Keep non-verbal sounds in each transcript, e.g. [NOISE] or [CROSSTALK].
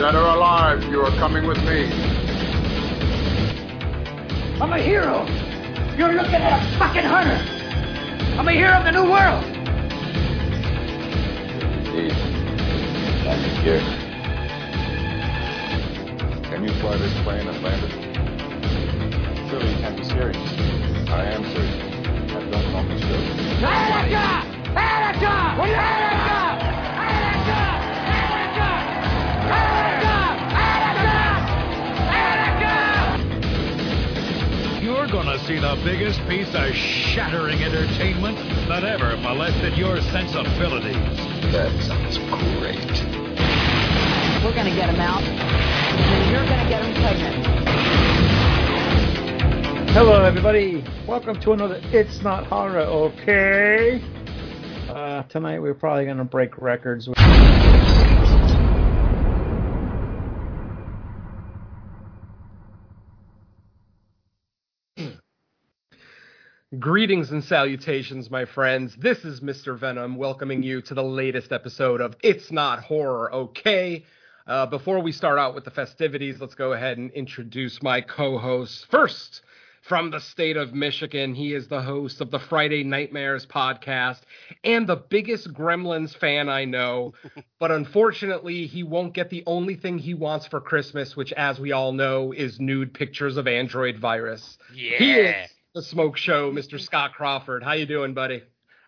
Dead or alive, you are coming with me. I'm a hero. You're looking at a fucking hunter. I'm a hero of the new world. Indeed. I'm here. Can you fly this plane and land it? Surely you can't be serious. I am serious. I don't normally show. Attica! Attica! Attica! Attica! Attica! Attica! Attica! Attica! You're gonna see the biggest piece of shattering entertainment that ever molested your sensibilities. That sounds great. We're going to get them out, and then you're going to get them pregnant. Hello, everybody. Welcome to another It's Not Horror, okay? Uh, tonight we're probably going to break records. With- Greetings and salutations, my friends. This is Mr. Venom welcoming you to the latest episode of It's Not Horror, okay? Uh, before we start out with the festivities, let's go ahead and introduce my co host first. From the state of Michigan, he is the host of the Friday Nightmares podcast and the biggest Gremlins fan I know. but unfortunately, he won't get the only thing he wants for Christmas, which, as we all know, is nude pictures of Android virus. He Yeah. is the smoke show, Mr. Scott Crawford. How you doing, buddy?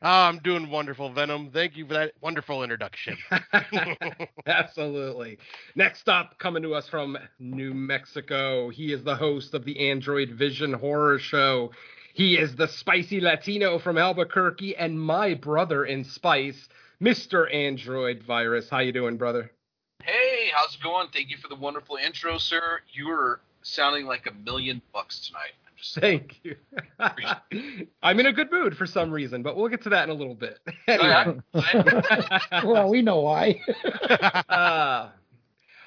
Oh, I'm doing wonderful, Venom. Thank you for that wonderful introduction. [LAUGHS] [LAUGHS] Absolutely. Next up, coming to us from New Mexico, he is the host of the Android Vision Horror Show. He is the spicy Latino from Albuquerque and my brother in spice, Mr. Android Virus. How you doing, brother? [LAUGHS] Hey, how's it going? Thank you for the wonderful intro, sir. You're sounding like a million bucks tonight. I'm just saying. Thank you. [LAUGHS] I'm in a good mood for some reason, but we'll get to that in a little bit. I, I, [LAUGHS] well, we know why. [LAUGHS] uh,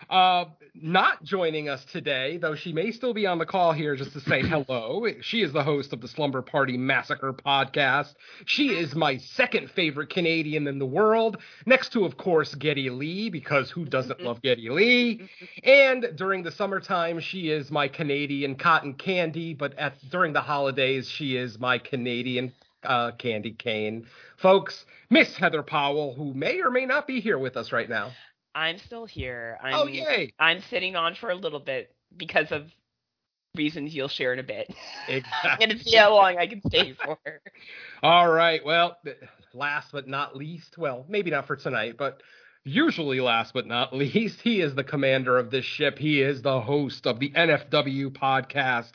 uh, not joining us today, though she may still be on the call here just to say hello. She is the host of the Slumber Party Massacre podcast. She is my second favorite Canadian in the world, next to, of course, Getty Lee, because who doesn't love Getty Lee? And during the summertime, she is my Canadian cotton candy, but at, during the holidays, she is my Canadian uh, candy cane. Folks, Miss Heather Powell, who may or may not be here with us right now. I'm still here. I'm, Oh, yay. I'm sitting on for a little bit because of reasons you'll share in [LAUGHS] a bit. I'm Exactly. going to see how long I can stay for. All right. Well, th- last but not least, well, maybe not for tonight, but usually last but not [LAUGHS] least, he is the commander of this ship. He is the host of the NFW podcast.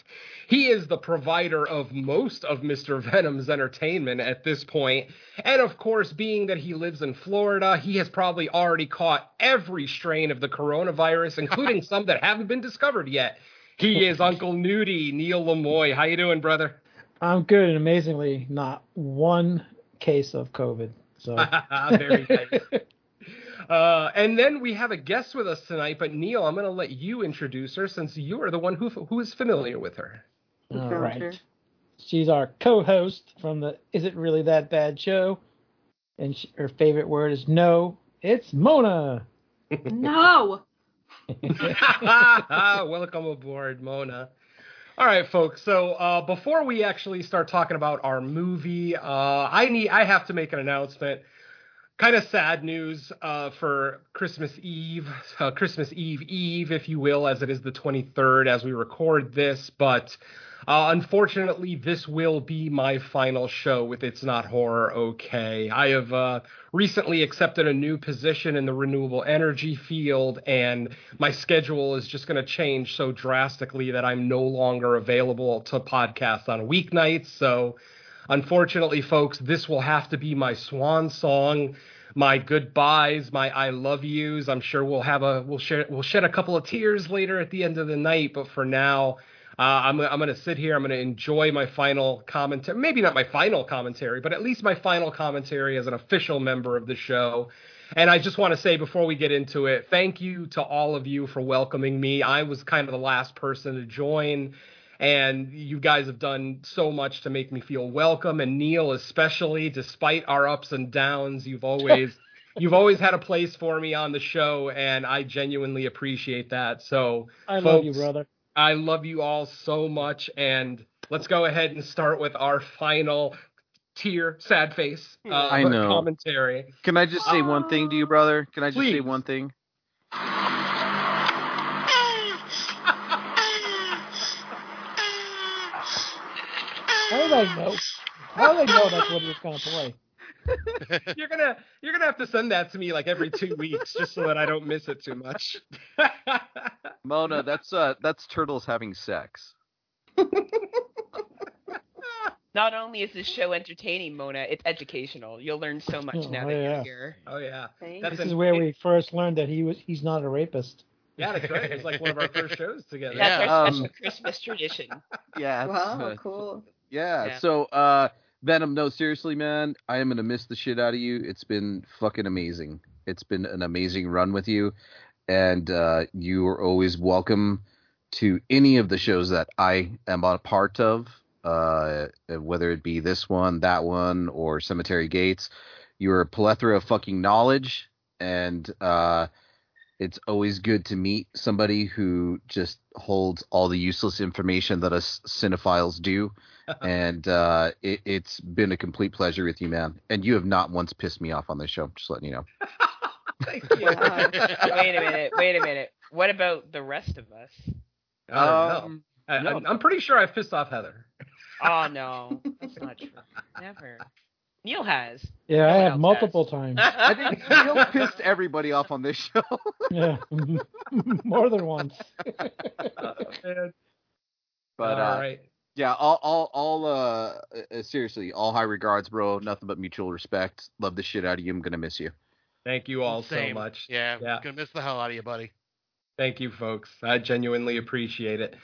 He is the provider of most of Mr. Venom's entertainment at this point. And of course, being that he lives in Florida, he has probably already caught every strain of the coronavirus, including some that haven't been discovered yet. He is Uncle Nudie, Neil Lemoy. How you doing, brother? [LAUGHS] I'm good, and amazingly, not one case of COVID. [LAUGHS] [LAUGHS] So, Very nice. Uh, and then we have a guest with us tonight, but Neil, I'm going to let you introduce her since you are the one who who is familiar with her. [LAUGHS] all right. She's our co host from the Is It Really That Bad show. And she, her favorite word is no, it's Mona. No. [LAUGHS] Welcome aboard, Mona. All right, folks. So uh, before we actually start talking about our movie, uh, I need I have to make an announcement. Kind of sad news uh, for Christmas Eve, uh, Christmas Eve Eve, if you will, as it is the 23rd as we record this. But uh, unfortunately, this will be my final show with It's Not Horror. Okay, I have uh, recently accepted a new position in the renewable energy field, and my schedule is just going to change so drastically that I'm no longer available to podcasts on weeknights. So, unfortunately, folks, this will have to be my swan song. My goodbyes, my I love yous. I'm sure we'll have a we'll share we'll shed a couple of tears later at the end of the night, but for now, uh, I'm I'm gonna sit here. I'm gonna enjoy my final commentary. Maybe not my final commentary, but at least my final commentary as an official member of the show. And I just want to say before we get into it, thank you to all of you for welcoming me. I was kind of the last person to join, and you guys have done so much [LAUGHS] to make me feel welcome. And Neil, especially, despite our ups and downs, you've always You've always had a place for me on the show, and I genuinely appreciate that. So [LAUGHS] I love you, Folks, brother. I love you all so much, and let's go ahead and start with our final tier sad face uh, I know. [LAUGHS] commentary. Can I just say one thing to you, brother? Can I just say Please. one thing? How did I know? How did I know that's what he was gonna play? You're gonna you're gonna have to send that to me like every two weeks just so that I don't miss it too much. [LAUGHS] Mona, that's uh, that's turtles having sex. Not only is this show entertaining, Mona, it's educational. You'll learn so much Oh, now that yeah. you're here. oh yeah, Thank that's This is an- where we first learned that he was he's not a rapist. yeah that's right. It was like one of our first shows together. That's Yeah, our um, special Christmas tradition. Yeah. it's, Wow, uh, cool. Yeah. Yeah. So, uh, Venom, no, seriously, man, I am gonna miss the shit out of you. It's been fucking amazing. It's been an amazing run with you, and uh, you are always welcome to any of the shows that I am a part of, uh, whether it be this one, that one, or Cemetery Gates. You're a plethora of fucking knowledge, and uh, it's always good to meet somebody who just holds all the useless information that us cinephiles do and uh, it, it's been a complete pleasure with you, man. And you have not once pissed me off on this show. Just letting you know. [LAUGHS] Thank [LAUGHS] you. Wow. [LAUGHS] wait a minute. Wait a minute. What about the rest of us? I don't know. Um, I, no. I'm- I'm pretty sure I pissed off Heather. Oh no, that's not true. Never. Neil has. Yeah, I one have else multiple times. [LAUGHS] I think [LAUGHS] Neil pissed everybody off on this [LAUGHS] show. [LAUGHS] Yeah, more than once. Uh, But uh, all right. yeah, all, all, all, uh, uh, seriously, all high regards, bro. Nothing but mutual respect. Love the shit out of you. I'm gonna miss you. Thank you all Same. so much. Yeah, Yeah. gonna miss the hell out of you, buddy. Thank you, folks. I genuinely appreciate it.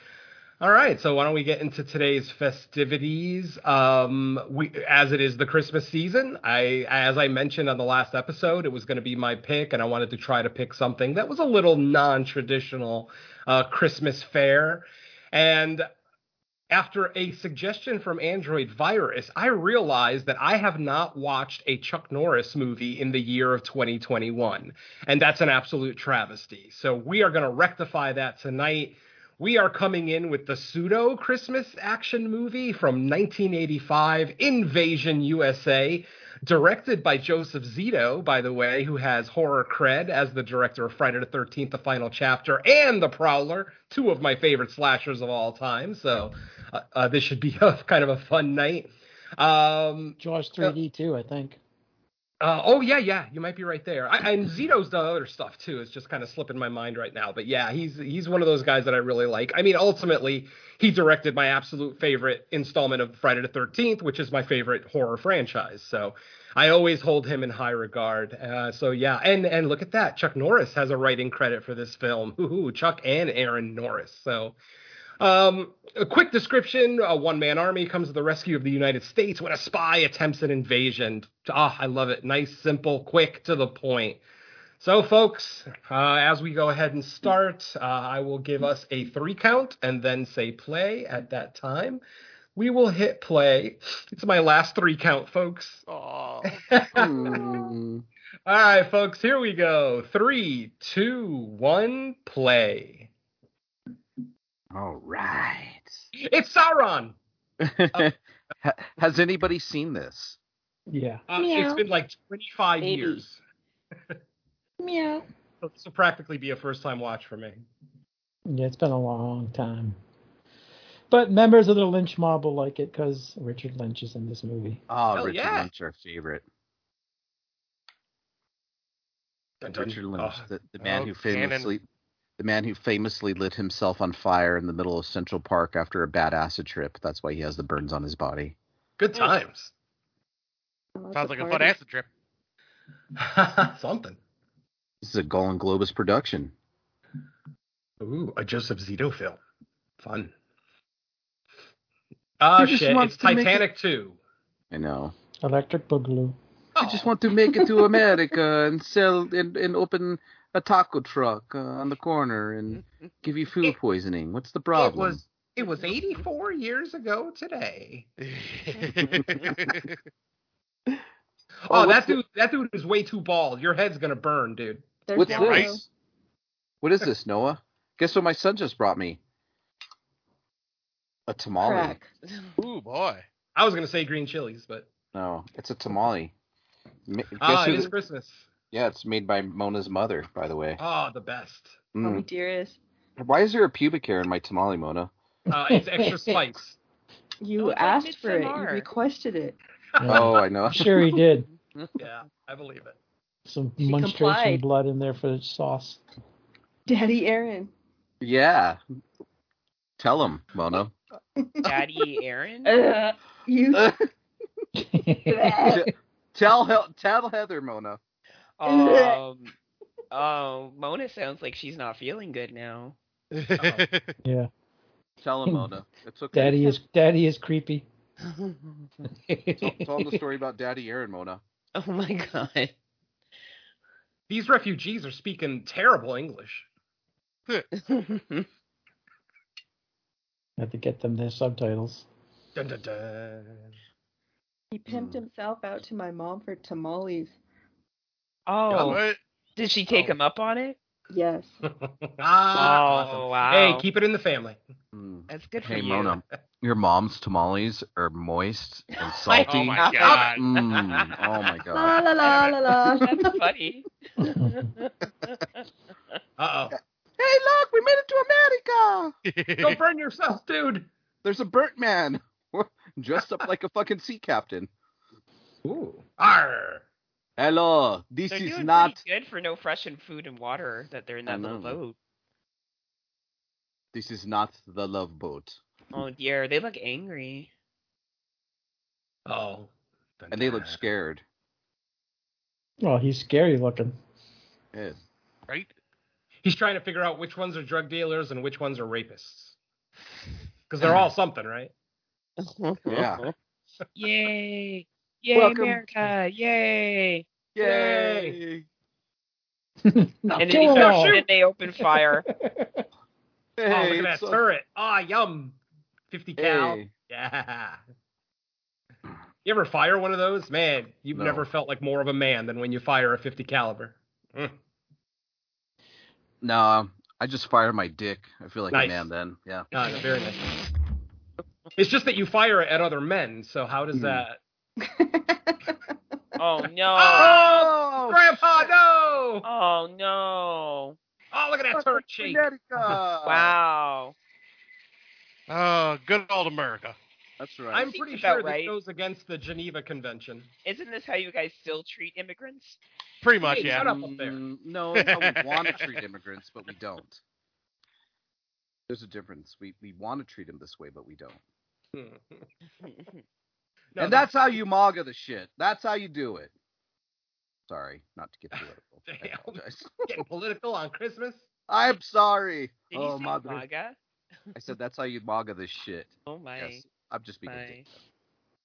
All right, so why don't we get into today's festivities? Um, we, as it is the Christmas season, I, as I mentioned on the last episode, it was going to be my pick, and I wanted to try to pick something that was a little non-traditional uh, Christmas fare. And after a suggestion from Android Virus, I realized that I have not watched a Chuck Norris movie in the year of 2021. And that's an absolute travesty. So we are going to rectify that tonight. We are coming in with the pseudo Christmas action movie from 1985, Invasion USA, directed by Joseph Zito, by the way, who has horror cred as the director of Friday the 13th, The Final Chapter, and The Prowler, two of my favorite slashers of all time. So uh, uh, this should be [LAUGHS] a, kind of a fun night. Um, Jaws 3D too, I think. uh, oh yeah, yeah, you might be right there. I, and Zito's done other stuff too. It's just kind of slipping my mind right now. But yeah, he's he's one of those guys that I really like. I mean, ultimately, he directed my absolute favorite installment of Friday the Thirteenth, which is my favorite horror franchise. So I always hold him in high regard. Uh, so yeah, and and look at that, Chuck Norris has a writing credit for this film. Hoo-hoo, Chuck and Aaron Norris. So. Um, a quick description: A one-man army comes to the rescue of the United States when a spy attempts an invasion. Ah, I love it. Nice, simple, quick, to the point. So, folks, uh, as we go ahead and start, uh, I will give us a three count and then say play. At that time, we will hit play. It's my last three count, folks. Oh, Mm. All right, folks, here we go. Three, two, one, play. [LAUGHS] all right. It's Sauron. Ha- Has anybody seen this? Yeah. Uh, it's Meow. been like 25 Maybe. years. Meow. So this will practically be a first time watch for me. Yeah, it's been a long time. But members of the Lynch mob will like it because Richard Lynch is in this movie. Oh, Hell Richard yeah. Lynch, our favorite. Richard Lynch, Oh, the, the man Oh, who Cannon. famously the man who famously lit himself on fire in the middle of Central Park after a bad acid trip. That's why he has the burns on his body. good times. sounds like a fun acid trip. [LAUGHS] Something. This is a Golden Globus production. Ooh, a Joseph Zito film. Fun. Ah, He just shit. wants It's to make Titanic 2. I know. Electric [LAUGHS] Boogaloo. I just Oh, want to make it Oh. [LAUGHS] to America and sell and, and open a taco truck uh, on the corner and give you food poisoning. What's the problem? was- It was [LAUGHS] 84 years ago today. Oh, that dude, that dude is way too bald. Your head's gonna burn, dude. What's this? What is this, Noah? Guess what my son just brought me? A tamale. Ooh boy. I was gonna say green chilies, but No, it's a tamale. Ma- guess ah, who it is the- Christmas. yeah, it's made by Mona's mother, by the way. Ah, the best. Mm. dearest. oh. Why is there a pubic hair in my tamale, Mona? Uh, it's [LAUGHS] extra spice. You asked for it. You requested it. Oh, I know. Sure he did. Yeah, I believe it. Some monstration complied. blood in there for the sauce. Daddy [LAUGHS] Aaron. Yeah. Tell him, Mona. Daddy Aaron? [LAUGHS] Uh, you. T- tell Hel- tell Heather, Mona. Um, oh, Mona sounds like she's not feeling good [LAUGHS] now. [LAUGHS] Yeah. Tell him, Mona. It's okay. Daddy is daddy is creepy. Oh tell, tell him [LAUGHS] the story about Daddy Aaron, Mona. Oh my [LAUGHS] god. These refugees are speaking terrible English. dun, Have to get them their subtitles. dun, dun. He Hmm. pimped himself out to my mom for tamales. Oh, What? did she take him up on it? Yes. [LAUGHS] Hmm. Oh, Ah, Oh, awesome. wow. Hey, keep it in the family. Hmm. That's good for Hey, you. Mona, your mom's tamales are moist [LAUGHS] and my Oh, salty. God. God. Mm, oh my La god. la la la la. That's funny. Uh oh. Hey, look, we made it to America. Don't burn yourself, dude. There's a burnt man [LAUGHS] dressed up like a fucking sea captain. Ooh. Arr. Hello, this They're is doing not pretty good for no fresh and food and water that they're in I that little know. boat. this is not the love boat. Oh dear, they look angry. Oh. And they look scared. Well, Oh, he's scary looking. Yeah. [LAUGHS] Right? He's trying to figure out which ones are drug dealers and which ones are [LAUGHS] rapists. Because they're all something, right? Oh. Yeah. Yay! Yay, Welcome. America! Yay! Yay. Now And then, kill they, 'em all. and then they open [LAUGHS] fire. oh, look Hey, at that it's a- turret. Ah, yum. 50 cal. hey. Yeah. You ever fire one of those? Man, you've No. never felt like more of a man than when you fire a 50 caliber. Mm. Nah, um, I just fire my dick. I feel like Nice. a man then. Yeah. Ah, no, very nice. It's just that you fire it at other men, so how does Hmm. that. Oh no! Oh, Grandpa, no! Oh no! Oh, look at that turret shape. Uh. Wow! Oh, good old America. That's right. I'm Seems pretty about sure this right. goes against the Geneva Convention. [LAUGHS] Isn't this how you guys still treat [LAUGHS] immigrants? Pretty much, Hey, yeah. shut up up there. Mm, no, it's how we want to treat immigrants, but we don't. There's a difference. We we want to treat them this way, but we don't. Hmm. No, and that's how you MAGA the shit. That's how you do it. Sorry, not to get political. I Damn. apologize. getting political on Christmas. I'm sorry. Did oh, you say madre. MAGA? I said that's how you MAGA the shit. Oh my! Yes, I'm just being. a my. dick.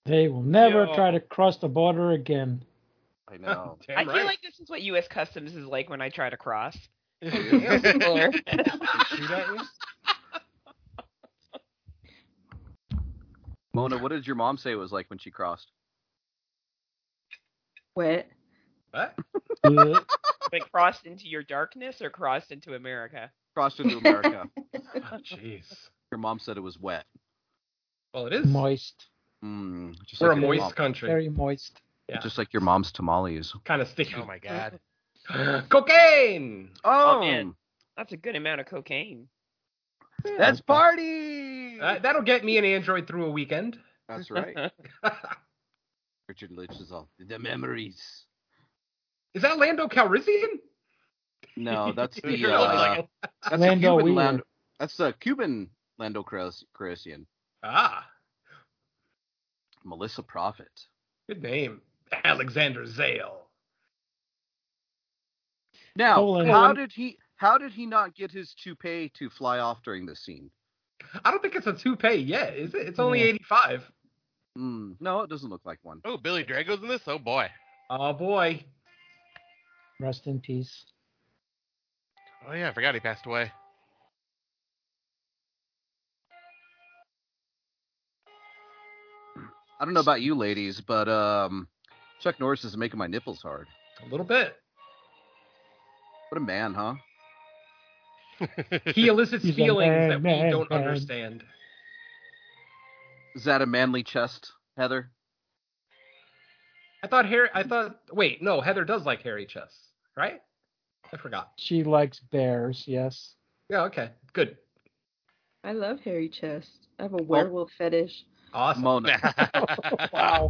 They will never Yo. try to cross the border again. [LAUGHS] I know. Oh, Damn I feel right. like this is what U.S. Customs is like when I try to [LAUGHS] cross. [LAUGHS] Shoot at you? Mona, what did your mom say it was like when she crossed? [LAUGHS] Wet. What? Ugh. like crossed into your darkness or crossed into America? Crossed into America. Oh, Jeez. your mom said it was wet. Well, it is. moist, Mm, just We're a like your moist mom- country. very moist. Yeah. Just like your mom's tamales. Kind of sticky. [GASPS] Oh my god. Cocaine. Oh, man. That's a good amount of cocaine. that's party. Uh, that'll get me an Android through a weekend. [LAUGHS] That's right. Richard Lynch is all the memories. is that Lando Calrissian? [LAUGHS] No, that's It the sure uh, looks like it. that's the Lando Cuban Weir. Lando, that's the Cuban Lando Calris- Calrissian. Ah, Melissa Prophet. good name. Alexander Zale. Now, Colon. how Colon. did he? How did he not get his toupee to fly off during this scene? I don't think it's a toupee yet, is it? It's only Yeah. 85. Mm, no, it doesn't look like one. Oh, Billy Drago's in this? Oh boy. Oh boy. Rest in peace. Oh yeah, I forgot he passed away. [LAUGHS] I don't know about you ladies, but um, Chuck Norris is making my nipples hard. A little bit. What a man, huh? He elicits He's a feelings man, that we man, don't man. understand. Is that a manly chest, Heather? I thought Harry. I thought. Wait, no. Heather does like hairy chests, right? I forgot. She likes bears, yes. Yeah. Okay. Good. I love hairy chests. I Oh. have a werewolf fetish. Awesome. Mona. wow.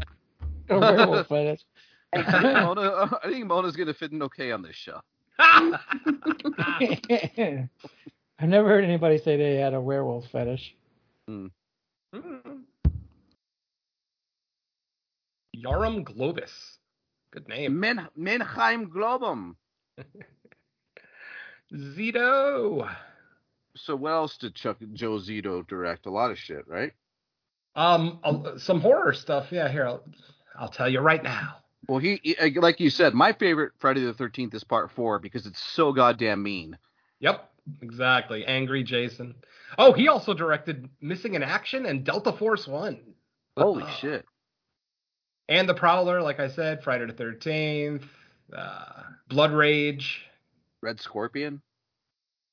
A werewolf fetish. [LAUGHS] I think, [LAUGHS] Mona, uh, I think Mona's gonna fit in okay on this show. I've never heard anybody say they had a werewolf fetish. Mm. [LAUGHS] Yarum Globus. Good name. Men- Menheim Globum. Zito. So what else did Chuck Joe Zito direct? A lot of shit, right? Um, uh, some horror stuff. Yeah, here I'll, I'll tell you right now. Well, he, he- like you said, my favorite Friday the Thirteenth is Part Four because it's so goddamn mean. Yep, exactly. Angry Jason. Oh, he also directed Missing in Action and Delta Force One Holy Uh, shit! and The Prowler. Like I said, Friday the Thirteenth, uh, Blood Rage. Red Scorpion.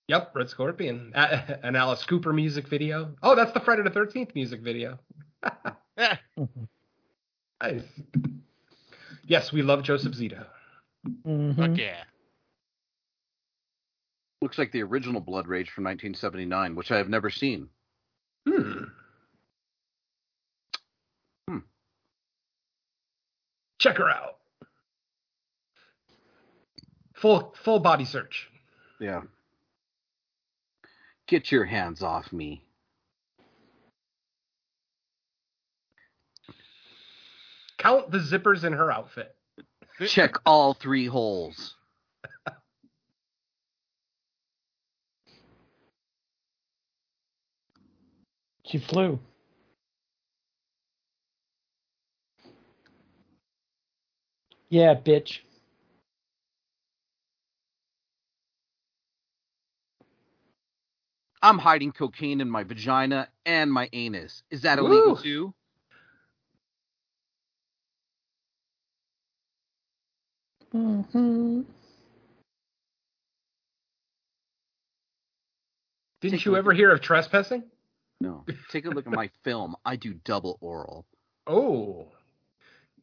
Yep, Red Scorpion. A- [LAUGHS] an Alice Cooper music video. Oh, that's the Friday the Thirteenth music video. nice. Yes, we love Joseph Zito. Mhm. yeah. [LAUGHS] Looks like the original Blood Rage from 1979, which I have never seen. Hmm. Hmm. Check her out. Full full body search. Yeah. Get your hands off me. Count the zippers in her outfit. Check all three holes. She flew. Yeah, bitch. I'm hiding cocaine in my vagina and my anus. Is that Woo! illegal too? Mm-hmm. Didn't Take you a ever hear of trespassing? No. Take a look at my film. I do double oral. Oh.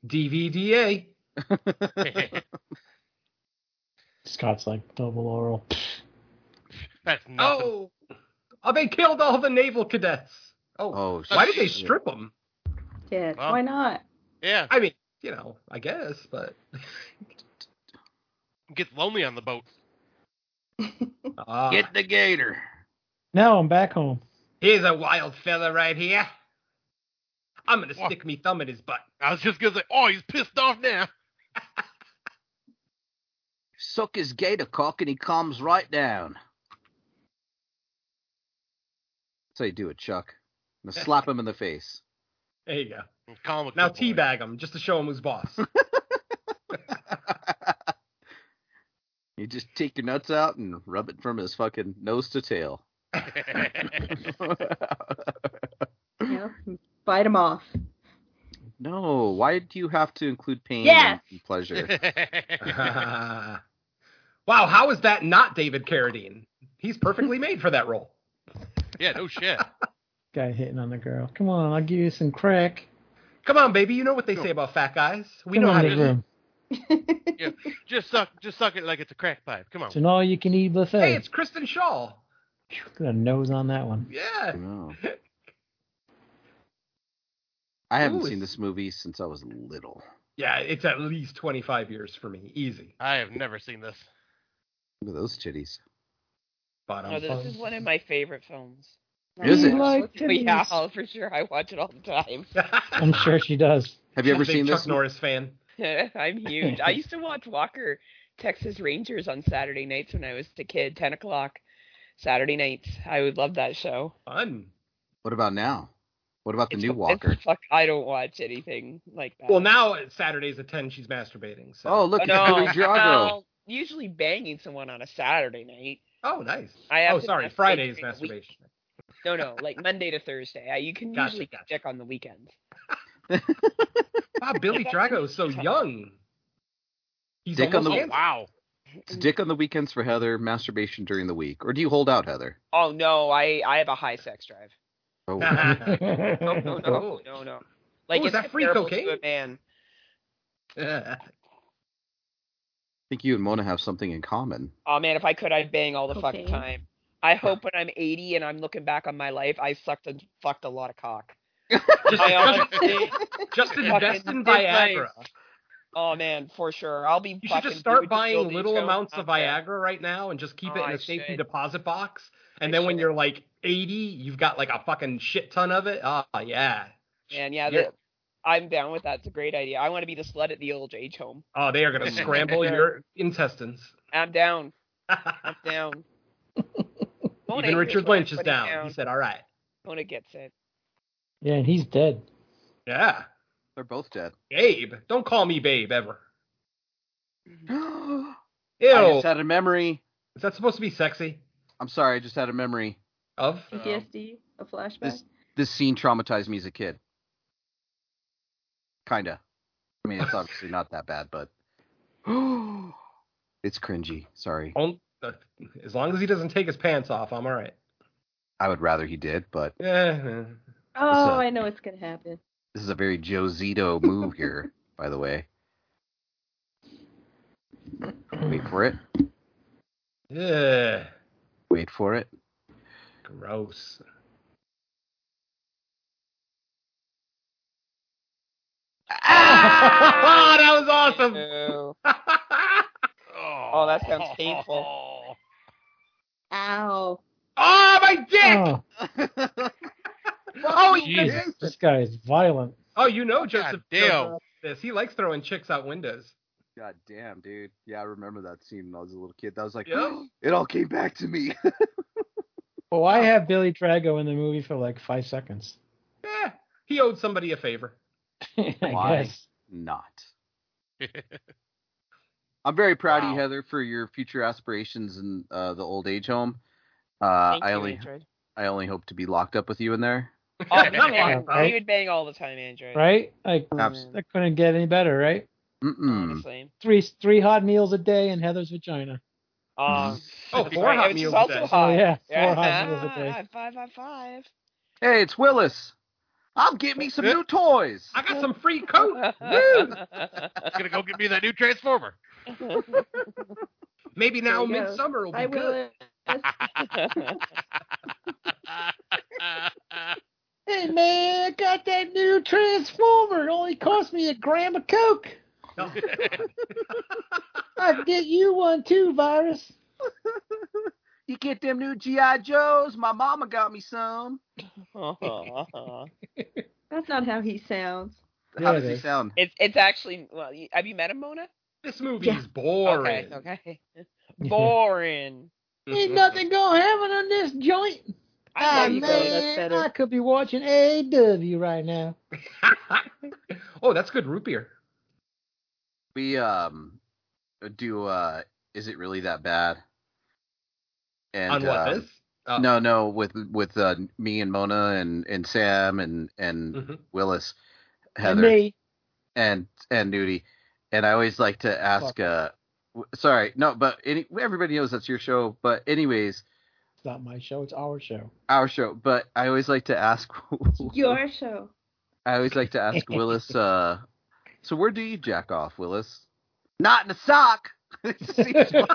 DVDA. Scott's like double oral. That's Oh. Oh, they killed all the naval cadets. Oh. Oh, Why did they shit. strip them? Yes. Well. Why not? Yeah. I mean, you know, I guess, but Gets lonely on the boat. Ah, Get the gator. Now I'm back home. here's a wild fella right here. I'm gonna Wha- stick me thumb in his butt. I was just gonna say, oh, he's pissed off now. Suck his gator cock and he calms right down. That's how you do it, Chuck. [LAUGHS] Now slap him in the face. There you go. Oh, Calm Now teabag him just to show him who's boss. [LAUGHS] [LAUGHS] You just take your nuts out and rub it from his fucking nose to [LAUGHS] tail. [LAUGHS] Yeah. Bite them off. no, why do you have to include pain Yes. and pleasure? [LAUGHS] wow, how is that not David Carradine? He's perfectly made for that role. yeah, no shit. Guy hitting on the girl. Come on, I'll give you some crack. Come on, baby, you know what they say about fat guys. We Come know on, how big to. room. [LAUGHS] Yeah, just suck, just suck it like it's a crack pipe. Come on. It's an all you can eat buffet. Hey, it's Kristen Shaw. Got a nose on that [LAUGHS] one. Yeah. no. I haven't Ooh, seen it's- this movie since I was little. Yeah, it's at least 25 years for me. Easy. I have never seen this. Look at those titties. Bottom No, Oh, [LAUGHS] this is one of my favorite films. Is You it? like Oh, yeah, titties. oh, [LAUGHS] for sure. I watch it all the time. [LAUGHS] I'm sure she [LAUGHS] does. [LAUGHS] Have you ever Big seen Chuck this? Norris fan. I'm huge. I used to watch Walker Texas Rangers on Saturday nights when I was a kid, ten o'clock Saturday nights. I would love that show. Fun. What about now? What about the It's- new it's- Walker? Fuck, I don't watch anything like that. Well, now it's Saturdays at 10, she's masturbating. So. Oh, Oh, look, it's Henry no, Drago. no, usually banging someone on a Saturday night. Oh, nice. I have oh, to sorry. masturbate Friday's during the week. masturbation. [LAUGHS] No, no, like Monday to Thursday. I, you can Gotcha, usually gotcha. check on the weekends. Wow, [LAUGHS] Billy Drago is so young. He's Dick on almost the- handsome. Wow. It's dick on the weekends for Heather, masturbation during the week, or do you hold out, Heather? Oh no, I I have a high sex [LAUGHS] drive. Oh. [LAUGHS] No, no, no, no, no. Like Oh, is it's that free comparable to cocaine? a man. I think you and Mona have something in common. Oh man, if I could, I'd bang all the fucking Cocaine. time. I hope when I'm 80 and I'm looking back on my life, I sucked and fucked a lot of [LAUGHS] cock. Just, I [LAUGHS] honestly- just, just fucking invest in did my- Viagra. Oh man, for sure. I'll be. You should just start buying little amounts of Viagra right now and just keep Oh, it in a safety deposit box. And then when you're like 80, you've got like a fucking shit ton of it. Ah, yeah. And yeah, You're- the, I'm down with that. It's a great idea. I want to be the slut at the old age home. Oh, they are gonna scramble your intestines. I'm down. [LAUGHS] I'm down. Mona, Even here's Richard what I Lynch is put it down. He said, "All right, Mona gets it. Yeah, and he's dead. yeah." They're both dead. [GASPS] Babe, don't call me babe ever. I Ew. just had a memory. Is that supposed to be sexy? I'm sorry, I just had a memory. Of Mm. PTSD, a flashback. this this scene traumatized me as a kid. Kinda. I mean, it's obviously not that bad, but it's cringy. Sorry. On- uh, as long as he doesn't take his pants off, I'm all right. I would rather he did, but Yeah. oh, So- I know it's gonna happen. this is a very Joe Zito move here, by the way. Wait for it. Yeah. Wait for it. Gross. [LAUGHS] Ah, that was awesome. [LAUGHS] [LAUGHS] Ew. Oh, Oh, that sounds painful. Ow. Oh, my dick! Oh, Oh, he- Jesus, this guy is violent. oh, you know Joseph. damn. Joseph this. He likes throwing chicks out windows. God damn, dude. Yeah, I remember that scene when I was a little kid. That was like, Yeah. [GASPS] it all came back to me. Well, why Oh, have Billy Drago in the movie for like five seconds? [LAUGHS] Yeah. Eh, He owed somebody a favor. [LAUGHS] I Why? guess. Not. [LAUGHS] I'm very proud of you, Wow. Heather, for your future aspirations in uh, the old age home. Uh, Thank I you, only, Android. [LAUGHS] I only hope to be locked up with you in there. Oh, come Yeah, on. right? We would bang all the time, Android. Right? Like Abs- that couldn't get any better, right? Mm-mm. Honestly. Three three hot meals a day in Heather's vagina. Hmm. Um, Oh, that'd be four great. hot It was meals a also day. hot. Oh, yeah, four Yeah. hot meals a day. High five, high five. Hey, it's Willis. I'll get me some new toys. I got some free coat. [LAUGHS] gonna go get me that new transformer. Maybe now There you go. midsummer will be I [LAUGHS] good. will. Uh, hey man, I got that new transformer. Only cost me a gram of coke. No. I can get you one too, virus. You get them new GI Joes. My mama got me some. That's not how he sounds. How Yeah, does it he is. sound? [LAUGHS] it's it's actually well. you- Have you met him, Mona? This movie Yeah. is boring. Okay. [LAUGHS] Okay. Boring. Ain't nothing gonna happen on this joint. I Ah, love you, go, that's man, better. I could be watching AW right now. [LAUGHS] oh, that's good root beer. We um do uh is it really that bad? And On what uh, this? Uh, no, no, with with uh, me and Mona and, and Sam and and mhm. Willis, And Heather me. and, and Nudie, and I always like to ask. Fuck. Uh, w- sorry, no, but any, everybody knows that's your show. But anyways, It's not my show, it's our [LAUGHS] show. our show. But I always like to ask. [LAUGHS] Your show. I always like to ask Willis. Uh, so where do you jack off, Willis? Not in a sock. [LAUGHS] See, [LAUGHS] [LAUGHS]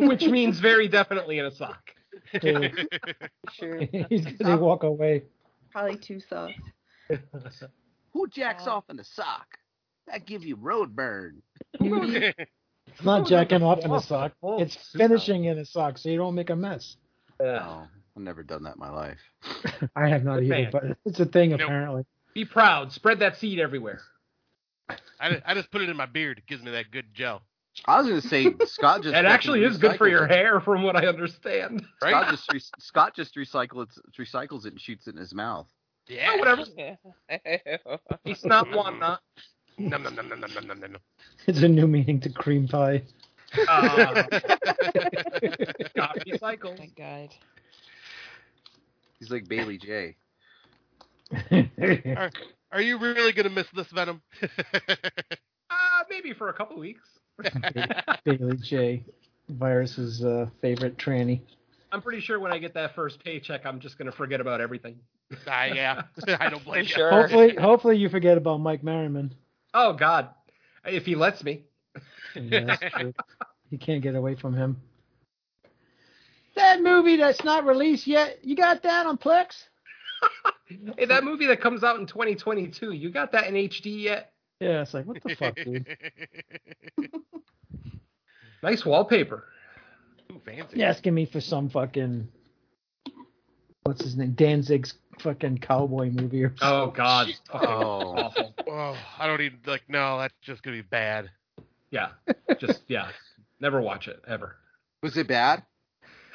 Which means very definitely in a sock. Dude, [LAUGHS] Sure. [LAUGHS] He's gonna walk away. Probably two socks. Who jacks off in a sock? That give you road burn. It's not jacking off in a sock. Oh, It's super. finishing in a sock so you don't make a mess. Yeah. Oh, I've never done that in my life. I have not Good either, man. but it's a thing Nope. apparently. Be proud. Spread that seed everywhere. I, ju- I just put it in my beard. It gives me that good gel. I was gonna say Scott [LAUGHS] just It actually fucking is good for recycles your it. hair, from what I [LAUGHS] understand. right? Scott just re- Scott just recycles it, recycles it and shoots it in his mouth. Yeah. whatever. [LAUGHS] Oh Ew. He's not one, [LAUGHS] not. Nom, nom, nom, nom, nom, nom, nom, nom. It's a new meaning to cream [LAUGHS] pie. Uh, Scott recycles. My God. He's like Bailey J. All right. [LAUGHS] Are you really gonna miss this Venom? [LAUGHS] Uh, maybe for a couple weeks. Bailey J, Virus's uh, favorite tranny. I'm pretty sure when I get that first paycheck, I'm just gonna forget about everything. Ah, yeah, [LAUGHS] I don't blame you. [LAUGHS] Hopefully, hopefully you forget about Mike [LAUGHS] Merriman. Oh God, if he lets me. Yeah, that's true. you can't get away from him. That movie that's not released yet, you got that on Plex? Hey, that movie that comes out in 2022, you got that in HD yet? Yeah, it's like what the fuck, dude. [LAUGHS] [LAUGHS] Nice wallpaper. Ooh, fancy. You're asking me for some fucking what's his name Danzig's fucking cowboy movie or Oh God. Fucking Oh. Awful. Oh, I don't even like. No, that's just gonna be bad. Yeah. Just yeah. Never watch it ever. [LAUGHS] Was it bad?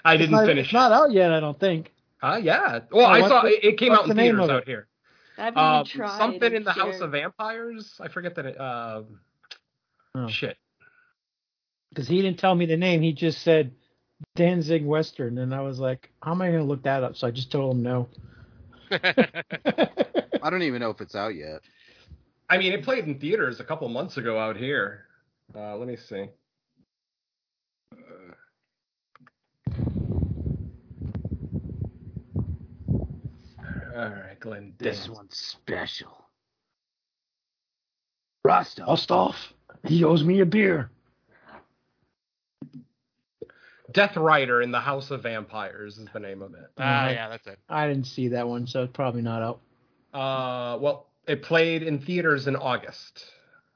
I It's didn't not- finish. It's not out yet, I don't think. Uh, yeah. Oh, Well, I what's saw the- it, it came what's out in the name of theaters it? out here. I've even Uh, tried. something in the It's House scared. of Vampires. I forget that. It, uh, Oh. Shit. [LAUGHS] Because he didn't tell me the name, he just said Danzig Western, and I was like, how am I gonna look that up? So I just told him no. I don't even know if it's out yet. I mean, it played in theaters a couple months ago out here. Uh, let me see. Uh, all right, Glenn. This Danzig. one's special. Rostov, he owes me a beer. Death Rider in the House of Vampires is the name of it. Ah, yeah, that's it. I didn't see that one, so it's probably not out. Uh, well, it played in theaters in August.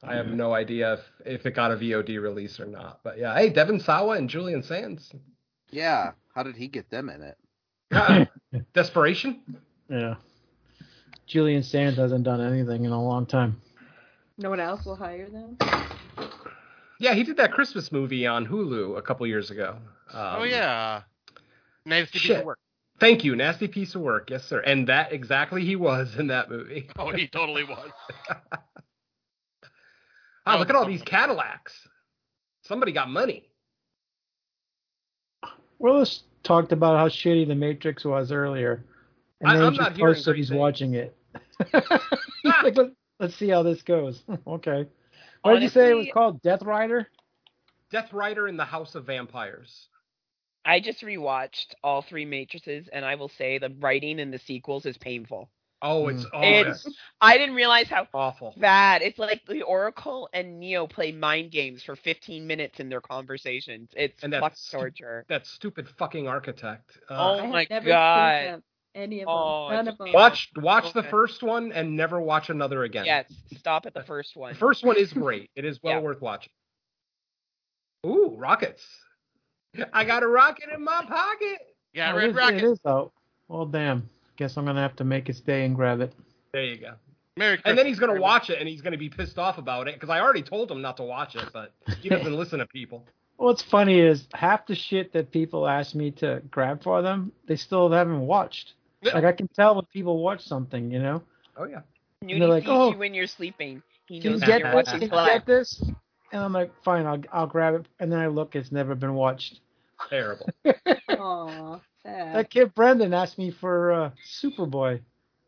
I have no idea if, if it got a VOD release or not. But yeah, hey, Devin Sawa and Julian Sands. Yeah. How did he get them in it? Uh, Desperation? Yeah. Julian Sands hasn't done anything in a long time. [LAUGHS] No one else will hire them. Yeah, he did that Christmas movie on Hulu a couple years ago. Um, oh yeah. Nice to be shit. at work. Thank you, nasty piece of work, yes sir. And that exactly he was in that movie. Oh, he totally [LAUGHS] was. Ah, look at all these Cadillacs. Somebody [LAUGHS] got money. Willis talked about how shitty The Matrix was earlier, and I- then I'm he not hearing posted great he's things. Ah. watching [LAUGHS] it. He's like, "Let- Let's see how this goes. [LAUGHS] okay. What did you say it was Honestly- called? Death Rider? Death Rider in the House of Vampires. I just rewatched all three matrices, and I will say the writing in the sequels is painful. Oh, it's oh, Mm. It's- I didn't realize how awful. bad. It's like the Oracle and Neo play mind games for 15 minutes in their conversations. It's And fuck that's torture. That stupid fucking architect. Uh, Oh I have my never God. Seen them, any of Oh, them. None it's of them. Watch watch the Okay. first one and never watch another again. Yes, stop Uh, at the first one. The first one [LAUGHS] is great. It is well Yeah. worth watching. Ooh, rockets. [LAUGHS] I got a rocket in my pocket. Yeah, Oh, it Red is- Rocket. It is out. Well, damn. Guess I'm gonna have to make it stay and grab it. There you go. Merry Christmas. And then he's gonna watch it and he's gonna be pissed off about it because I already told him not to watch it, but he doesn't listen to people. What's funny is half the shit that people ask me to grab for them, they still haven't watched. Yeah. Like I can tell when people watch something, you know. Oh yeah. Nudie they're like, sees "Oh, you when you're sleeping. He Can you knows when get that you're this? watching Can you [LAUGHS] television. get this? And I'm like, fine, I'll I'll grab it. And then I look, it's never been watched. Terrible. Aw, sad. That kid Brendan asked me for uh, Superboy.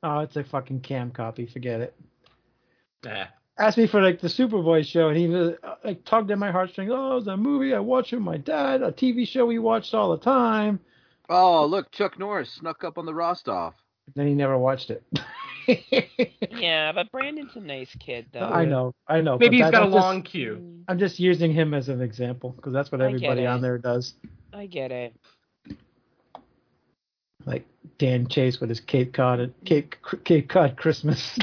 Oh, it's a fucking cam copy. Forget it. Nah. Asked me for like the Superboy show, and he was, uh, like tugged at my heartstrings. Oh, it was a movie I watched with my dad, a TV show we watched all the time. Oh, look, Chuck Norris snuck up on the Rostov. Then he never watched it. Yeah, but Brandon's a nice kid, though. Mm, I know, I know. Maybe but that- he's got a I'm just- long queue. [LAUGHS] I'm just using him as an example because that's what I get everybody it. on there does. I get it. Like Dan Chase with his Cape Cod and Cape Cape Cod [LAUGHS] Christmas.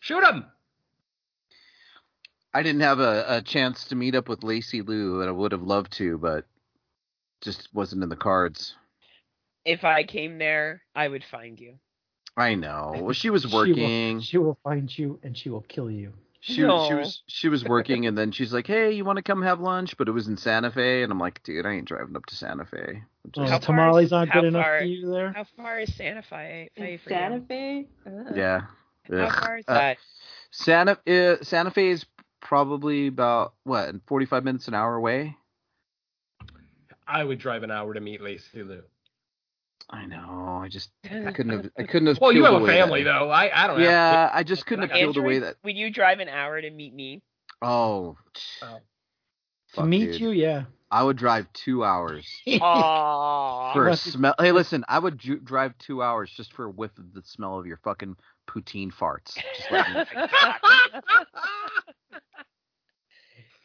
Shoot him. I didn't have a, a chance to meet up with Lacey Lou, and I would have loved to, but just wasn't in the cards. If I came there, I would find you. I know. Well, she was She will- working. She will find you and she will kill you. She, she No. was she was working, and then she's like, "Hey, you want to come have lunch?" But it was in Santa Fe, and I'm like, "Dude, I ain't driving up to Santa Fe." Which Oh, is- How far tamales is- aren't how good enough far- for you there. How far is Santa Fe? Fe In for you? Santa Fe? Ugh. yeah. How Ugh. far is Uh, that? Santa uh, Santa Fe is probably about what 45 minutes an hour away. I would drive an hour to meet Lacey Lou. I know. I just I couldn't have. I couldn't have. Well, you peeled have a away family that. though. I I [LAUGHS] don't. Yeah, have, I just couldn't have peeled [LAUGHS] Andrew, away that. Would you drive an hour to meet [LAUGHS] me? [LAUGHS] Oh, Oh. fuck, meet dude. you, yeah. I would drive [LAUGHS] two hours Aw. for a Unless- smell. Hey, listen, I would ju- drive two hours just for a whiff of the smell of your fucking poutine farts. Just like,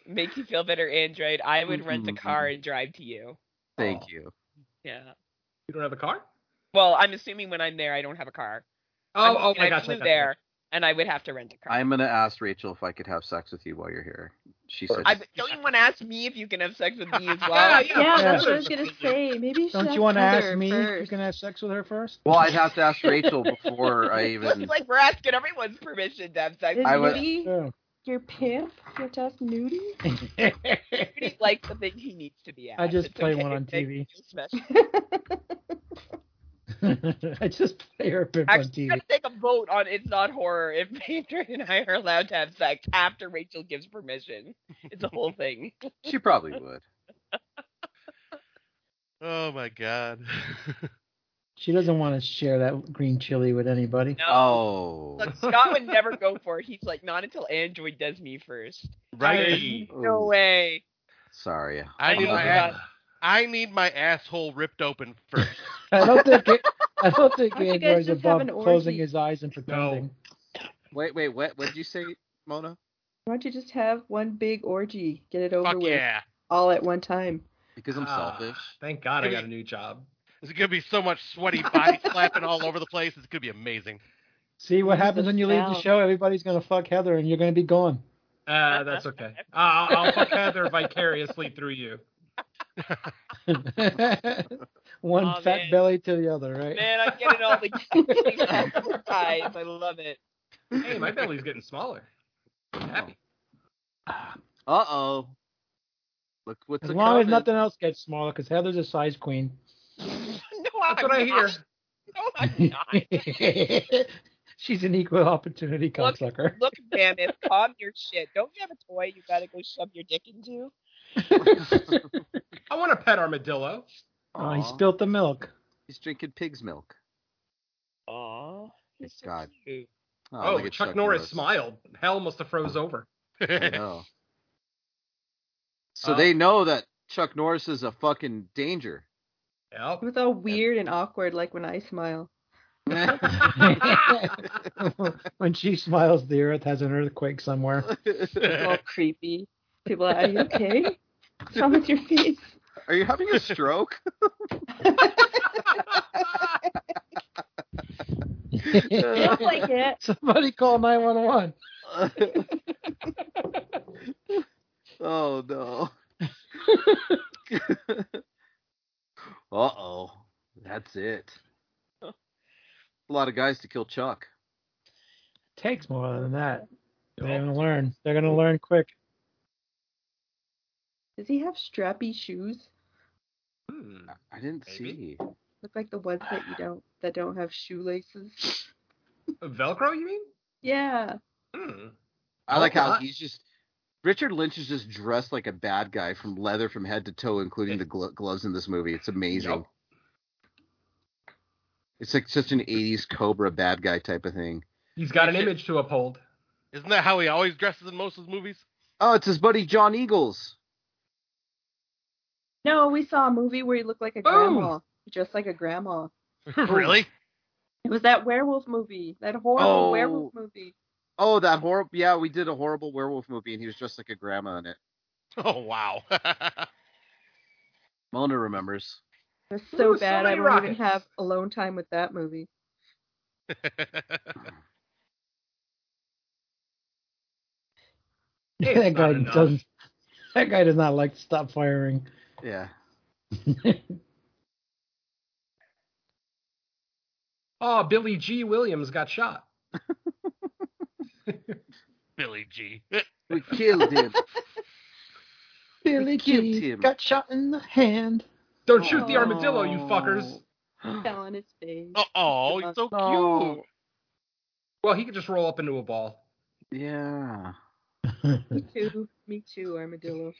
Makes you feel better, Android. I would rent a Mm-hmm. car and drive to you. thank Oh. you. Yeah. You don't have a car? Well, I'm assuming when I'm there, I don't have a car. Oh, I'm oh thinking my I gosh, I flew got there, and I would have to rent a car. I'm gonna ask Rachel if I could have sex with you while you're here. She said, I, don't you want to ask me if you can have sex with me [LAUGHS] as well? Yeah, yeah, Yeah, that's what I was gonna say. Maybe you should Don't ask you want to ask Heather me if you first. can have sex with her first? "Well, I'd have to ask Rachel before [LAUGHS] I even." Looks like we're asking everyone's permission to have sex. Is I [LAUGHS] would- Nudie Yeah. your pimp? You have to ask Nudie? Nudie likes the thing he needs to be at. I just It's play okay. one on [LAUGHS] It makes TV. you feel special. [LAUGHS] I just play her pimp on Actually, TV. gotta take a vote on it's not horror if [LAUGHS] Andrew and I are allowed to have sex after Rachel gives permission. It's a whole [LAUGHS] thing. She probably would. Oh my god. [LAUGHS] She doesn't want to share that green chili with anybody. Oh, Look, Scott would never go for it. He's like, not until Android does me first. Right. [LAUGHS] No way. sorry. I Oh need my my God. ass- I need my asshole ripped open first. I don't think it, [LAUGHS] I don't think Why don't you guys Android's just have above an closing orgy? his eyes and pretending. Wait, wait, what? What did you say, Mona? Why don't you just have one big orgy? Get it over Fuck with yeah. all at one time. Because I'm Ah, selfish. Thank God I Maybe- got a new job. There's gonna be so much sweaty body slapping all over the place. It's gonna be amazing. [LAUGHS] See what Use happens the when you leave the spell. show? Everybody's gonna fuck Heather, and you're gonna be gone. Uh, that's okay. Uh, I'll, I'll fuck Heather vicariously through you. [LAUGHS] One Oh, Aw, fat man. belly to the other, right? Man, I'm getting all [LAUGHS] the the ties. I love it. Hey, my belly's getting smaller. I'm happy. Uh oh. Look what's as a long as coming. nothing else gets smaller, because Heather's a size queen. No, I'm That's what I hear. not. No, I'm not. [LAUGHS] [LAUGHS] She's an equal opportunity Look- cocksucker. Look, Mammoth, calm your shit. Don't you have a toy you gotta go shove your dick into? I want a pet armadillo. Oh, he Aw, spilt the milk. He's drinking pig's milk. Aw. he's so God. cute. Oh, look at Chuck, Norris, smiled. Hell must have froze over. I [LAUGHS] know. Uh, So Oh. they know that Chuck Norris is a fucking danger. Yep. [LAUGHS] It was all weird and awkward, like when I smile. when she smiles, the earth has an earthquake somewhere. It's [LAUGHS] all creepy. People are, are you okay? What's wrong with your face? Are you having a stroke? Looks like it. [LAUGHS] Somebody call 911. [LAUGHS] oh no. uh oh. That's it. A lot of guys to kill Chuck. Takes more than that. They're Yep. gonna learn. They're gonna learn quick. Does he have strappy shoes? Hmm. I didn't Maybe. see. Look like the ones that you don't that don't have shoelaces. Velcro, you mean? Yeah. Hmm. I like how not. he's just Richard Lynch is just dressed like a bad guy from leather from head to toe, including the glo- gloves in this movie. It's amazing. Yep. It's like such an '80s Cobra bad guy type of thing. He's got an image to uphold. Isn't that how he always dresses in most of his movies? [LAUGHS] Oh, it's his buddy John Eagles. No, we saw a movie where he looked like a Oh. grandma. Just like a grandma. really? [LAUGHS] It was that werewolf movie. That horrible Oh. werewolf movie. Oh, that horrible. Yeah, we did a horrible werewolf movie, and he was dressed like a grandma in it. Oh wow. [LAUGHS] Mona remembers. It was Ooh, so so bad many I don't even rockets. have alone time with that movie. It's that guy not enough. doesn't. That guy does not like to stop firing. Yeah. Oh, Billy G. Williams got shot. Billy G. We killed [LAUGHS] him. Billy killed G him. got shot in the hand. Don't shoot the armadillo, you Oh. fuckers. Oh. [GASPS] Fell on his face. Oh, he's so No. cute. Well, he could just roll up into a [LAUGHS] ball. Yeah. [LAUGHS] Me too. Me too, armadillo.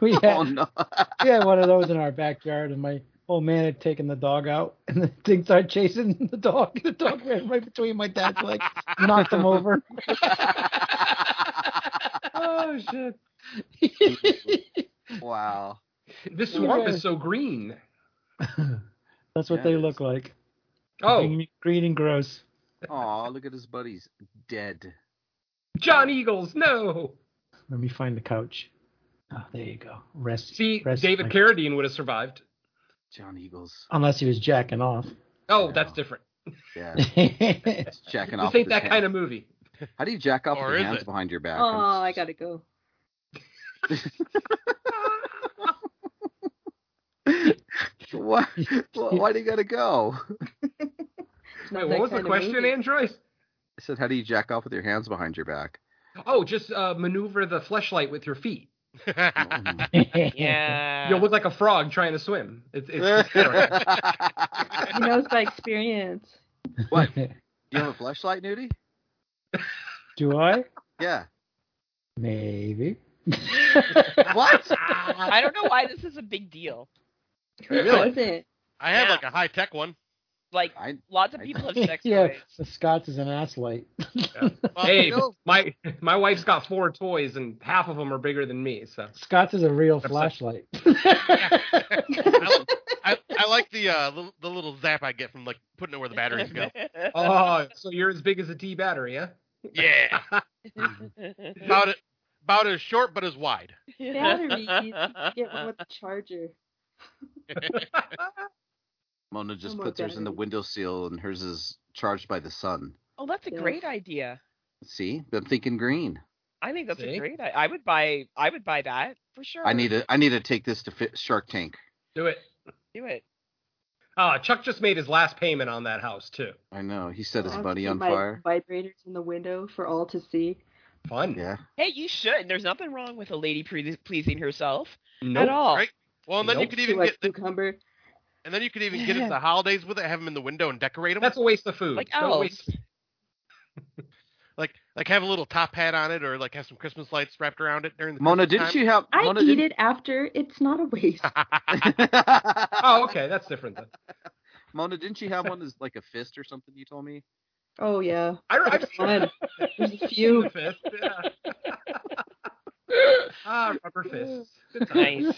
we had Oh no. Oh, we had one of those in our backyard, and my old man had taken the dog out, [LAUGHS] and the thing started chasing [LAUGHS] the dog. The dog ran right between my dad's legs, [LAUGHS] knocked him over. oh shit! [LAUGHS] wow. This swamp is so green. That's what they look like. Oh. green, green and gross. Aw, look at his buddies dead. John Eagles, no. Let me find the couch. Oh, there you go. Rest. See, rest David my- Carradine would have survived. John Eagles. Unless he was jacking off. Oh, that's different. [LAUGHS] Yeah. It's jacking this off. ain't with his that kind hand. of movie. How do you jack off Or with is your hands it? behind your back? Oh, I gotta go. [LAUGHS] why, why, why do you gotta go? [LAUGHS] Wait, what was the question, Android? I said, how do you jack off with your hands behind your back? Oh, just uh, maneuver the fleshlight with your feet. [LAUGHS] [LAUGHS] yeah. You'll look like a frog trying to swim. It's, [LAUGHS] [LAUGHS] it's different. He knows by experience. [LAUGHS] What? Do [LAUGHS] you have a flashlight, Nudie? [LAUGHS] Do I? Yeah. Maybe. what? I don't know why this is a big deal. Really? it? [LAUGHS] I have Yeah. like a high tech one. Like I, lots of [LAUGHS] people have sex yeah, toys. the Scots is an ass light. hey, no. my my wife's got four toys and half of them are bigger than me. So Scots is a real flashlight. I, I, I like the uh, the, the little zap I get from like putting it where the [LAUGHS] batteries go. oh, so you're as big as a D battery, huh? Yeah, Mm-hmm. about it, about as short but as wide. [LAUGHS] Batteries. You get one with the charger. [LAUGHS] Mona just Oh my puts hers in the windowsill and hers is charged by the sun. Oh, that's a Yeah. great idea. See? I'm thinking green. I think that's See? a great. I, I would buy. I would buy that for sure. I need to I need to take this to fit Shark Tank. Do it. do it. Oh, Chuck just made his last payment on that house too. I know. He set his I'll buddy put on Oh, my fire. Vibrators in the window for all to see. Fun. Yeah. Hey, you should. There's nothing wrong with a lady pre- pleasing herself Nope. at all. Right? Well, and then [LAUGHS] you could even Like get the, cucumber. and then you could even get into the holidays with it, have them in the window and decorate them. That's a waste of food. Like oh. Don't elves. waste- like like have a little top hat on it, or like have some Christmas lights wrapped around it during the. Mona, Christmas didn't you have I Mona eat didn't- it after. It's not a waste. Ah. Oh, okay, that's different then. [LAUGHS] Mona, didn't you have one as [LAUGHS] like a fist or something you told me? Oh yeah. I, I, That's fun. There's [LAUGHS] a few. Rubber fist, yeah. [LAUGHS] ah, rubber fists. [LAUGHS] Good times.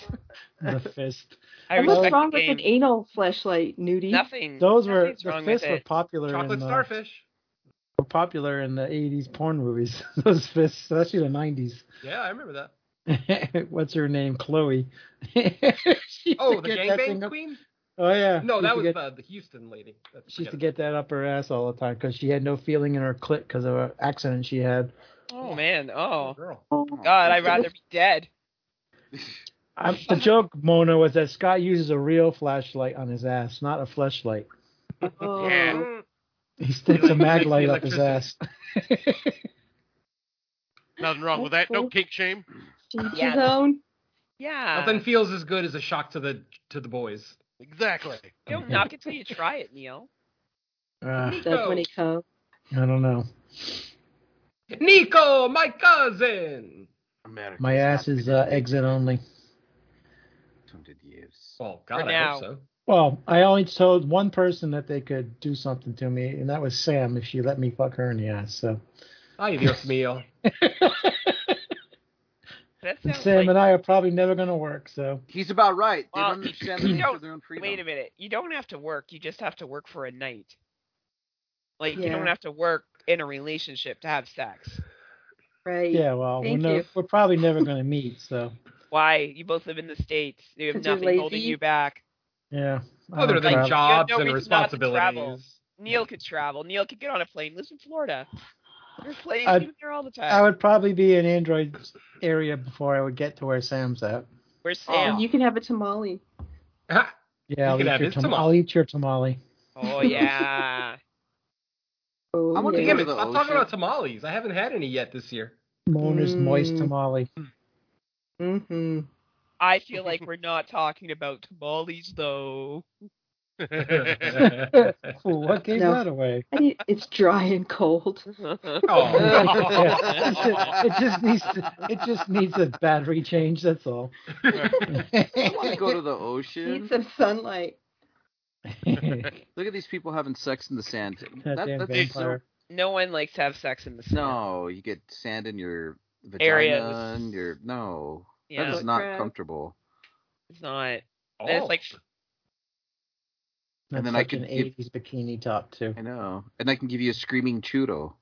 Nice. the fist. I And What's respect wrong the with game. an anal fleshlight, nudie? Nothing. Those were Nothing's the wrong with fists were it. popular Chocolate in, uh, starfish. were popular in the 80s porn movies. [LAUGHS] Those fists, especially the 90s. Yeah, I remember that. [LAUGHS] What's her name? Chloe. [LAUGHS] Oh, the gangbang queen? Oh yeah. No, She used that to was get- uh, the Houston lady. That's She used to get that up her ass all the time because she had no feeling in her clit because of an accident she had. Oh man. Oh girl. God. I'd rather be dead. I, [LAUGHS] the joke, Mona, was that Scott uses a real flashlight on his ass, not a fleshlight. Oh. Yeah. He sticks a [LAUGHS] mag the light up his ass. [LAUGHS] Nothing wrong with that. [LAUGHS] No kink shame. Teach Yeah. his own. Yeah. Nothing feels as good as a shock to the to the boys. Exactly. Don't knock it till you try it, Neil. Uh, Does when he comes. I don't know. Nico, my cousin. America. My ass is uh, exit only. years. Well, God, For I now. hope so. Well, I only told one person that they could do something to me, and that was Sam if she let me fuck her in the ass. So Ay, Dios mío. That and sounds Sam like. and I are probably never going to work. So He's about right. They Well, [CLEARS THROAT] don't understand you the nature don't- of their own freedom. Wait a minute. You don't have to work. You just have to work for a night. Like you Yeah. don't have to work in a relationship to have sex. Right. yeah, well, we're, Thank no, you. we're probably never going to meet. So Why? You both live in the states. You have 'Cause you're nothing holding lazy. you back. yeah. [LAUGHS] I Other don't than travel. jobs You have no and reason not to travel. responsibilities. Neil could travel. Neil could get on a plane. Lives in Florida. There's planes I'd- even there all the I time. would probably be in Android area before I would get to where Sam's at. Where's And Sam? you can have a tamale. Ha, You Yeah, I'll could eat, have your his tam- tamale. I'll eat your tamale. Oh yeah. Oh, I want to yeah. Damn go to it, the stop ocean. talking about tamales. I haven't had any yet [LAUGHS] this year. [LAUGHS] Mona's moist Mm. tamale. Mm-hmm. I feel like we're not talking about tamales though. Oh, Ooh, what gave No. that [LAUGHS] away? [LAUGHS] I need, it's dry and cold. [LAUGHS] oh. it just needs it just needs a [LAUGHS] battery change. That's all. I want to go to the Need ocean. some sunlight. [LAUGHS] Look at these people having sex in the sand. That- that's so, no one likes to have sex in the snow. no, you get sand in your vagina Areas. and your no. Yeah. That is not Crap. comfortable. It's not. It's Oh. like and then I like can an give- 80s bikini top too. I know, and I can give you a screaming churro.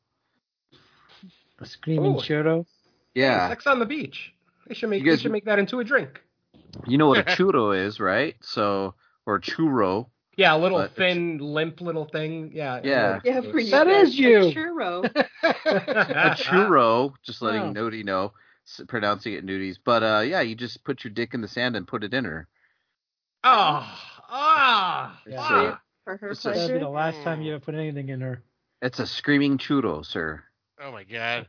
A screaming Ooh. churro. Yeah, Sex on the beach. They should make. You guys- they should make that into a drink. you know [LAUGHS] what a churro is, right? So or churro. Yeah, a little But it's- thin, limp little thing. Yeah. Yeah. Yeah, for you. That is you. [LAUGHS] Churro. Ah. [LAUGHS] a churro, just Oh. letting Nudie know, s- pronouncing it nudies. But uh, yeah, you just put your dick in the sand and put it in her. Ah, ah, It's, ah. For her It's a- That'll pleasure. be the last time you ever put anything in her. a, it's a screaming churro, sir. Oh my god.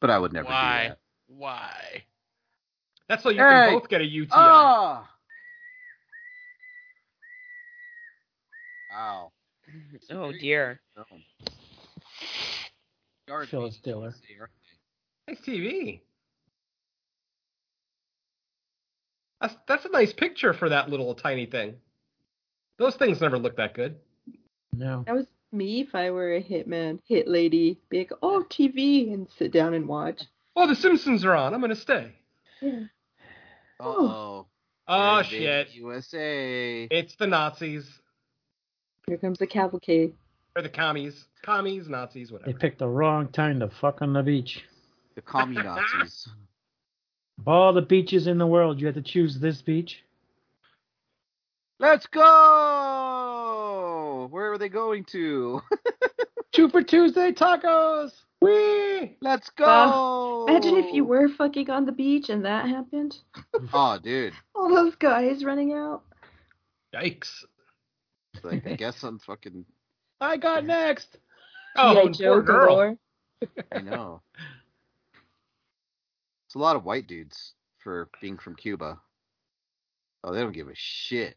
But I would never do Why? that. Why? That's so you Hey. can both get a UTI. Ah! Ow. oh dear. Phyllis Diller. Nice TV. That's that's a nice picture for that little tiny thing. Those things never look that good. No. That was me if I were a hitman, hit lady. Be like, oh, TV, and sit down and watch. Oh, The Simpsons are on. I'm gonna stay. Yeah. Oh. Oh shit! USA. It's the Nazis Here comes the cavalcade. or the commies. Commies, Nazis, They whatever. picked the wrong time to fuck on the beach. The commie Nazis. Of all the beaches in the world, you had to choose this beach. Let's go. Where are they going to? [LAUGHS] Two for Tuesday tacos. Whee! Let's go. Wow. Imagine if you were fucking on the beach and that happened. Oh, dude. All those guys running out. Yikes! It's Like, I guess I'm fucking. I got next. Oh, G.I. and Joe poor girl. galore. I know. It's a lot of white dudes for being from Cuba. Oh, they don't give a shit.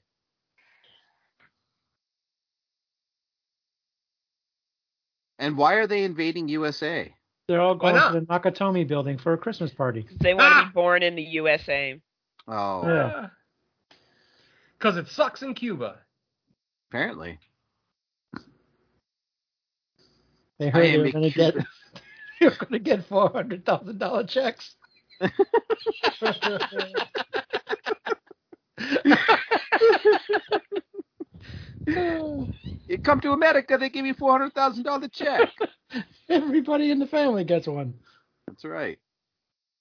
And why are they invading USA? They're all Why going to the Nakatomi building for a Christmas party. They want to Ah! be born in the USA. Oh, Uh, Yeah. [SIGHS] Because it sucks in Cuba. apparently. They I heard am they were a going to get Cuban. [LAUGHS] they were going to get four hundred thousand dollar checks. [LAUGHS] You come to America, they give you four hundred thousand dollar check. Everybody in the family gets one. That's right.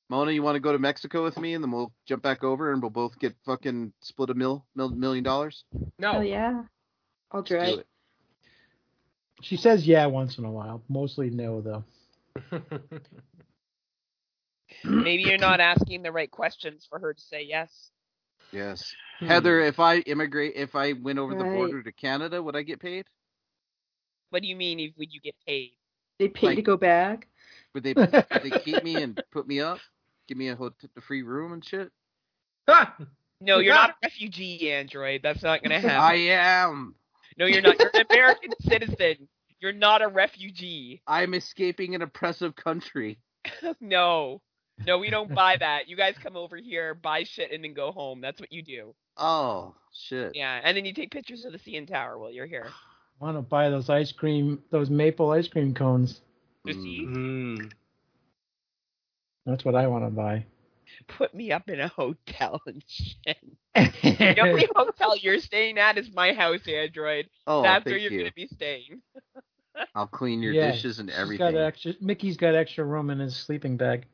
Mona, you want to go to Mexico with me, and then we'll jump back over, and we'll both get fucking split a mil, mil million dollars. No. Oh, yeah. I'll Let's do drive. it. She says yeah once in a while. Mostly no though. Maybe you're not asking the right questions for her to say yes. Yes. Heather, if I immigrate, if I went over the Right. border to Canada, would I get paid? What do you mean? If would you get paid? They pay Like- to go back. Would they would they keep me and put me up, give me a hotel, a free room and shit? Ha! No, you're not a refugee, android. That's not gonna happen. I am. No, you're not. You're an American citizen. You're not a refugee. [LAUGHS] I'm escaping an oppressive country. No. No, we don't buy that. You guys come over here, buy shit, and then go home. That's what you do. Oh shit. Yeah, and then you take pictures of the CN Tower while you're here. Want to buy those ice cream, those maple ice cream cones? You see? Mm. That's what I want to buy. Put me up in a hotel [LAUGHS] and shit. The [LAUGHS] only hotel you're staying at is my house, Android. Oh, That's where thank you're you. gonna be staying. [LAUGHS] I'll clean [LAUGHS] your Yeah, dishes and she's everything. Got extra, Mickey's got extra room in his sleeping bag.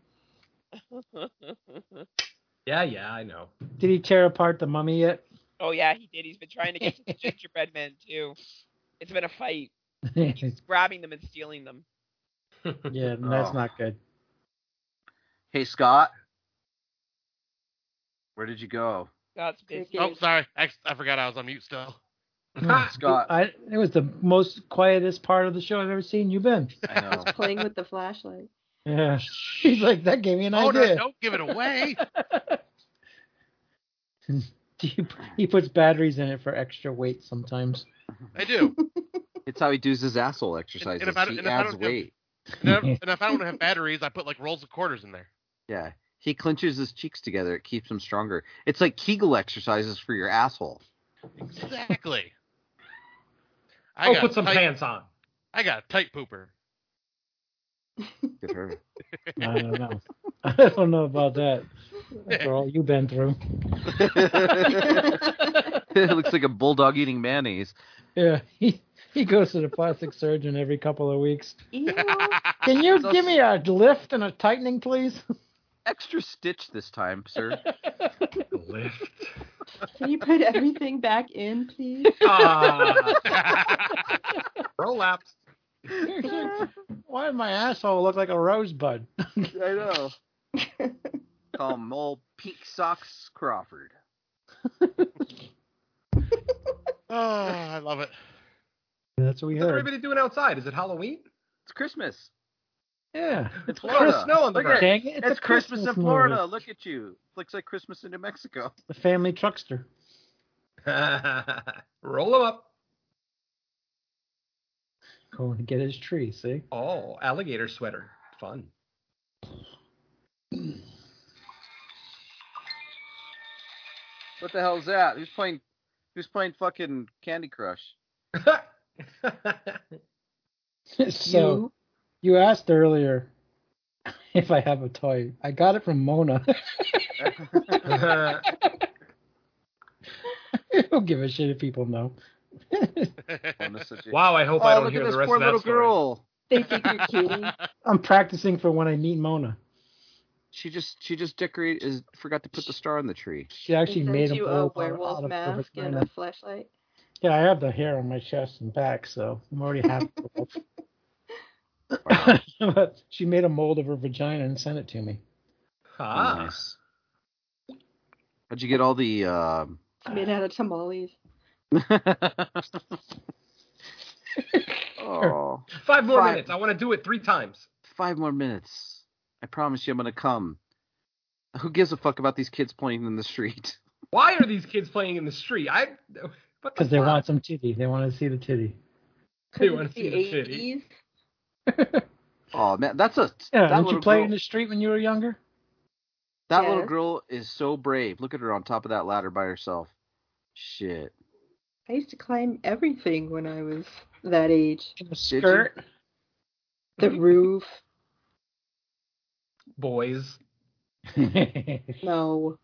Yeah, yeah, I know. Did he tear apart the mummy yet? [LAUGHS] oh yeah, he did. He's been trying to [LAUGHS] get to the gingerbread men too. It's been a fight. He's grabbing them and stealing them. yeah, that's Oh. not good. Hey Scott, where did you go? That's busy. Oh, sorry. I, I forgot I was on mute still. Ha! [LAUGHS] Scott. I, it was the most quietest part of the show I've ever seen you been. I know. Playing with the flashlight. Yeah. [LAUGHS] He's like, that gave me an Oh, no, idea. don't give it away. [LAUGHS] [LAUGHS] He- he puts batteries in it for extra weight sometimes. I do. It's how he does his asshole exercises. and if I don't- he and if I adds don't feel- weight. And [LAUGHS] if, and if I don't have batteries, I put like rolls of quarters in there. Yeah. He clenches his cheeks together. It keeps him stronger. It's like Kegel exercises for your asshole. Exactly. Oh, got put some tight- pants on. I got a tight pooper. [LAUGHS] Good for her. I don't know. [LAUGHS] I don't know about that. After all you've been through. [LAUGHS] it looks like a bulldog eating mayonnaise. Yeah, he he goes to the plastic surgeon every couple of weeks. Ew. Oh. Can you give me a lift and a tightening, please? [LAUGHS] Extra stitch this time, [LAUGHS] sir. Can you put everything back in, please? Ah. Prolapse. Why did my asshole look like a rosebud? I know. Call him old Pink Socks Crawford. [LAUGHS] Oh, I love it. That's what we What's heard. everybody doing outside? Is it Halloween? It's Christmas. Yeah. It's Florida. Florida. Snow on the Look ground. at- Dang it, It's, it's a Christmas, Christmas in Florida. movie. Look at you. Looks like Christmas in New Mexico. The family truckster. Roll them up. Going to get his tree, see? Oh, alligator sweater. Fun. What the hell is that? Who's playing? Who's playing fucking Candy Crush? [LAUGHS] so you. asked earlier if I have a toy. I got it from Mona. [LAUGHS] I don't give a shit if people know. wow, I Oh, hope I Oh, don't hear the rest of that story. They think you're kidding. I'm practicing for when I meet Mona. She just she just decorated is forgot to put the star on [LAUGHS] the tree. She actually They made sent you a, a bowl werewolf out of mask perfect and lineup. a flashlight. Yeah, I have the hair on my chest and back, so I'm already half. [LAUGHS] [LAUGHS] but she made a mold of her vagina and sent it to me. Ah. Nice. How'd you get all the? Um... Made out of tamales. oh, Five more Five. minutes. I want to do it three times. five more minutes. I promise you, I'm gonna come. Who gives a fuck about these kids playing in the street? [LAUGHS] Why are these kids playing in the street? I. What the Because they fuck? want some titty. They want to see the titty. They 'Cause wanna it's see the titty. 80s. Oh man, that's a Yeah, that didn't you little play girl, in the street when you were younger? that little Yes. girl is so brave. Look at her on top of that ladder by herself. [LAUGHS] Shit. [LAUGHS] I used to climb everything when I was that age. Did you? Skirt. The roof. Boys, [LAUGHS] [LAUGHS] oh, No,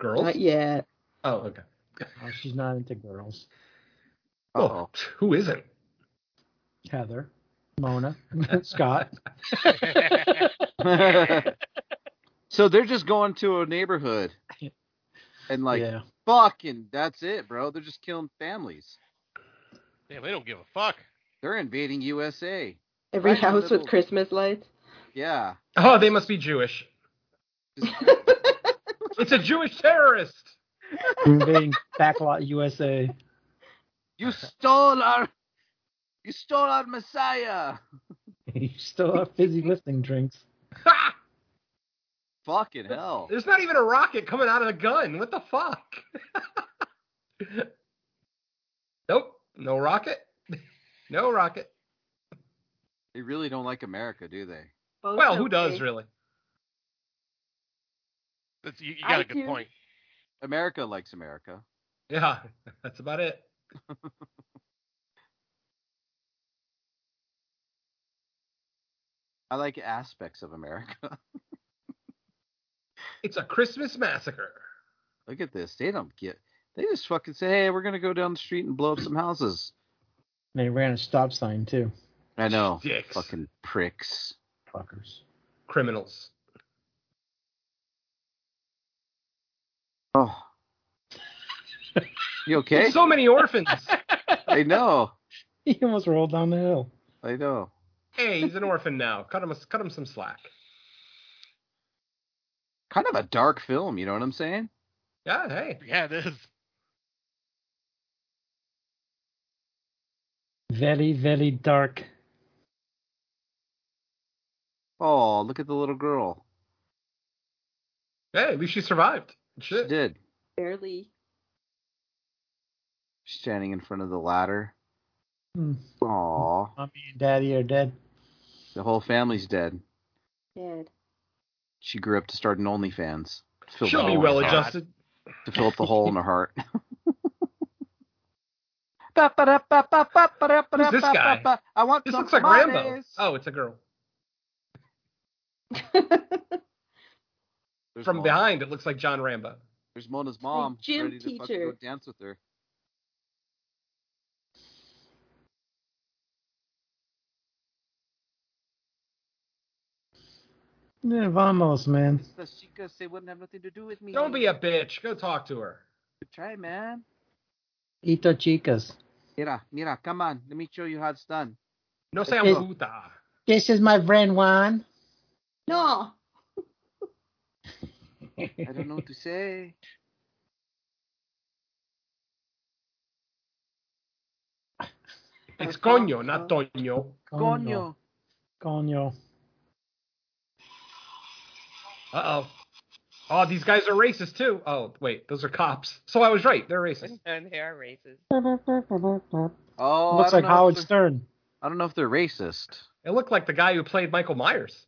girls. not yet. Oh, okay. she's not into girls. Uh-oh. Well, Oh, who isn't? Heather, Mona, [LAUGHS] [LAUGHS] Scott. so they're just going to a neighborhood and like yeah. fucking that's it, bro. They're just killing families. Damn, they don't give a fuck. They're invading USA. Every Right in the house middle. with Christmas lights. Yeah. Oh, they must be [LAUGHS] Jewish. it's a Jewish terrorist. Invading backlot USA. You stole our you stole our Messiah. [LAUGHS] you still have fizzy lifting drinks. Ha! Fucking hell. [LAUGHS] There's not even a rocket coming out of the gun. What the fuck? [LAUGHS] nope. No rocket. [LAUGHS] No rocket. They really don't like America, do they? Both Well, who okay. does really? That's, you, you I got a good do. point. America likes America. Yeah, [LAUGHS] that's about it. I like aspects of America. [LAUGHS] It's a Christmas massacre. Look at this. They don't get they just fucking say, Hey, we're gonna go down the street and blow up some houses. They ran a stop sign too. I [LAUGHS] know. Dicks. Fucking pricks. Fuckers. Criminals. Oh. You [LAUGHS] okay? There's so many [LAUGHS] orphans. I know. [LAUGHS] He almost rolled down the hill. I know. hey, he's an orphan now. Cut him, a, cut him some slack. Kind of a dark film, you know what I'm saying? Yeah, hey. Yeah, it is. Very, very dark. Oh, look at the little girl. Hey, at least she survived. She Shit. did. Barely. She's standing in front of the ladder. Hmm. Aw. Mommy and daddy are dead. The whole family's dead. Dead. She grew up to start an OnlyFans. Fill She'll that be hole. well adjusted. to fill up the hole in [LAUGHS] her heart. Who's this guy? I want This some looks like Rambo. tamales. Oh, it's a girl. There's From Mona. behind, it looks like John Rambo. There's Mona's mom gym ready to fucking teacher. go dance with her. Yeah, Eh, vamos, man. The chicas, they wouldn't have nothing to do with me. Don't be a bitch. Go talk to her. try, man. Ito chicas. Mira, mira, come on. Let me show you how it's done. No sean It- puta. This is my friend Juan. [LAUGHS] No. I [LAUGHS] don't know what [LAUGHS] to say. It's coño, not toño. Coño. Coño. Uh oh. Oh, these guys are racist too. Oh, wait, those are cops. So I was right. [LAUGHS] They're racist. and they are racist. Oh, Looks I like don't know Howard if they're- Stern. I don't know if they're racist. It looked like the guy who played Michael Myers.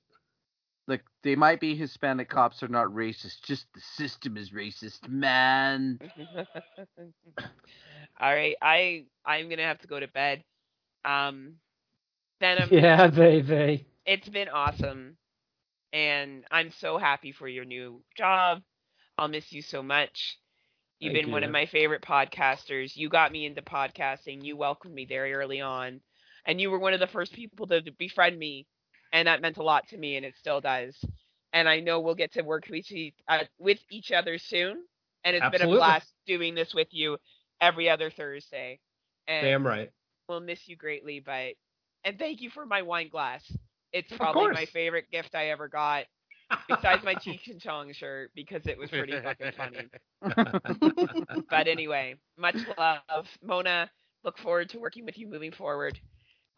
Like they might be Hispanic cops are not racist. Just the system is racist, man. All right, I I'm gonna have to go to bed. Um, Venom, [LAUGHS] Yeah, they, they. it's been awesome, and I'm so happy for your new job. I'll miss you so much. You've Thank been one of you. my favorite podcasters. You got me into podcasting. You welcomed me very early on, and you were one of the first people to befriend me, and that meant a lot to me, and it still does. And I know we'll get to work with each, uh, with each other soon, and it's been a Absolutely. blast doing this with you every other Thursday. And Damn right. We'll miss you greatly, but and thank you for my wine glass. It's Of probably my course. favorite gift I ever got, besides my Cheech and Chong shirt, because it was pretty fucking funny. [LAUGHS] But anyway, much love, Mona. Look forward to working with you moving forward.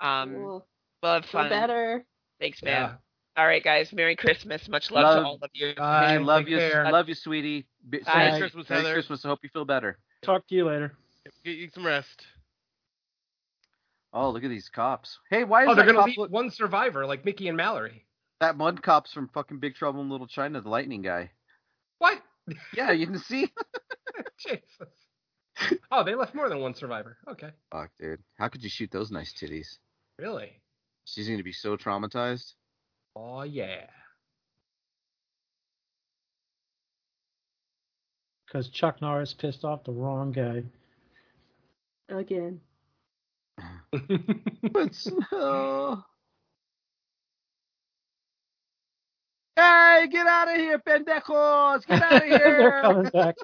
Um, Cool. we'll have Feel fun. better. Thanks, man. All right, guys. Merry Christmas. Much love, Love. to all of you. Hey, Bye. love Take you, care. love you, sweetie. B- Bye. Merry Bye. Christmas, Merry Merry Christmas. I hope you feel better. Talk to you later. Get you some rest. Oh, look at these cops. Hey, why is Oh, they're that, gonna cop leave one survivor like Mickey and Mallory. [LAUGHS] that one cop's from fucking Big Trouble in Little China, the lightning guy? What? Yeah, you can see. Jesus. Oh, they left more than one survivor. Okay. Fuck, dude. How could you shoot those nice titties? Really? She's gonna be so traumatized. Oh yeah. Because Chuck Norris pissed off the wrong guy. Again. [LAUGHS] But so- Hey, get out of here, pendejos! [LAUGHS] [LAUGHS] Get out of They're here! coming [LAUGHS] back.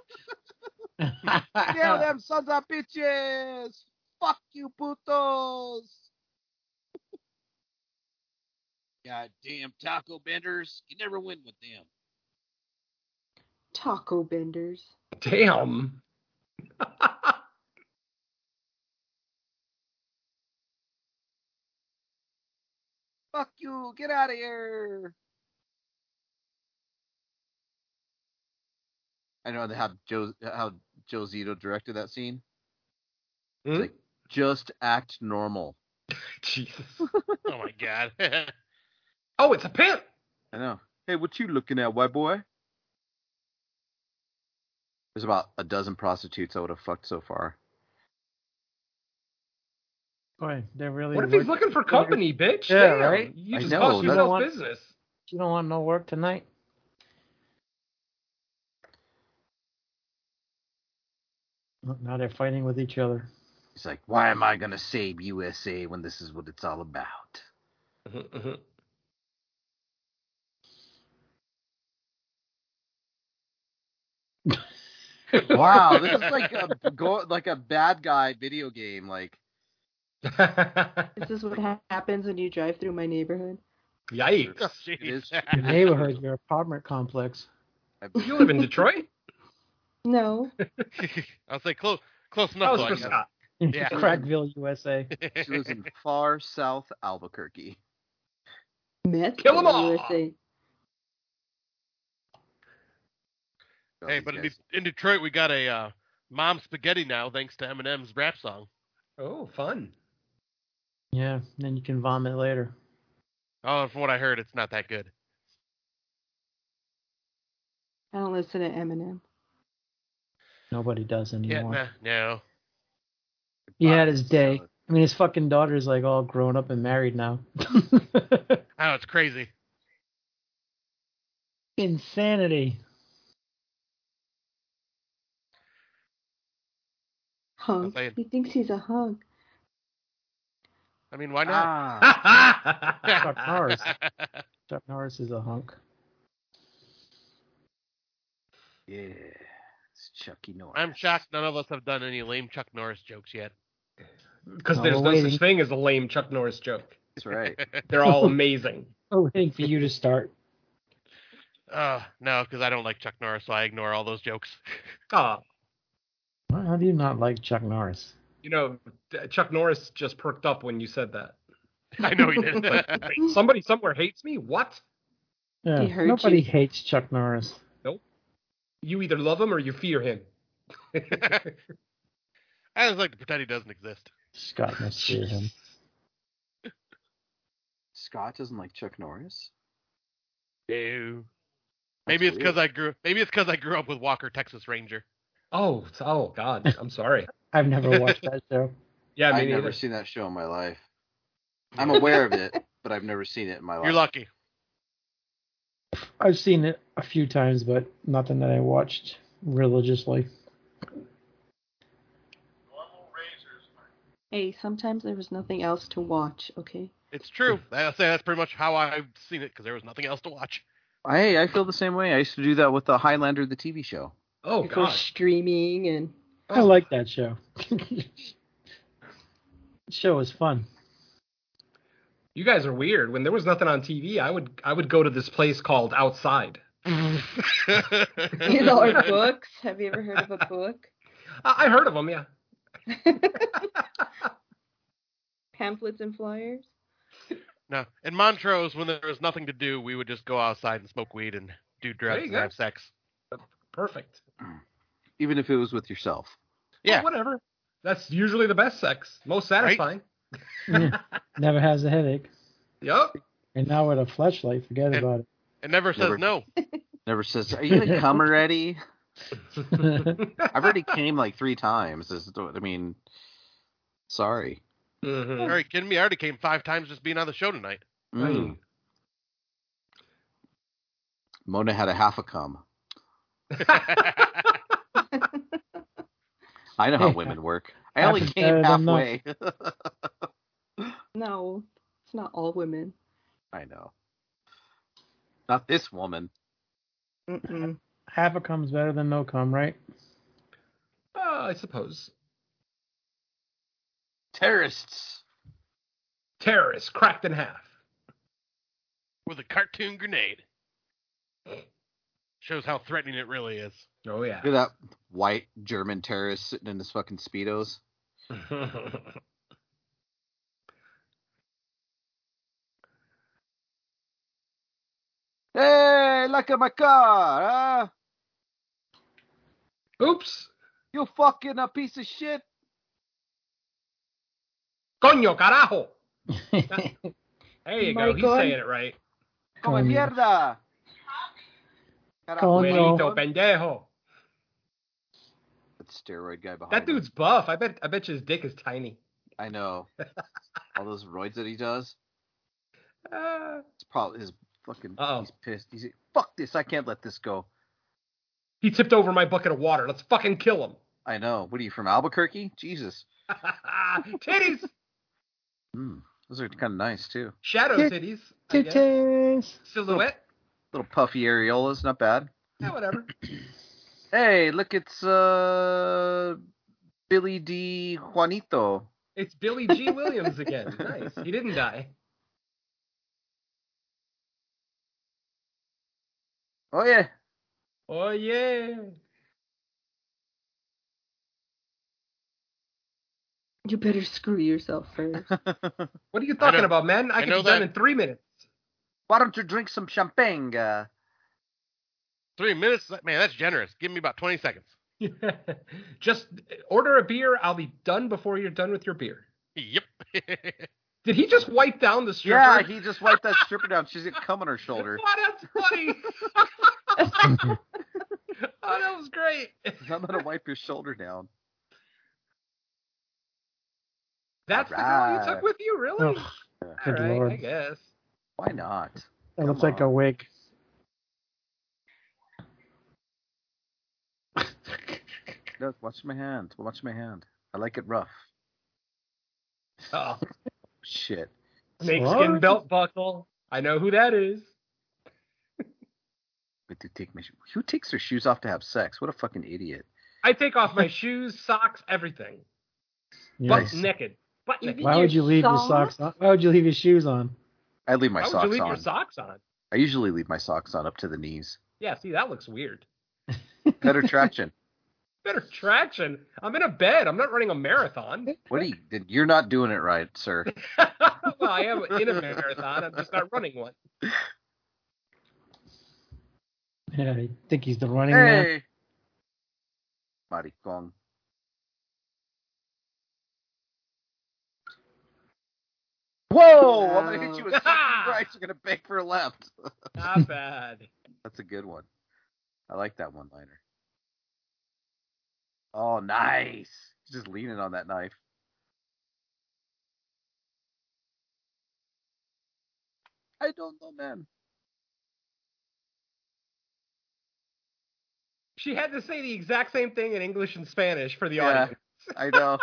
Kill them sons of bitches! Fuck you, putos! Goddamn taco benders. You never win with them. Taco benders. Damn. [LAUGHS] Fuck you! Get out of here! I know how Joe how Joe Zito directed that scene. Hmm? Like, just act normal. Jesus. Oh my god. [LAUGHS] Oh, it's a pimp. I know. uh, Hey, what you looking at, white boy? There's about a dozen prostitutes I would have fucked so far. Boy, they're really. What if he's working- looking for company, bitch? Yeah, Damn. right? You I just know, cost that's- yourself business. You don't want no work tonight. Look, Now they're fighting with [LAUGHS] each other. He's like, why am I going to save USA when this is what it's all about? Mhm, [LAUGHS] mhm. Wow, this is like a go, like a bad guy video game. Like, This is what ha- happens when you drive through my neighborhood. Yikes. it is. Your neighborhood, your apartment complex. You live in Detroit? [LAUGHS] No. [LAUGHS] I'll say close close I enough. was though, I supposed guess. Yeah. to- ah, Crackville, USA. [LAUGHS] [LAUGHS] She lives in far south Albuquerque. Meth. Kill 'em City, all. USA. Oh, hey, these but in, guys- De- in Detroit we got a uh, mom spaghetti now, thanks to Eminem's rap song. Oh, [LAUGHS] fun. Yeah, then you can vomit later. Oh, and from what I heard, it's not that good. I don't listen to Eminem. Nobody does Yeah, anymore. nah, no. he had his day. I mean, his fucking daughter's like all grown up and married now. [LAUGHS] Oh, it's crazy. [LAUGHS] Insanity. Hunk. saying. He thinks he's a hunk. I mean, why not? ah, [LAUGHS] Chuck Norris. Uh, Chuck Norris is a hunk. Yeah, it's Chucky Norris. I'm shocked none of us have done any lame Chuck Norris jokes yet. Because Oh, there's we're no waiting. such thing as a lame Chuck Norris joke. [LAUGHS] That's right. They're all amazing. Oh, waiting for you to start. Uh, no, because I don't like Chuck Norris, so I ignore all those jokes. [LAUGHS] Ah, Why- How do you not like Chuck Norris? you know, Chuck Norris just perked up when you said that. I know he did. Like, [LAUGHS] wait, somebody somewhere hates me. What? Yeah, He hurt nobody you. hates Chuck Norris. You either love him or you fear him. [LAUGHS] I just like to pretend he doesn't exist. Scott [LAUGHS] must fear him. Scott doesn't like Chuck Norris. No. Maybe it's because I grew. Maybe it's because I grew up with Walker, Texas Ranger. Oh, oh God, I'm sorry. I've never watched that show. Yeah, me I've never neither. seen that show in my life. I'm aware of it, but I've never seen it in my [LAUGHS] life. You're lucky. I've seen it a few times, but nothing that I watched religiously. Hey, sometimes there was nothing else to watch, okay? It's [LAUGHS] true. I say that's pretty much how I've seen it because there was nothing else to watch. [LAUGHS] Hey, I feel the same way. I used to do that with the Highlander, the TV show. Oh Before God. streaming [LAUGHS] and Oh. I like that show. [LAUGHS] show was [LAUGHS] fun. You guys are weird. When there was nothing on TV, I would I would go to this place called Outside. you know, or books. Have you ever heard of a book? [LAUGHS] I I heard of them, yeah. Pamphlets and flyers? No. In Montrose, when there was nothing to do, we would just go outside and smoke weed and do drugs you and go. have sex. Perfect. Even if it was with yourself. Yeah. Oh, whatever. That's usually the best sex, most satisfying. Yeah. Never has a headache. Yup. And now with a flashlight, forget about It never says Never- [LAUGHS] no. Never says, "Are you [LAUGHS] gonna come already?" it. [LAUGHS] I've already came like three times. This is- I mean, sorry. All right, kidding me? I already came five times just being on the show tonight. Mm. Mona had a half a cum. I know how women work. I only Half is came better than none. halfway. [LAUGHS] No, it's not all women. I know. Not this woman. Mm-mm. Half a cum's better than no cum, [LAUGHS] right? Uh, I suppose. Terrorists. Terrorists cracked in half. With a cartoon grenade. Shows how threatening it really is. Oh yeah. Look at that white German terrorist sitting in his fucking speedos. Hey, look at my car, huh? [LAUGHS] Oops. You fucking a piece of shit. Coño carajo. There you go. He's Michael. saying it right. Come mierda. Oh, Buenito pendejo. That steroid guy behind That him. dude's buff. I bet. I bet you his dick is tiny. I [LAUGHS] know. All those roids that he does. Uh, It's probably his fucking. Uh-oh. He's pissed. He's like, fuck this. I can't let this go. he tipped over my bucket of water. Let's fucking kill him. [LAUGHS] I know. What are you from Albuquerque? Jesus. titties. Mm, those are kind of nice too. Shadow Tit- titties. I guess. Titties. Silhouette. Little puffy areolas, not bad. Yeah, [LAUGHS] whatever. Hey, look, it's uh Billy D. Juanito. It's Billy G. Williams again. Nice. He didn't die. Oh yeah. [LAUGHS] Oh yeah. You better screw yourself first. [LAUGHS] What are you I talking know- about, man? I, I can know be done that- in three minutes. Why don't you drink some champagne? Uh? Three minutes? Man, that's generous. Give me about 20 seconds. Just order a beer. I'll be done before you're done with your beer. Yep. Did he just wipe down the stripper? [LAUGHS] Yeah, he just wiped that stripper down. She's got cum on her shoulder. Oh, that's funny. oh, that was right. [LAUGHS] I'm gonna wipe your shoulder down. That's the girl you took with you, really? Ugh. Yeah. All Good right, lord. I guess. Why not? It looks like a wig. No, watch my hand. Watch my hand. I like it rough. Oh, Shit. snakeskin belt buckle. I know who that is. But to take my sho- who takes their shoes off to have sex? What a fucking idiot. I take off my [LAUGHS] shoes, socks, everything. Nice. Butt naked. Butt naked. Why would you leave your socks on? Why would you leave your shoes on? I leave my Why would socks you leave on. your socks on? I usually leave my socks on up to the knees. Yeah, see, that looks weird. Better traction. Better traction. I'm in a bed. I'm not running a [LAUGHS] marathon. [LAUGHS] What are you? You're not doing it right, sir. well, I am in a marathon. I'm just not running one. Yeah, I think he's the running man. Hey, maricon. Whoa! I'm gonna hit you [LAUGHS] with something right. You're gonna beg for a left. Not bad. That's a good one. I like that one liner. Oh, nice. He's just leaning on that knife. I don't know, man. She had to say the exact same thing in English and Spanish for the Yeah. audience. I [LAUGHS] know.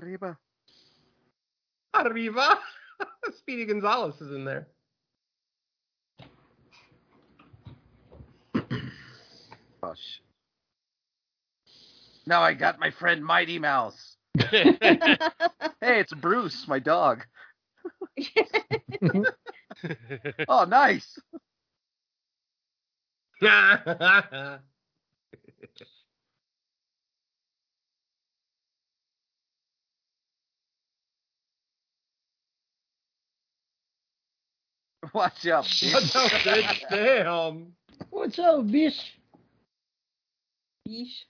Arriba. Arriba. [LAUGHS] Speedy Gonzalez is in there. [LAUGHS] Gosh. Oh, Now I got my friend Mighty [LAUGHS] Mouse. hey, it's Bruce, my dog. oh, nice. [LAUGHS] That's Watch out. bitch. Damn. What's up, bitch? Yeesh.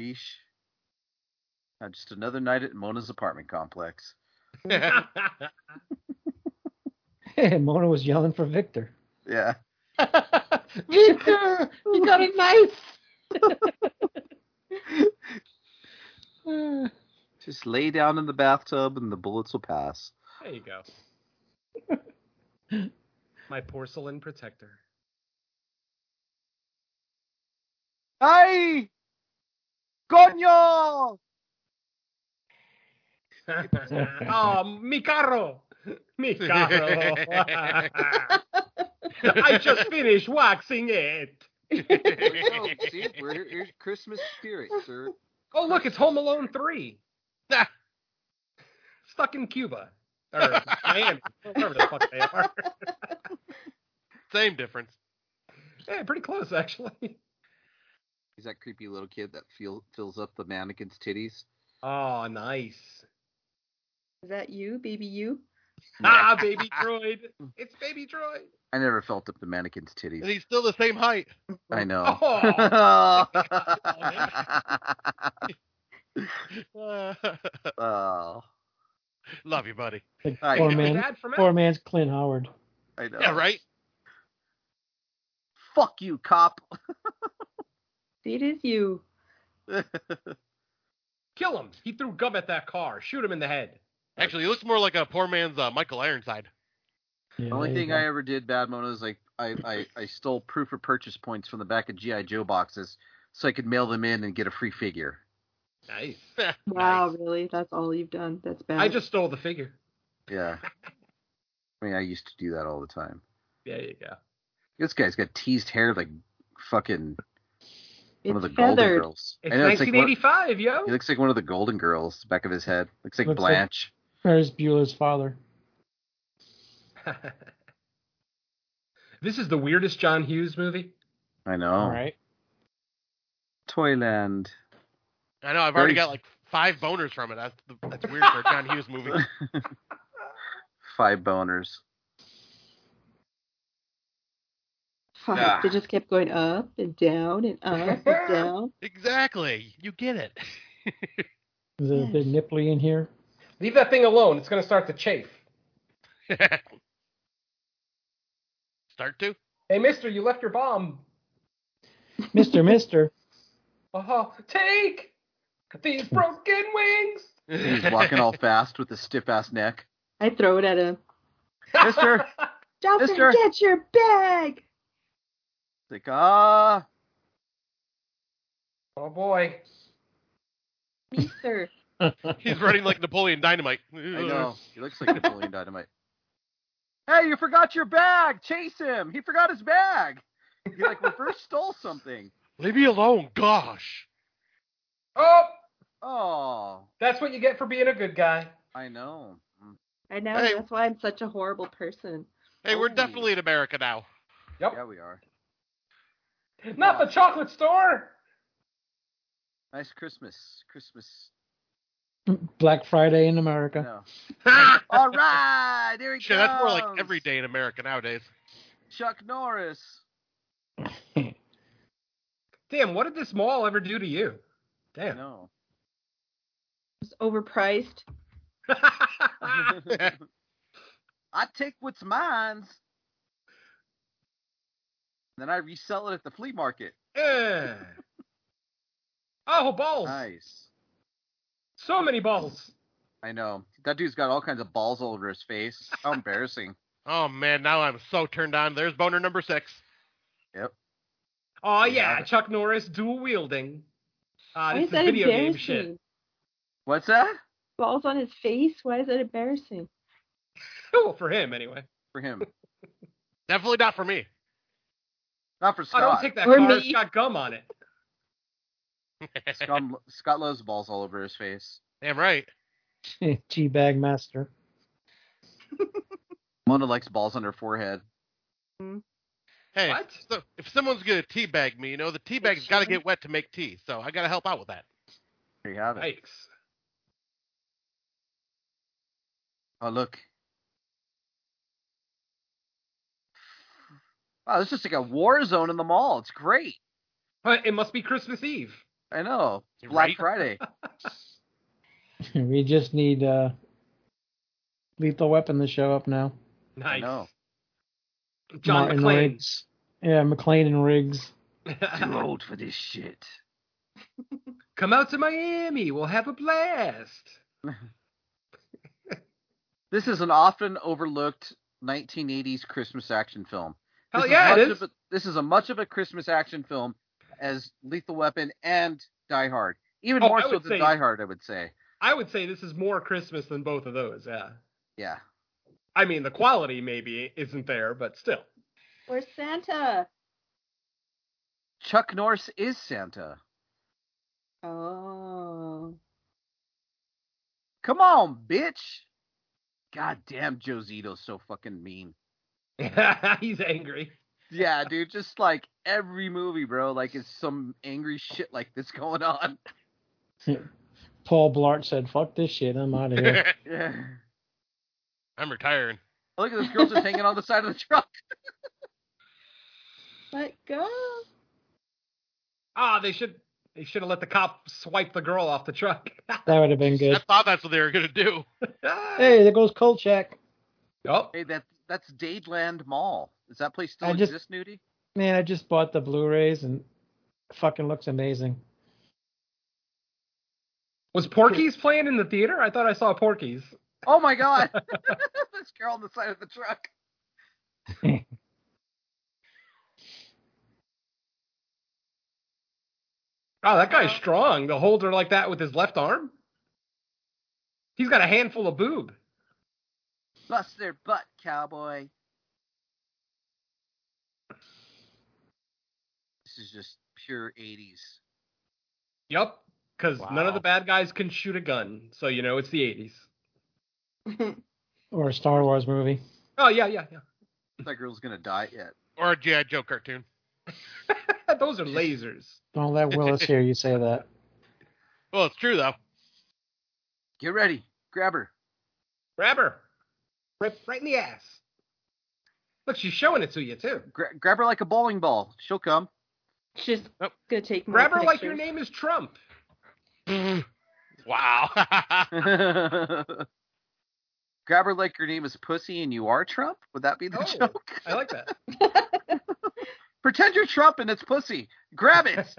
Yeesh. Now just another night at Mona's apartment complex. [LAUGHS] Mona was yelling for Victor. Yeah. Victor, you got a knife. Just lay down in the bathtub and the bullets will pass. There you go. My porcelain protector. Hey! Coño! oh, mi carro. Mi carro. I just finished waxing it. [LAUGHS] Oh, [LAUGHS] see, we're here- here's Christmas spirit, sir. Oh, look, it's Home Alone 3. Stuck in Cuba. Or Miami. Wherever the fuck they are. Same difference. Yeah, pretty close, actually. He's that creepy little kid that feel, fills up the mannequin's titties. Oh, nice. Is that you, baby? You? Ah, baby Droid. It's baby Droid. I never felt up the mannequin's And titties. he's still the same height. [LAUGHS] I know. [LAUGHS] Oh. [LAUGHS] oh. Love you, buddy. Like I poor know. man, Dad from poor man's Clint Howard. I know. Yeah, right? Fuck you, cop. [LAUGHS] It is you. Kill him. He threw gum at that car. Shoot him in the head. Actually, he looks more like a poor man's uh, Michael Ironside. Yeah, The only there you thing go. I ever did bad, Mona, is like I, I, I stole proof of purchase points from the back of GI Joe boxes so I could mail them in and get a free figure. Nice. Wow, really? That's all you've done? That's bad. I just stole the figure. Yeah. I mean, I used to do that all the time. There you go. This guy's got teased hair like fucking one of the It's Golden feathered. Girls. It's it's like one, 1985, yo. he looks like one of the Golden Girls. the Back of his head looks like Looks like- Blanche. There's Bueller's father. [LAUGHS] this is the weirdest John Hughes movie. I know. All right. Toyland. I know. I've already Very- got like five boners from it. That's, that's weird for a John Hughes [LAUGHS] movie. Five boners. Fuck, Ah. They just kept going up and down and up and down. Exactly. You get it. [LAUGHS] Is there a big nipply in here? Leave that thing alone. It's gonna start to chafe. Start to? Hey, Mister, you left your bomb. Mister, Mister. Oh, take these broken wings. [LAUGHS] [LAUGHS] He's walking all fast with a stiff ass neck. I throw it at him. Mister, Don't Mister. forget your bag. like ah, Oh boy. Mister. He's running like Napoleon Dynamite. I I know. He looks like Napoleon Dynamite. [LAUGHS] Hey, you forgot your bag. Chase him. He forgot his bag. He like reverse stole something. Leave me alone, gosh. Oh, Oh, that's what you get for being a good guy. I know. Mm, I know. Hey. That's why I'm such a horrible person. Hey, we're definitely in America [LAUGHS] now. Yep. Yeah, we are. Not the chocolate store. Nice Christmas. Christmas. Black Friday in America. No. All right, [LAUGHS] there he Shit, that's more like goes. every day in America [LAUGHS] nowadays. Chuck Norris. Damn, what did this mall ever do to you? Damn. No. It's overpriced. [LAUGHS] Ah. [LAUGHS] I take what's mine's. Then I resell it at the flea market. Eh. Oh, balls. Nice. So many balls. I know. That dude's got all kinds of balls all over his face. How embarrassing. [LAUGHS] Oh man, now I'm so turned on. There's boner number six. Yep. Oh yeah, Chuck Norris dual wielding. Uh, Why this is that video game shit. embarrassing? What's that? Balls on his face. Why is that embarrassing? Well, for him anyway. For him. Definitely not for me. Not for I Scott. Oh, don't take that Or card. me. It's got gum on it. Scott, Scott loves balls all over his face. Damn right. [LAUGHS] G bag master. Mona likes balls on her forehead. Hey, What? so if someone's gonna teabag me, you know the teabag's got to get wet to make tea, so I gotta help out with that. There you have it. Yikes. Oh look. Wow, this is like a war zone in the mall. It's great. But it must be Christmas Eve. I know. You're Black right. Friday. [LAUGHS] we just need uh, Lethal Weapon to show up now. I Nice. know. John Martin McClane. Riggs. Yeah, McLean and Riggs. Too old for this shit. [LAUGHS] Come out to Miami. We'll have a blast. This is an often overlooked 1980s Christmas action film. Hell this Oh, yeah, is it much is. Of a, this is a much of a Christmas action film as Lethal Weapon and Die Hard. Even Oh, more I so would than say- Die Hard, I would say. I would say this is more Christmas than both of those. Yeah. Yeah. I mean, the quality maybe isn't there, but still. [LAUGHS] Where's Santa? Chuck Norris is Santa. Oh. Come on, bitch. God damn, Josito's so fucking mean. He's angry. Yeah, dude, just like every movie, bro, like it's some angry shit like this going on. [LAUGHS] Paul Blart said, "Fuck this shit. I'm out of [LAUGHS] here." Yeah. I'm retiring. Look at this girl just hanging on the side of the truck. [LAUGHS] Let go. [LAUGHS] Ah, they should they should have let the cop swipe the girl off the truck. [LAUGHS] that would have been I good. thought that's what they were gonna do. Hey, there goes Kolchak. oh, Hey, that that's Dadeland Mall. Does that place still I just- exist, Nudie? Man, I just bought the Blu-rays and it fucking looks amazing. was Porky's playing in the theater? I thought I saw Porky's. Oh my god. [LAUGHS] this girl on the side of the truck. Oh, that guy's strong. To hold her like that with his left arm. He's got a handful of boob. Bust their butt, cowboy. This is just pure 80s. Yep, because none of Wow. the bad guys can shoot a gun, so you know it's the '80s. Or a Star Wars movie. Oh yeah, yeah, That girl's gonna die yet. Or a GI Joe cartoon. yeah. [LAUGHS] Those are lasers. Don't let [LAUGHS] Willis hear you say that. Well, it's true though. [LAUGHS] Get ready. Grab her. Grab her, right, right in the ass. Look, she's showing it to you too. Gra- grab her like a bowling ball. She'll come. [LAUGHS] It's just Nope. gonna take more Grab her like your pictures. name is Trump. Wow. [LAUGHS] grab her like your name is Pussy and you are Trump? Would that be the Oh. joke? I like that. [LAUGHS] Pretend you're Trump and it's pussy. Grab [LAUGHS] it.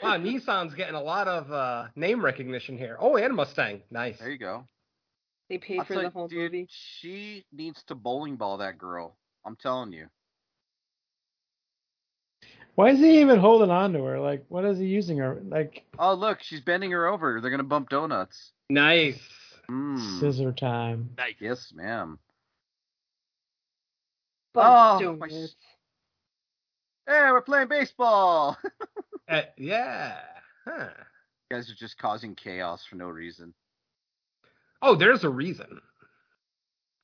Wow, Nissan's getting a lot of uh, name recognition here. Oh, and Mustang. Nice. There you go. [LAUGHS] They paid I'll for tell the you, whole dude, movie. She needs to bowling ball that girl. I'm telling you. Why is he even holding on to her? Like, what is he using her? Like, Oh look, she's bending her over. They're gonna bump donuts. Nice. Mm. scissor time. Yes, ma'am. Bump oh, my... donuts. Hey, we're playing baseball. [LAUGHS] Uh, yeah. Huh. You guys are just causing chaos for no reason. Oh, there's a reason.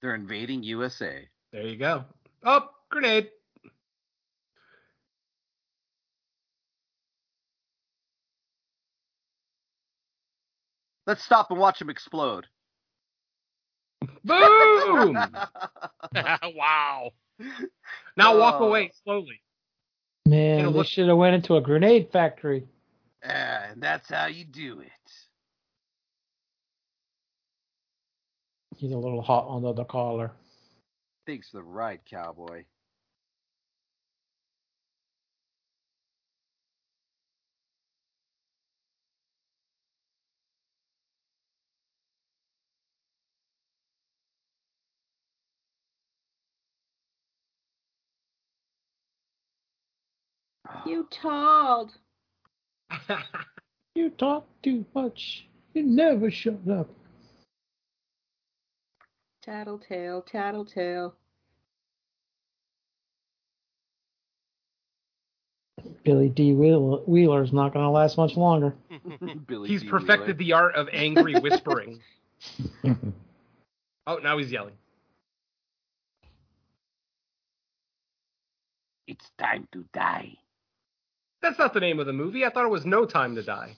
They're invading USA. There you go. Oh, grenade. Let's stop and watch them explode. [LAUGHS] Boom! [LAUGHS] Ah, wow. Now walk Oh. away slowly. Man, It'll they look- should have went into a grenade factory. And that's how you do it. He's a little hot on the collar. Thanks for the ride, cowboy. ah. You told. You talk too much. You never shut up. Tattletale, tattletale. Billy D. Wheeler, Wheeler's not going to last much longer. [LAUGHS] Billy He's D. perfected the art of angry whispering. oh, now he's yelling. It's time to die. That's not the name of the movie. I thought it was No Time to Die.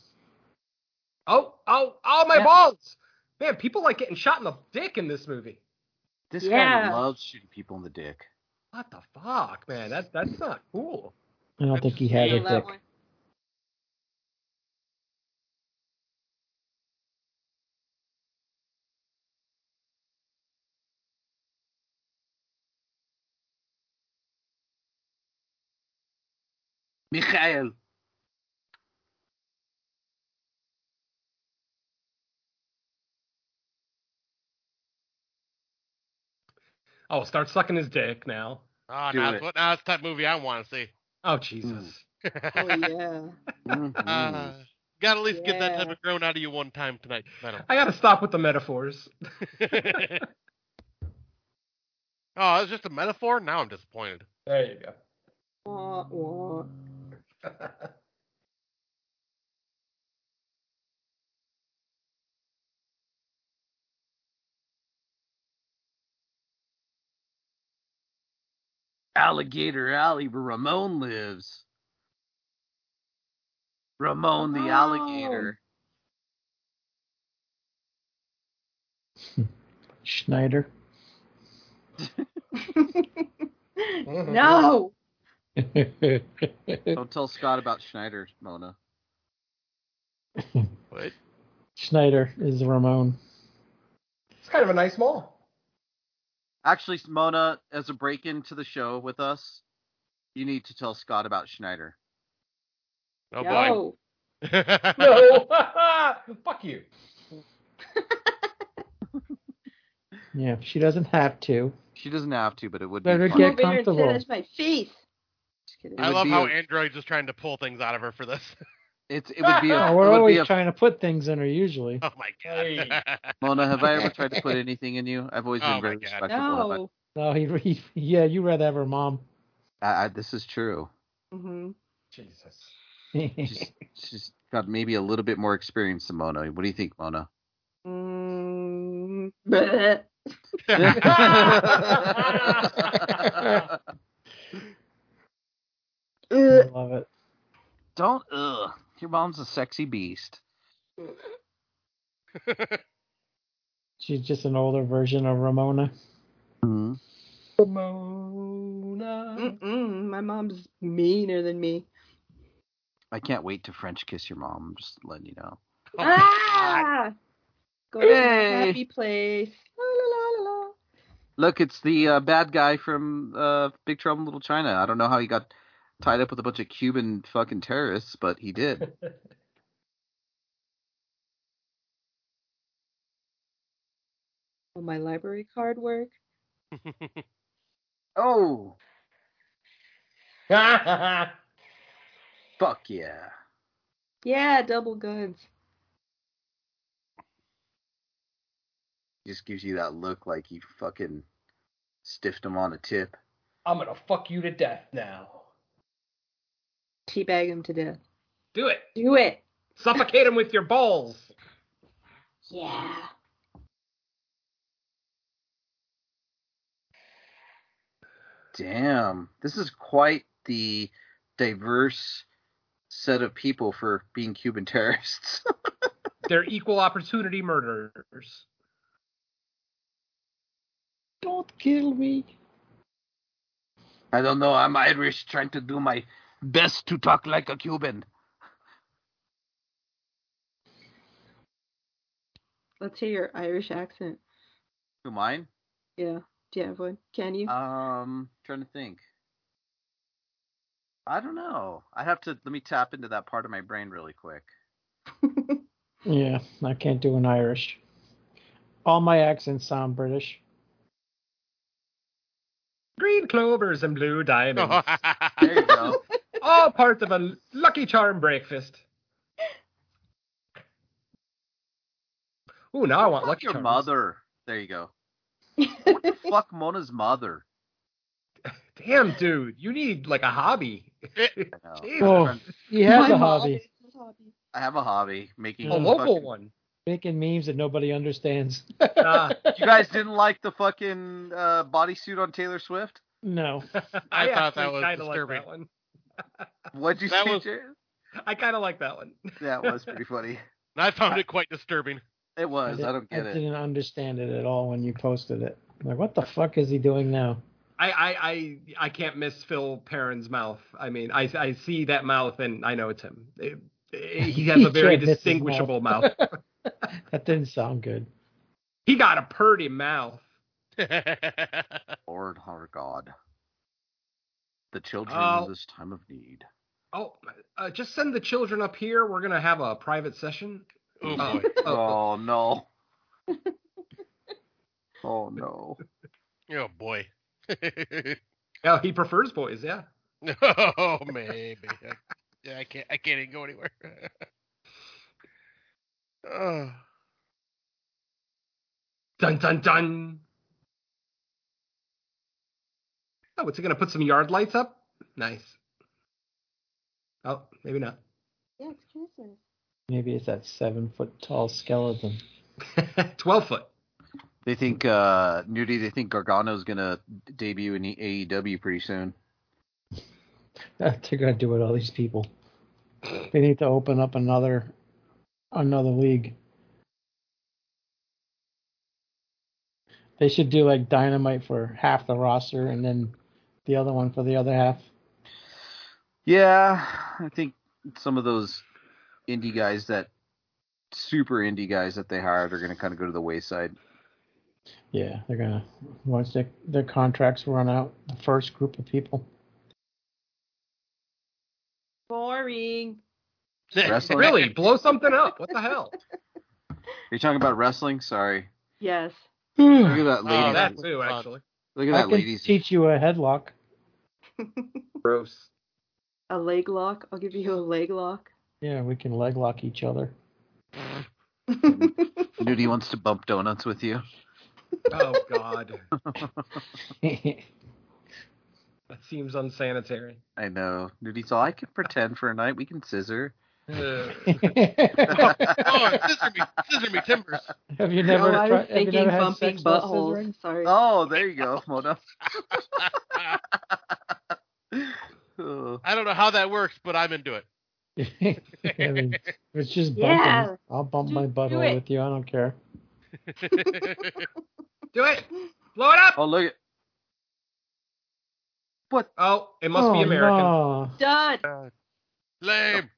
Oh, oh, oh, my Yeah. balls! Man, people like getting shot in the dick in this movie. This Yeah. guy loves shooting people in the dick. What the fuck, man? That that's not cool. I don't think he has a Feel that dick. one. Mikhail. Oh, start sucking his dick now. Oh, Do now, it. it's what, now it's the type of movie I want to see. Oh Jesus. Oh yeah. Mhm. [LAUGHS] uh, gotta at least get that type Yeah. of groan out of you one time tonight, [LAUGHS] Venom. I gotta stop with the metaphors. oh, it was Oh, just a metaphor. Now I'm disappointed. There you go. Wah, wah. Alligator Alley where Ramon lives. Ramon the Oh. Ramon. alligator. [LAUGHS] Schneider. Mm-hmm. No. Don't tell Scott about Schneider, Mona. What? Schneider is Ramon. It's kind of a nice mall. Actually, Mona, as a break into the show with us, you need to tell Scott about Schneider. Oh [LAUGHS] boy. no. [LAUGHS] [LAUGHS] No. [LAUGHS] Fuck you. Yeah, she doesn't have to. She doesn't have to, but it would be Better fun. get Over here and say comfortable. that's my face. Just kidding. I would love be how a- Android's just trying to pull things out of her for this. [LAUGHS] It's it would be a, Oh, it [LAUGHS] we're would be always a trying to put things in her usually. Oh my [LAUGHS] god. Mona, have I ever tried to [LAUGHS] put anything in you? I've always Oh been my very God. respectful. about- No. No, he, he yeah, you rather have her mom. [LAUGHS] I, I, this is true. Mm-hmm. Jesus. She's, she's got maybe a little bit more experience than Mona. What do you think, [LAUGHS] [LAUGHS] Mona? [LAUGHS] Mm, bleh. I Ugh. love it. Don't. Ugh. Your mom's a sexy beast. She's just an older version of Ramona. Mhm. Ramona. Mm-mm, my mom's meaner than me. I can't wait to French kiss your mom. I'm just letting you know. Oh ah! Go to Hey. a happy place. La, la, la, la, la. Look, it's the uh, bad guy from uh, Big Trouble in Little China. I don't know how he got tied up with a bunch of Cuban fucking terrorists, but he did. Will Oh, my library card work? oh. Fuck yeah. Yeah, double guns. Just gives you that look like you fucking stiffed him on a tip. I'm gonna fuck you to death now. Teabag him to death. Do it. Do it. Suffocate him with your balls. Yeah. Damn. This is quite the diverse set of people for being Cuban [LAUGHS] terrorists. They're equal opportunity murderers. Don't kill me. I don't know. I'm Irish trying to do my best to talk like a Cuban. Let's hear your Irish accent. Who mine? Yeah. Do you have one? Can you? Um, trying to think. I don't know. I have to let me tap into that part of my brain really quick. Yeah, I can't do an Irish. All my accents sound British. Green clovers and blue [LAUGHS] diamonds. there you go. All part of a Lucky Charm breakfast. Ooh, now I want Fuck Lucky your Charms. mother. There you go. what the fuck, Mona's mother? Damn, dude, you need like a hobby. Jesus. Oh, he has a hobby. I have a hobby making A local fucking- one. Uh, Making memes that nobody understands. Nah, You guys didn't like the fucking uh, bodysuit on Taylor Swift? No. Oh, I thought that actually was kinda like disturbing. that one. [LAUGHS] What'd you That say, was- Jared? I kind of like that one. That was pretty funny. [LAUGHS] I found it quite disturbing. [LAUGHS] It was. I, did- don't get I it. didn't understand it at all when you posted it. I'm like, what the fuck is he doing now? I, I, I, I can't miss Phil Perrin's mouth. I mean, I, I see that mouth and I know it's him. It- it- [LAUGHS] he has You a very can't miss his distinguishable mouth. [LAUGHS] That didn't sound good. He got a purty mouth. Oh Lord our God. The children Oh. Uh, in this time of need. Oh, uh, just send the children up here. We're gonna have a private session. Oh Uh, boy. uh, [LAUGHS] Oh no. oh no. Oh boy. [LAUGHS] yeah, Oh, he prefers boys. Yeah. oh maybe. Yeah, I can't. I can't even go anywhere. [LAUGHS] oh. Dun dun dun. Oh, what's he gonna put some yard lights up? Nice. Oh, maybe not. [LAUGHS] [LAUGHS] Yeah, it's Christmas. Maybe it's that seven foot tall skeleton. Twelve foot. They think uh nudie. They think Gargano's gonna debut in the AEW pretty soon. [LAUGHS] They're gonna do it. All these people. They need to open up another, another league. They should do like dynamite for half the roster, and then the other one for the other half. Yeah, I think some of those indie guys that super indie guys that they hired are gonna kind of go to the wayside. Yeah, they're gonna once their their contracts run out, the first group of people. Boring. Wrestling? Really, blow something up. What the hell? You're talking about wrestling? Sorry. Yes. Look at that lady. Oh, Oh, that that's too, fun. actually. Look at I that can lady's teach you a headlock. Gross. A leg lock. I'll give you a leg lock. Yeah, we can leg lock each [LAUGHS] other. [LAUGHS] nudie wants to bump donuts with you. Oh God, I that seems unsanitary. I know. Nudie's all I can pretend for a night. We can scissor. [LAUGHS] Ugh. [LAUGHS] oh, scissor me, scissor me timbers. Have you never? oh, I tried- have was you thinking never had bumping sex while scissoring? buttholes. Sorry. Oh, there you go, Mona. [LAUGHS] Oh. I don't know how that works, but I'm into it. [LAUGHS] I mean, if it's just bumping. Yeah. I'll bump Do- my do butthole it. with you. I don't care. Do it. Blow it up. oh, look. at- Oh, it must be Oh, American. no. Dud. Lame.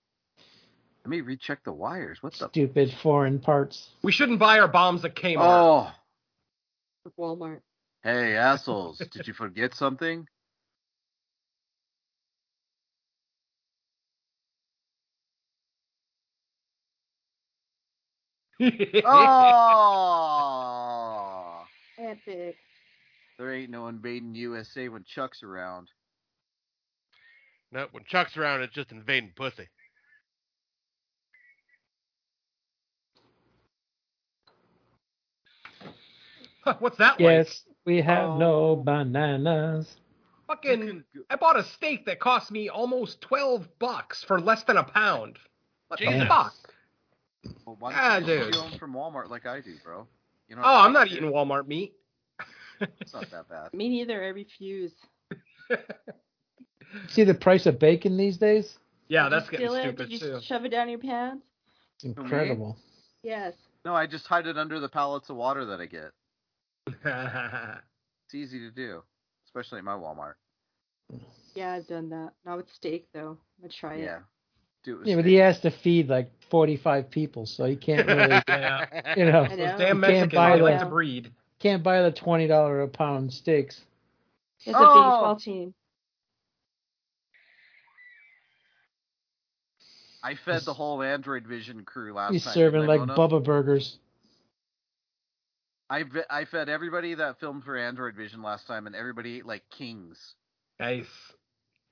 Let me recheck the wires. What the? Stupid foreign parts. [LAUGHS] We shouldn't buy our bombs at Kmart. Oh, Walmart. Hey, assholes, did you forget something? oh, Epic. there ain't no invading USA when Chuck's around. No, when Chuck's around, it's just invading pussy. [LAUGHS] What's that like? Yes, we have Oh. no bananas. Fucking, I bought a steak that cost me almost twelve bucks for less than a pound. What the Jesus. fuck? Well, why Ah, don't you just dude. steal 'em from Walmart like I do, bro? You know Oh, I'm not eating Walmart meat. It's not that bad. Me neither. I refuse. See the price of bacon these days? Yeah, Did you steal it? Did you shove it down your pants? It's Oh, incredible. Yes. No, I just hide it under the pallets of water that I get. [LAUGHS] yeah, It's easy to do, especially at my Walmart. Yeah, I've done that. Not with steak though. I'm gonna try Yeah. it. Do it with Yeah, but steak. he has to feed like 45 people, so he can't [LAUGHS] really, you know, I know. damn You can't Mexicans buy they like that. to breed. can't buy the $20 a pound steaks. It's Oh! a beef poutine. [LAUGHS] I fed the whole Android Vision crew last He's night. serving didn't like I, Mona? Bubba Burgers. I, ve- I fed everybody that filmed for Android Vision last time, and everybody ate like kings. Nice.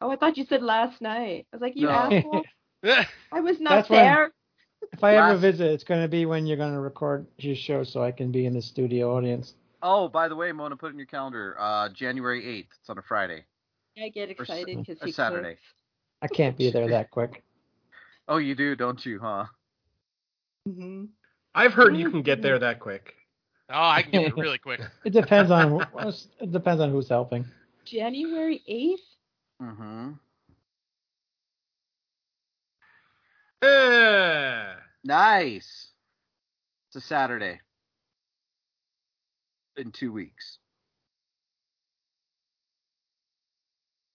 Oh, I thought you said last night. I was like, you No. asshole. I was not That's when- there. If I ever Last- visit, it's going to be when you're going to record your show so I can be in the studio audience. Oh, by the way, Mona, put in your calendar uh, January 8th. It's on a Friday. I get Or, s- excited because or he Saturday. cooks. I can't be there that quick. Oh, you do, don't you, huh? Mhm. I've heard you can get there that quick. Oh, I can get it really quick. [LAUGHS] It depends on it depends on who's helping. January eighth. Mm-hmm. Eh. Nice. It's a Saturday. In two weeks.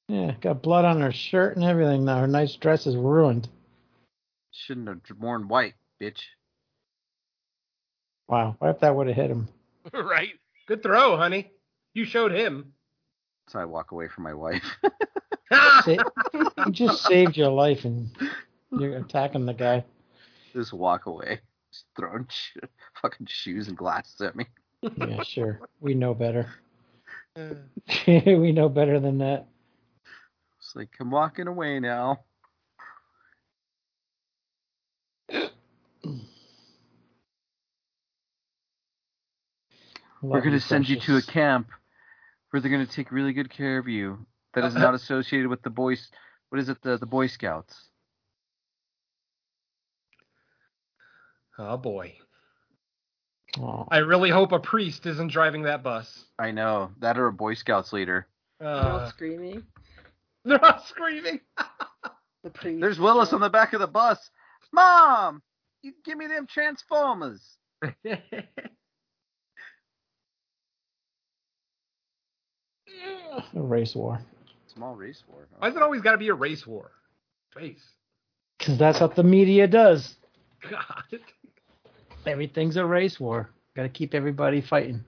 Yeah, got blood on her shirt and everything now. Her nice dress is ruined. Shouldn't have worn white, bitch. Wow, what if that would have hit him? right? Good throw, honey. You showed him. So I walk away from my wife. [LAUGHS] Sa- you just saved your life and you're attacking the guy. Just walk away. Just throwing [LAUGHS] sh- fucking shoes and glasses at me. Yeah, sure. We know better. [LAUGHS] we know better than that. It's like, I'm walking away now. We're going to send you to a camp where they're going to take really good care of you. That is not associated with the Boy. S- What is it? The the Boy Scouts. Oh boy. Oh, I really hope a priest isn't driving that bus. I know that or a Boy Scouts leader. They're all [LAUGHS] Uh, screaming. they're all screaming. The priest. There's Willis on the back of the bus. Mom, you give me them Transformers. a race war. Small race war. huh? Why's it always got to be a race war? Race. Because that's what the media does. God. Everything's a race war. Got to keep everybody fighting.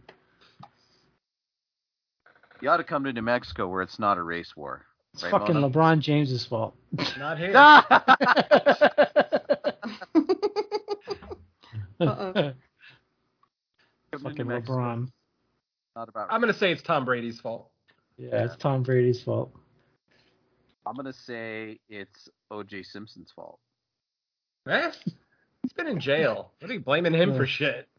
You ought to come to New Mexico where it's not a race war. It's Right, fucking Mona? LeBron James's [LAUGHS] fault. [LAUGHS] Not here. Ah! Uh-oh. Come to New fucking Mexico. LeBron. Not about. I'm gonna say it's Tom Brady's fault. Yeah, it's Tom Brady's fault. I'm gonna say it's O.J. Simpson's fault. Eh? He's been in jail. What are you blaming him for shit?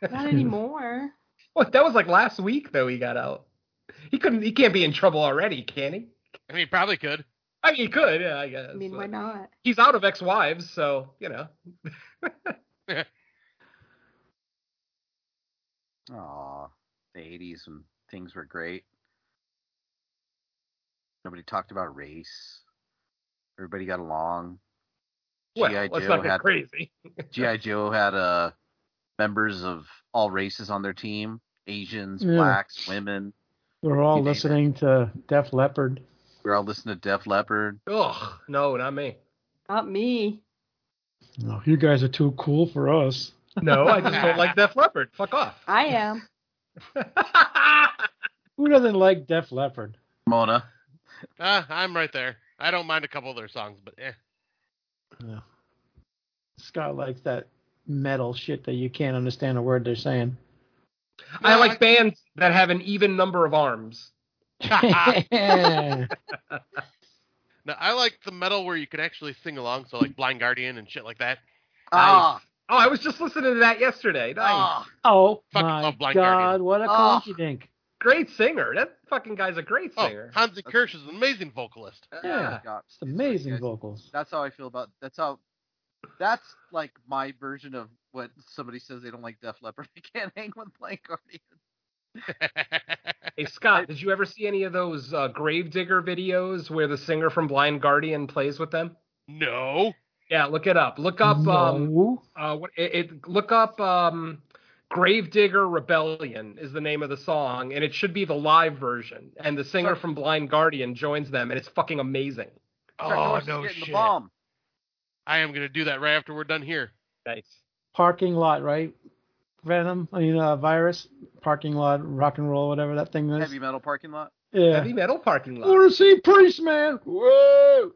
Not anymore. What? That was like last week though. He got out. He couldn't. He can't be in trouble already, can he? I mean, probably could. I mean, he could. Yeah, I guess. I mean, why but not? He's out of ex-wives, so you know. Aw, the '80s when things were great. Nobody talked about race. Everybody got along. Well, G.I. let's Joe not get had- crazy. GI Joe had uh, members of all races on their team: Asians, Yeah. blacks, women. We're all You name it. listening to Def Leppard. We were all listening to Def Leppard. Ugh, no, not me. Not me. No, you guys are too cool for us. [LAUGHS] No, [LAUGHS] I just don't like Def Leppard. Fuck off. I am. Who doesn't like Def Leppard? Mona. Ah, I'm right there. I don't mind a couple of their songs, but eh. Scott likes that metal shit that you can't understand a word they're saying. [LAUGHS] I like bands that have an even number of arms. [LAUGHS] Yeah. eh. [LAUGHS] No, I like the metal where you can actually sing along, so like Blind Guardian and shit like that. Ah. Oh, I was just listening to that yesterday. Nice. Oh Fucking my love God! Blind Guardian. What a Oh. coinkydink. Great singer. That fucking guy's a great Oh, singer. Hansi Kirsch is an amazing vocalist. [LAUGHS] Yeah, God. it's amazing vocals. That's how I feel about. That's how. That's like my version of what somebody says they don't like Def Leppard. [LAUGHS] I can't hang with Blind Guardian. Hey Scott, did you ever see any of those uh, Gravedigger videos where the singer from Blind Guardian plays with them? No. Yeah, look it up. Look up um No. uh what it, it look up um Gravedigger Rebellion is the name of the song and it should be the live version and the singer from Blind Guardian joins them and it's fucking amazing. Chuck Norris is getting the bomb. I am gonna do that right after we're done here. [LAUGHS] Nice. Parking lot, right? Venom, I mean, uh, virus, parking lot, rock and roll, whatever that thing is. Heavy metal parking lot. yeah. Heavy metal parking lot. want to see Priest, man. Whoa!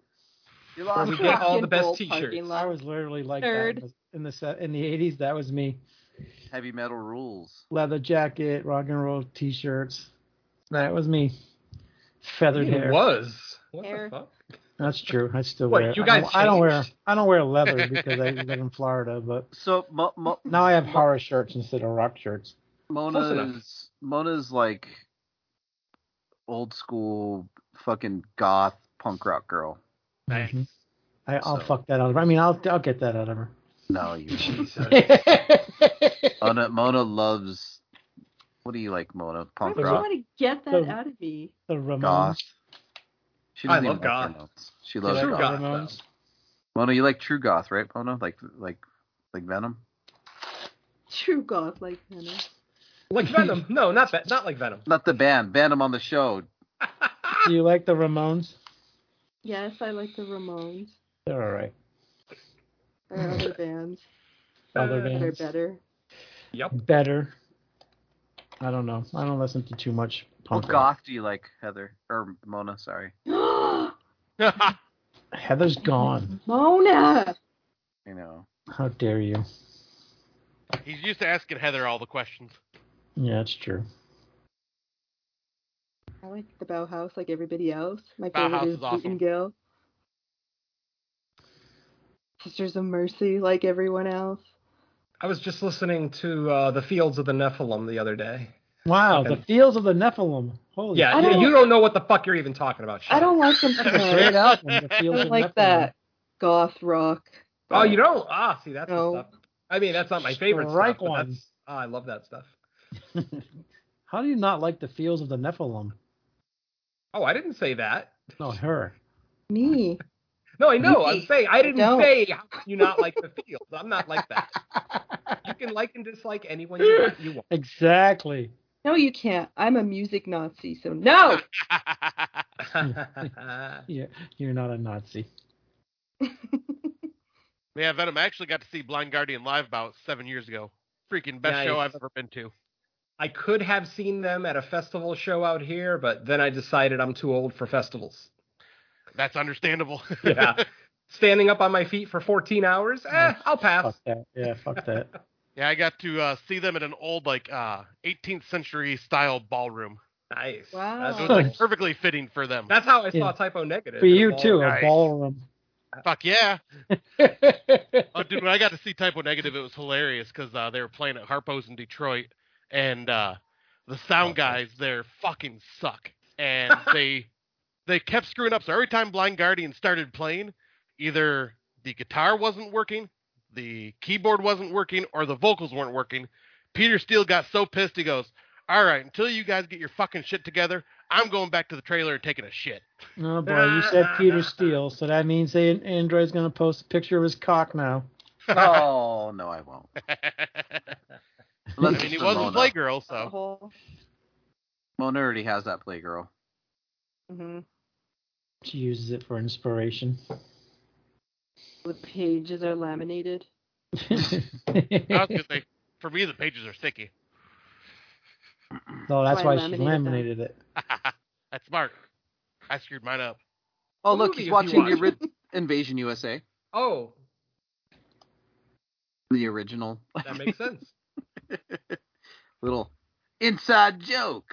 Where You lost we me. get all Rock the and best roll t-shirts. parking lot. I was literally like Nerd. that in the- in the se- in the eighties. That was me. Heavy metal rules. Leather jacket, rock and roll t-shirts. That was me. Feathered It hair. was. What Hair. the fuck? That's true. I still What, wear. it. you I guys don't, I don't wear. changed? I don't wear leather because I live in Florida, but So Mo- Mo- now I have horror shirts instead of rock shirts. Close enough. Mona's Mona's like old school fucking goth punk rock girl. Nice. Mhm. I, I'll So- fuck that out of her. I mean, I'll I'll get that out of her. No, you. [LAUGHS] [LAUGHS] Mona Mona loves. What do you like, Mona? Why Punk would you rock, want to get that So- out of me? the Ramones. goth. She I doesn't love even like goth. Ramones. She You loves like True goth. goth, Ramones? Mona, you like true goth, right, Mona? Like like like Venom. True goth like Venom. Like Venom. No, not that not like Venom. [LAUGHS] Not the band. Venom on the show. Do you like the Ramones? Yes, I like the Ramones. They're all right. There [LAUGHS] are other bands Other that are bands. Uh, better. [GASPS] Yep. better. I don't know. I don't listen to too much punk What rock. goth do you like, Heather or Mona? Sorry. Heather's gone. Mona! [LAUGHS] You know. How dare you? [LAUGHS] He's used to asking Heather all the questions. Yeah, it's true. I like the Bauhaus like everybody else. My Bauhaus favorite is is awesome. Beaten Gill. Sisters of Mercy like everyone else. I was just listening to uh, the Fields of the Nephilim the other day. Wow, Okay. the fields of the Nephilim. Holy Yeah, I you- don't- you don't know what the fuck you're even talking about. Shut I up. don't like [LAUGHS] them shit. great today. album. The Oh, I fields of don't Nephilim. like that goth rock. Oh, you don't? Ah, see, that's No. the stuff. I mean, that's not my favorite Strike stuff. but one. that's- ah, I love that stuff. How do you not like the fields of the Nephilim? Oh, I didn't say that. No, her. Me. No, I know. I'm Me. saying I didn't don't. say how could you not like the field. I'm not like that. You can like and dislike anyone you, you want. Exactly. No, you can't. I'm a music Nazi, so no! Yeah, you're not a Nazi. yeah, Venom. I actually got to see Blind Guardian live about seven years ago. Freaking best Nice. show I've ever been to. [LAUGHS] I could have seen them at a festival show out here, but then I decided I'm too old [LAUGHS] for festivals. That's understandable. [LAUGHS] Yeah. Standing up on my feet for 14 hours, eh, I'll pass. Fuck that. Yeah, fuck [LAUGHS] that. yeah, I got to uh, see them in an old like uh, 18th century style ballroom. Nice. Wow. That's, It was what- like perfectly fitting for them. that's how I saw Yeah. typo negative. For you too, Ballroom. a ballroom. Fuck yeah. [LAUGHS] Oh, dude, when I got to see Typo Negative, it was hilarious because uh, they were playing at Harpo's in Detroit, and uh, the sound guys there fucking suck, and they they kept screwing up. So every time Blind Guardian started playing, either the guitar wasn't working, the keyboard wasn't working, or the vocals weren't working. Peter Steele got so pissed, he goes, "All right, until you guys get your fucking shit together, I'm going back to the trailer and taking a shit." [LAUGHS] Oh boy, you Ah. said Peter Steele, so that means they, Android's gonna post a picture of his cock now. Oh no, [LAUGHS] I won't. I Unless mean, he it's was a Mona. playgirl, so Butthole. Mona already has that playgirl. hmm She uses it for inspiration. The pages are laminated. [LAUGHS] I was gonna say, for me, the pages are sticky. No, that's why I why she laminated laminated it. [LAUGHS] That's smart. I screwed mine up. Oh, What look, movie he's have you watching the watched? ori- Invasion USA, Oh, the original. [LAUGHS] that makes sense. Little inside joke.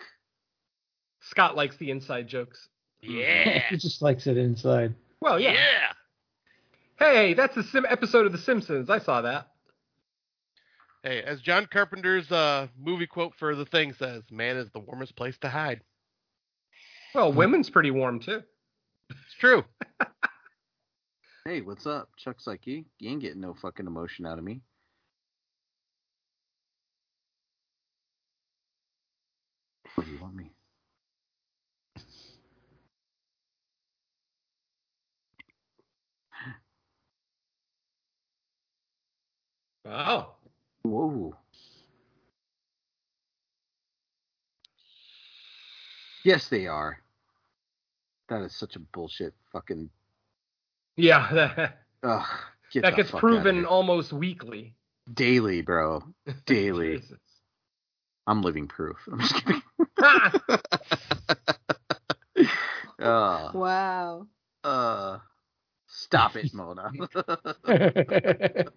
Scott likes the inside jokes. She just likes it [LAUGHS] inside. [LAUGHS] Well, yeah. Yeah. Hey, that's a sim episode of The Simpsons. I saw that. Hey, as John Carpenter's uh, movie quote for The Thing says, "Man is the warmest place to hide." Well, women's pretty warm too. It's true. Hey, what's up? Chuck's like, you, you ain't getting no fucking emotion out of me. What do you want me? Wow. Whoa. Yes, they are. That is such a bullshit fucking. Yeah, [LAUGHS] that, Ugh, get that the gets fuck outta proven here. almost weekly. daily, bro. [LAUGHS] Daily. I'm living proof. [LAUGHS] I'm just kidding. Uh, Wow. uh, stop it, Mona. [LAUGHS]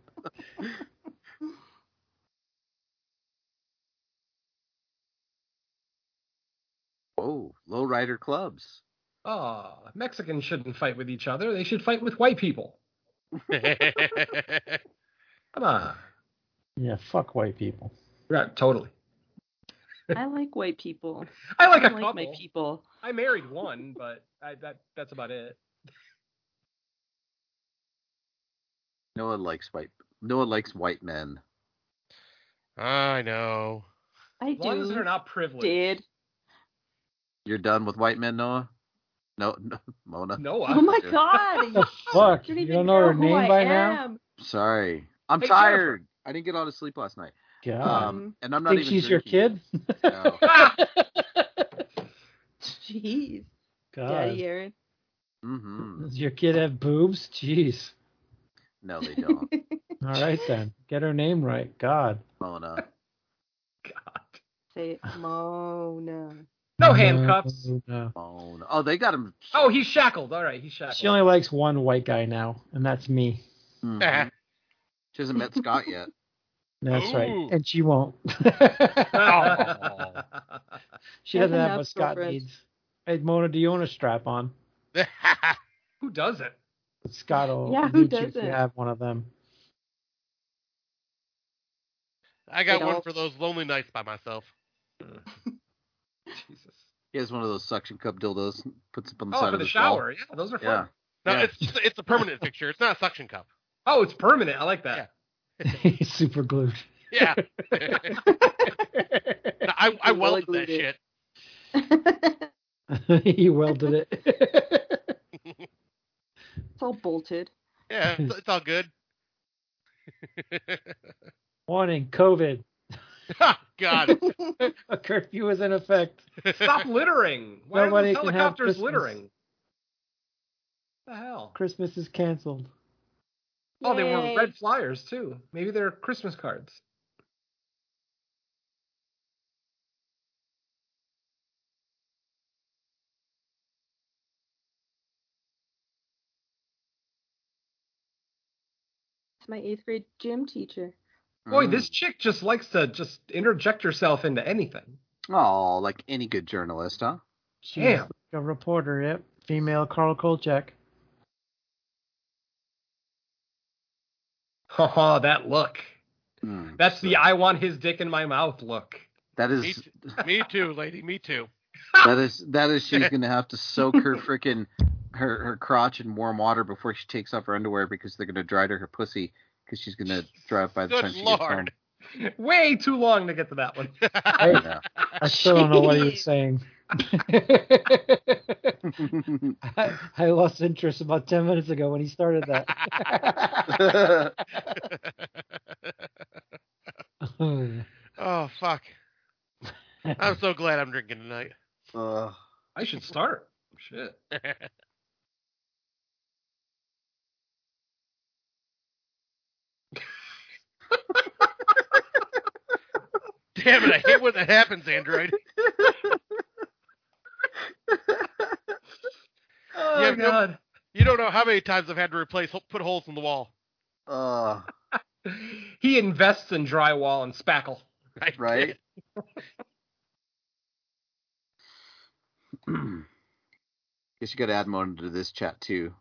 oh, lowrider clubs. Oh, Mexicans shouldn't fight with each other. They should fight with [LAUGHS] white people. Come on. Yeah, fuck white people. Right, totally. I like white people. I like a like my couple. people. I married one, but I, that that's about it. Noah likes white. Noah likes white men. I [LAUGHS] know. I As long as do. they're not privileged. Did. You're done with white men, Noah? No, [LAUGHS] no Mona. No, Oh [LAUGHS] my god. [LAUGHS] The fuck? You You don't, don't even know her who name I by now? am. Sorry, I'm Hey, tired. Jennifer. I didn't get all the sleep last night. God. Um, and I'm not Think even. she's drinking. your kid? [LAUGHS] No. Ah! Jeez. [LAUGHS] Daddy God. Aaron. hmm Does your kid have boobs? [LAUGHS] Jeez. No, they don't. All right then. Get her name right. God. Mona. Say it. Mona. [LAUGHS] No handcuffs. No, no. Mona. Oh, they got him. Oh, he's shackled. All right, he's shackled. [LAUGHS] She only likes one white guy now, and that's me. Mhm. she hasn't met Scott yet. That's right. Ooh. And she won't. [LAUGHS] Oh. she That's doesn't have enough, what Scott girlfriend. needs. Hey, Mona, do you own a strap on? Who doesn't? Scott will Yeah, who need you if you doesn't? have one of [LAUGHS] them. [LAUGHS] I got It one all- for those lonely nights by myself. Jesus. He has one of those suction cup dildos. Puts it on the Oh, side for of the his wall. shower. Yeah, those are fun. Yeah. No, Yeah. it's just, it's a permanent fixture. It's not a suction cup. Oh, it's permanent. I like that. Yeah. He's super glued. [LAUGHS] [LAUGHS] Yeah. No, I I welded that glued it. shit. it's he welded it. [LAUGHS] all bolted. Yeah, it's, it's all good. [LAUGHS] Warning, COVID. Oh, God. A curfew is in effect. Stop littering. Why Nobody are can those have helicopters Christmas. littering? What the hell? Christmas is canceled. Oh, they were Yay. red flyers too. Maybe they're Christmas cards. It's my eighth grade gym teacher. Mm. Boy, this chick just likes to just interject herself into anything. Oh, like any good journalist, huh? She's Damn. like a reporter, yep. Female Carl [LAUGHS] Kolchak. Haha, that look. Mm, That's the so- I want his dick in my mouth look. That me, is t- [LAUGHS] me too, lady. Me too. that is that is she's gonna have to soak her freaking her her crotch in warm water before she takes off her underwear because they're gonna dry to her pussy because she's gonna dry up by the Good time she lord. Way too long to get to that one. Oh, gets I, home. I still don't know what he was [LAUGHS] Jeez. saying. Yeah. I, I lost interest about 10 minutes ago when he started [LAUGHS] that. [LAUGHS] oh fuck! I'm so glad I'm drinking tonight. [LAUGHS] Ugh. I should start. Oh, Shit. damn it! I hate when that happens, Android. Oh, you have no- God. you don't know how many times I've had to replace put holes in the wall. Uh, he invests in drywall and spackle. [LAUGHS] Right. [CLEARS THROAT] Guess you got to add one to this chat too.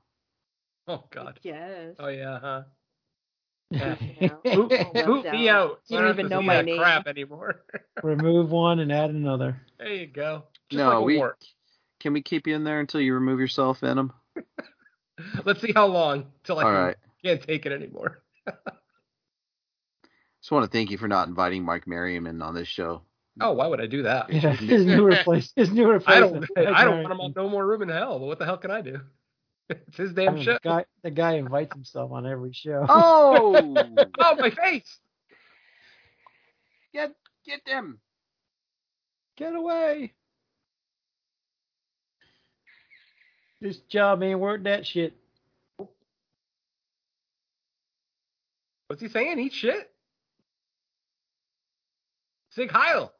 Oh [LAUGHS] God. Yes. Oh yeah. Huh. Yeah. Boot, Well boot me done. out. You I don't have even to know see my that name. crap anymore. [LAUGHS] Remove one and add another. There you go. Just no, like a we wart. can we keep you in there until you remove yourself, Venom. Let's see how long till I All can, right. can't take it anymore. Just want to thank you for not inviting Mike Merriam in on this show. Oh, why would I do that? Yeah, his new replace, his new I don't. replacement. I don't want [LAUGHS] him on no more room in hell. But what the hell can I do? [LAUGHS] It's his damn I mean, show. the guy, the guy invites himself on every show. Oh, Oh my face! get [LAUGHS] get them. Get away! This job ain't worth that shit. What's he saying? Eat shit. Sig Heil.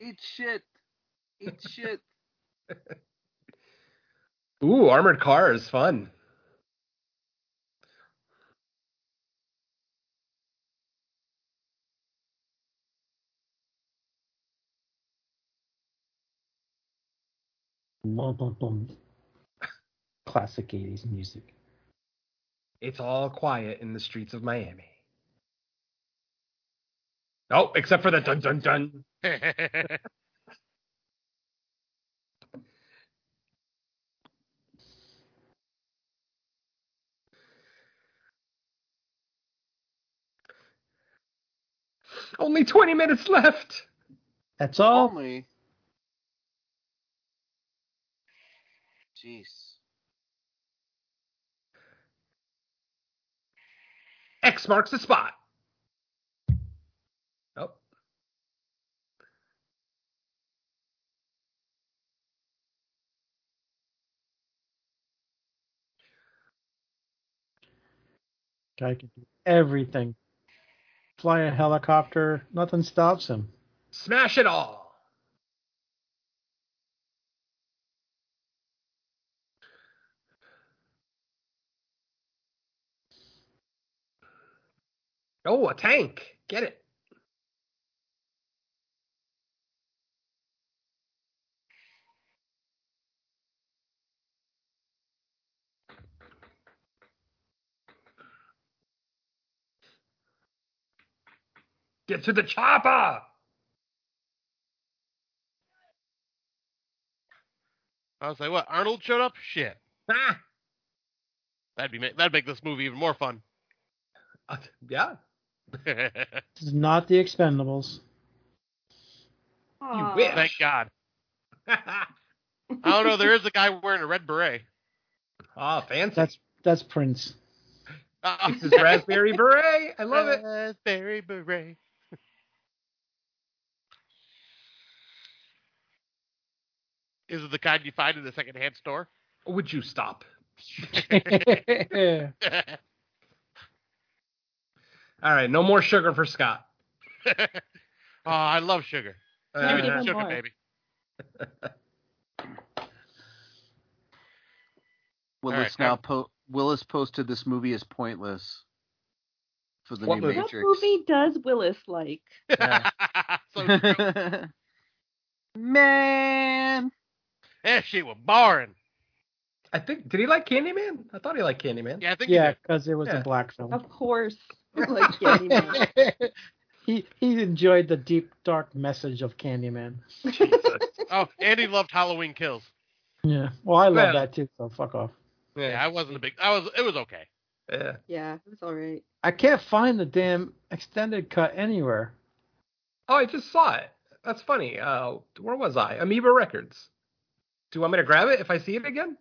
Eat shit. [LAUGHS] Eat shit. Ooh, armored car is fun. Bum, bum, bum. Classic 80s music. It's all quiet in the streets of Miami. Oh, except for the dun dun dun. [LAUGHS] Only 20 minutes left. That's Oh Oh. all. Only. Jeez. X marks the spot. Oh. Guy can do everything. Fly a helicopter, nothing stops him. Smash it all. Oh, a tank. Get it. Get to the chopper. I was like, what? Arnold showed up? Shit. Ah, That'd be ma- that'd make this movie even more fun. [LAUGHS] uh, yeah. [LAUGHS] Thank This is not the Expendables. Aw. God. I don't know. There is a guy wearing a red beret. [LAUGHS] Ah, fancy. [LAUGHS] That's that's Prince. [LAUGHS] Uh, This is raspberry beret. I love it. Raspberry beret. Is it the kind you find in the secondhand store? [LAUGHS] Would you stop? All right, no more sugar for Scott. oh, I love sugar. Give me Uh, some even sugar, more. baby. Willis All right, now po- Willis posted this movie is pointless for the What new movie? What Matrix. movie does Willis like? yeah. [LAUGHS] so true. [LAUGHS] Man, That shit was boring. I think did he like Candyman? I thought he liked Candyman. Yeah, I think Yeah, yeah. because it was Yeah. a black film. Of course. Like [LAUGHS] Candyman. he he enjoyed the deep dark message of Candyman. Oh, Andy loved Halloween Kills. Yeah. Well, I love Well- that too. So fuck off. [LAUGHS] Yeah, I wasn't a big. I was. It was okay. Yeah. yeah, it was all right. I can't find the damn extended cut anywhere. Oh, I just saw it. That's funny. Uh, where was I? Amoeba Records. Do you want me to grab it if I see it again?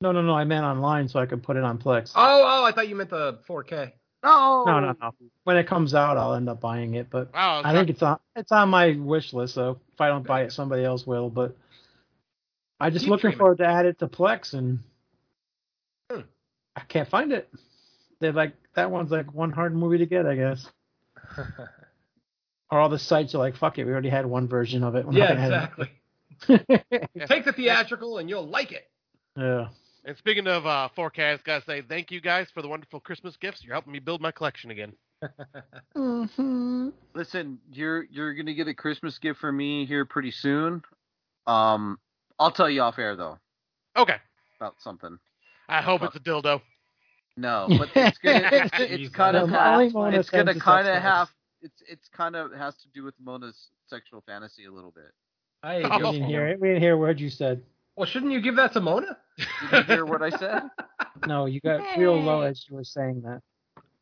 No, no, no. I meant online, so I could put it on Plex. Oh, oh, I thought you meant the 4K. no, No, Oh. no, no. When it comes out, I'll end up buying it. But Wow. I think it's on it's on my wish list. So if I don't buy it, somebody else will. But I just Keep looking dreaming. forward to add it to Plex, and Hmm. I can't find it. [LAUGHS] They're like that one's like one hard movie to get, I guess. Or all the sites are like, fuck it, we already had one version of it. We're not yeah, gonna have it. [LAUGHS] exactly. Take the theatrical and you'll like it. Yeah. And speaking of uh, forecast, gotta say thank you guys for the wonderful Christmas gifts. You're helping me build my collection again. Mm-hmm. Listen, you're you're gonna get a Christmas gift from me here pretty soon. Um, I'll tell you off air though Okay. about something. I hope it's a dildo. No, but it's gonna it's, [LAUGHS] it's Jesus. kind of No, only half, Mona it's gonna sends us kind of upstairs. have it's it's kind of has to do with Mona's sexual fantasy a little bit. I We didn't hear it. We didn't hear a word you said. Well, shouldn't you give that to Mona? You didn't hear what I said? No, you got real low as you were saying that.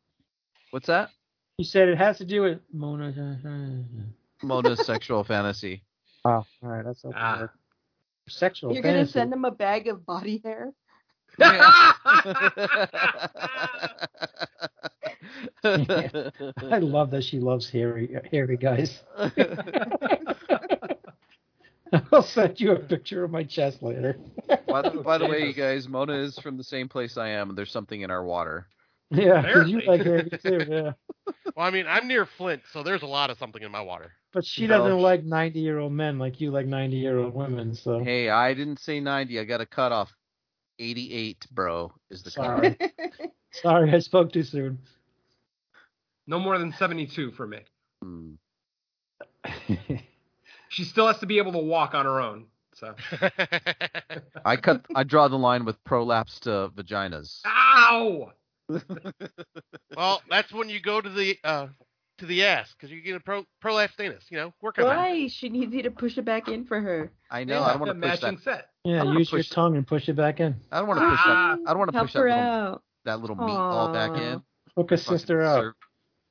[LAUGHS] What's that? You said it has to do with [LAUGHS] Mona. Mona's sexual fantasy. [LAUGHS] Oh, all right, that's okay. Ah. [LAUGHS] Ah. Sexual You're gonna fantasy. send him a bag of body hair. I love that she loves hairy, hairy [LAUGHS] guys. [LAUGHS] I'll send you a picture of my chest later. By, the- by the way, you guys, Mona is from the same place I am. and There's something in our water. [LAUGHS] Yeah, 'cause you Apparently. like hairy too. Yeah, Well, I mean, I'm near Flint, so there's a lot of something in my water. [LAUGHS] but she No. doesn't like ninety-year-old men like you like ninety-year-old women. So Hey, I didn't say 90. I got a cutoff. 88, bro, is the sorry, cutoff. [LAUGHS] sorry, I spoke too soon. No [LAUGHS] more than 72 for me. Hmm. She still has to be able to walk on her own. So. I cut. I draw the line with prolapsed uh, vaginas. Ow! Well, that's when you go to the uh, to the ass because you get a pro prolapsed anus. You know, work on that. Why? She needs you to push it back in for her. I know. I don't want to push that. matching set. Yeah, I'm gonna use your push- tongue and push it back in. I don't want to push that. I don't want to Help push that her little, out. that little meatball back Aw. in. Hook a Fucking sister up. cer-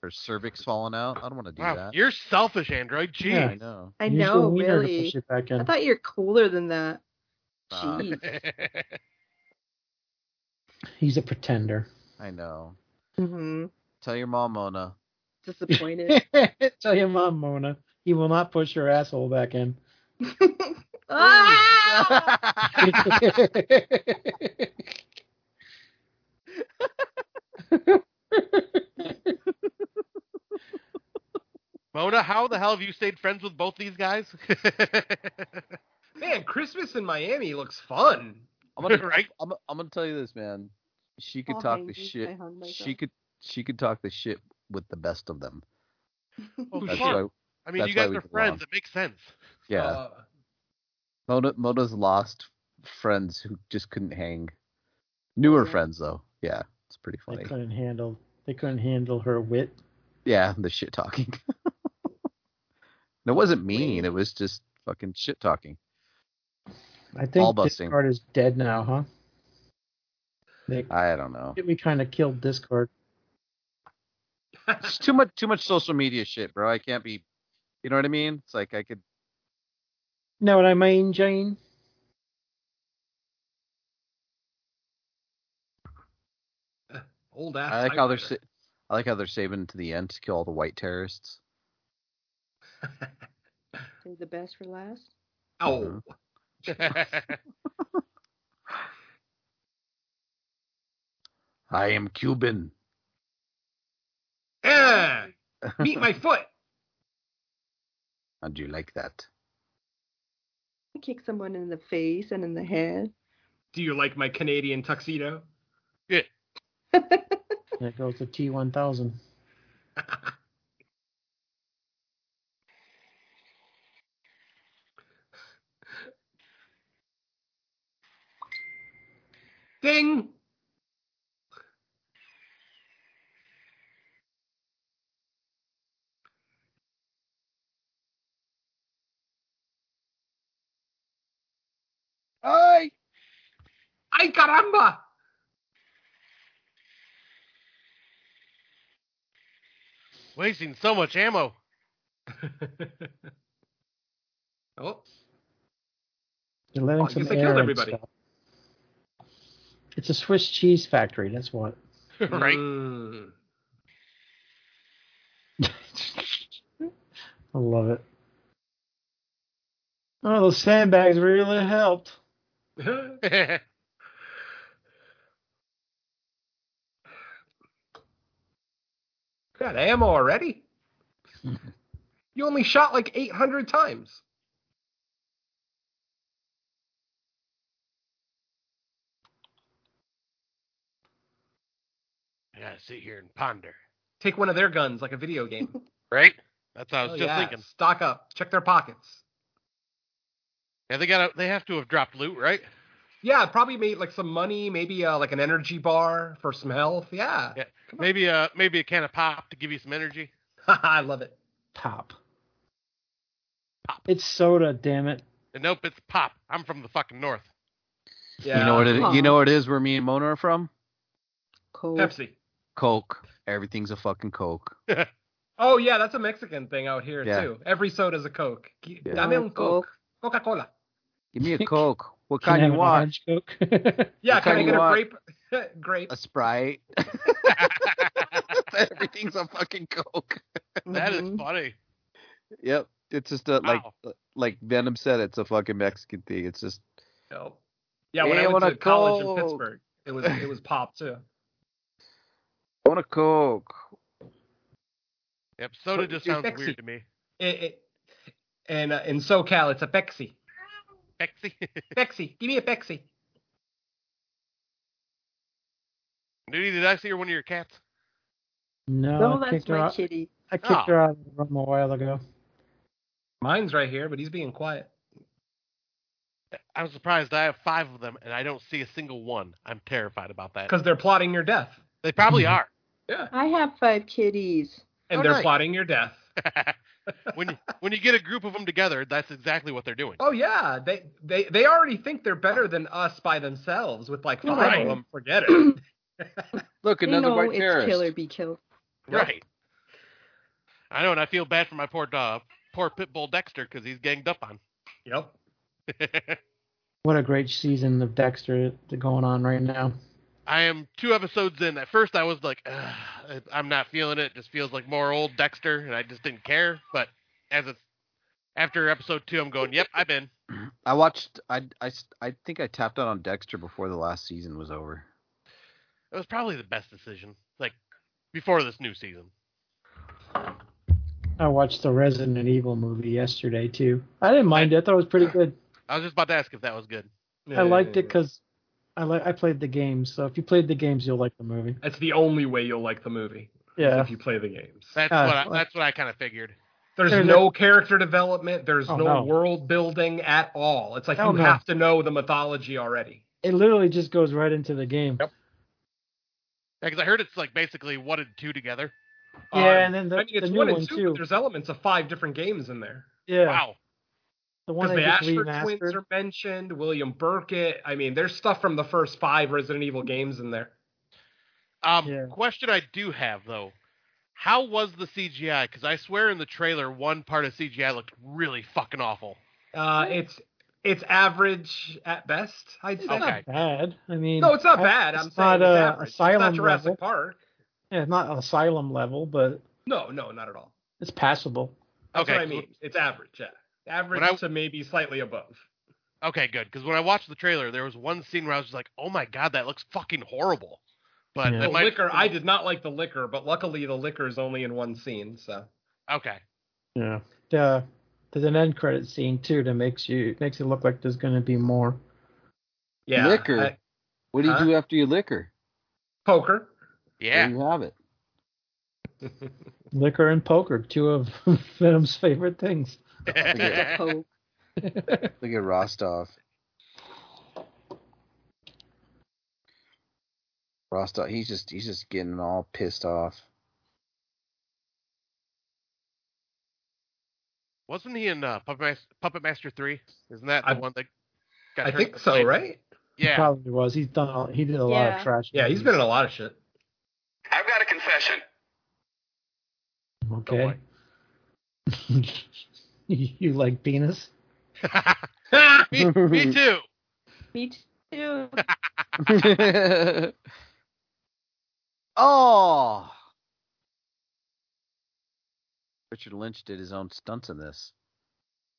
her cervix falling out. I don't want to do Wow, that. you're selfish, Android. Gee, Yeah. I know. I Use your know, wiener to really. push it back in. I thought you were cooler than that. Uh, Jeez. He's a pretender. I know. hmm Tell your mom, Mona. [LAUGHS] Disappointed. [LAUGHS] Tell your mom, Mona. He will not push your asshole back [LAUGHS] in. ah! [LAUGHS] Mona, how the hell have you stayed friends with both these guys? [LAUGHS] Man, Christmas in Miami looks fun. I'm gonna, [LAUGHS] Right? I'm, I'm gonna tell you this, man. She could All talk the hangry, I shit. hung myself. She could she could talk the shit with the best of them. Oh, That's shit. why. I mean, that's you why guys we are belong. friends. It makes sense. Yeah. Uh, Mona Mona's lost friends who just couldn't hang. Newer Yeah. friends though. Yeah, it's pretty They funny. couldn't handle. They couldn't handle her wit. Yeah, the shit talking. [LAUGHS] And it wasn't mean. It was just fucking shit talking. I Ball think busting. Discord is dead now, huh? They, I don't know. we kind of killed Discord. It's too much too much social media shit, bro. I can't be. You know what I mean? It's like I could. Know what I mean, [LAUGHS] Jane? old ass. I like how they're. typewriter. sa- I like how they're saving to the end to kill all the white terrorists. Save the best for last. Ow. Mhm. I am Cuban. [LAUGHS] [LAUGHS] Eh, meet my foot. And you like that? Kick someone in the face and in the head. Do you like my Canadian tuxedo? There goes the T1000. Ding. Hi. Ay caramba. Wasting so much ammo. [LAUGHS] [LAUGHS] oh, They're letting Oh, I some guess I killed air in everybody. stuff. It's a Swiss cheese factory. That's what. [LAUGHS] right? Mm. I love it. Oh, those sandbags really helped. Got ammo already? You only shot like 800 times. I gotta sit here and ponder. Take one of their guns like a video game. Right? That's what I was just thinking. Oh, Stock up. Check their pockets. Yeah, they got. to They have to have dropped loot, right? Yeah, probably made like some money, maybe uh, like an energy bar for some health. Yeah. [LAUGHS] Yeah. Maybe uh maybe a can of pop to give you some energy. I love it. Pop. It's soda, damn it. And nope, it's pop. I'm from the fucking north. You know what it, you know what it is where me and Mona are from? Coke. Pepsi. Coke. Everything's a fucking Coke. Oh yeah, that's a Mexican thing out here Yeah. too. Every soda's a Coke. Dame Yeah. un Coke. Coca Cola. Give me a Coke. What Can I kind have you an want? orange Coke? Yeah, What can kind I you get a want? grape? grape. [LAUGHS] A Sprite. [LAUGHS] Everything's a fucking Coke. [LAUGHS] That is Mm-hmm. funny. Yep. It's just a, like like Venom said, it's a fucking Mexican thing. It's just No. Yeah, when Yeah, I went I to wanna college Coke. in Pittsburgh, it was it [LAUGHS] was pop too. I want a Coke. Yep, soda What- just it's sounds Pepsi. weird to me. It, it, and uh, in SoCal, it's a Pepsi. Pepsi. [LAUGHS] Pepsi, give me a Pepsi. Nudie, did I see her one of your cats? [LAUGHS] No, No, I that's kicked her my out. kitty. I kicked Oh. her out of the room a while ago. Mine's right here, but he's being quiet. I'm surprised I have five of them and I don't see a single one. I'm terrified about that. Because they're plotting your death. They probably are. Yeah. I have five kitties. And Oh, they're nice. plotting your death. when you, when you get a group of them together, that's exactly what they're doing. [LAUGHS] Oh yeah, they they they already think they're better than us by themselves with like five Right. of them. Forget [CLEARS THROAT] it. Look, They another know white it's terrorist. kill or be killed. Right. I know, and I feel bad for my poor uh, poor pit bull Dexter because he's ganged up on. [LAUGHS] Yep. What a great season of Dexter that's going on right now. I am two episodes in. At first, I was like, "Ugh, I'm not feeling it. It just feels like more old Dexter, and I just didn't care. But as it's after episode two, I'm going, yep, I've been. I watched I, I s- I think I tapped out on Dexter before the last season was over. It was probably the best decision, like before this new season. I watched the Resident Evil movie yesterday too. I didn't mind it; I thought it was pretty good. I was just about to ask if that was good. I liked it because I like I played the games. So if you played the games, you'll like the movie. That's the only way you'll like the movie. is Yeah. If you play the games. That's Uh, what I, well- that's what I kind of figured. There's There's no character development. There's Oh, no, no. world building at all. It's like Hell you no. have to know the mythology already. It literally just goes right into the game. Yep. Because I heard it's like basically one and two together. Yeah, Um, and then the, I mean, it's the new one one, and two, too. but there's elements of five different games in there. Yeah, Wow. the one Because that the gets Ashford twins remastered. are mentioned, William Burkett. I mean, there's stuff from the first five Resident Evil games in there. Um, Yeah. question I do have though, how was the CGI? Because I swear in the trailer, one part of CGI looked really fucking awful. Uh, it's it's average at best, I'd say. Okay. Bad. I mean, No, it's not I- bad. I'm it's not saying it's uh, average. It's asylum not Jurassic level. Park. Yeah, it's not asylum level, but No, no, not at all. it's passable. That's Okay, what I cool. mean. It's average, yeah. Average When I- to maybe slightly above. Okay, good. Because when I watched the trailer, there was one scene where I was just like, "Oh my god, that looks fucking horrible." But Yeah. that The might- liquor, I did not like the liquor, but luckily the liquor is only in one scene, so. Okay. Yeah. The, uh, there's an end credit scene too that makes you makes it look like there's going to be more. Yeah. Liquor. I- What do you Huh? do after you liquor? poker. [LAUGHS] Yeah. There you have it. Liquor and poker, two of [LAUGHS] Venom's favorite things. [LAUGHS] Coke. Look at Rostov. Rostov, he's just he's just getting all pissed [LAUGHS] off. Wasn't he in uh, Puppet, Mas- Puppet Master Three? Isn't that the I- one that? Got I turned think to so, flame? right? Yeah. Probably was. He's done. All, he did a lot of Yeah. trash. Yeah, he's movies. been in a lot of shit. I've got a confession. Okay. [LAUGHS] you like penis? [LAUGHS] me, me too. Me too. oh. Richard Lynch did his own stunts in this.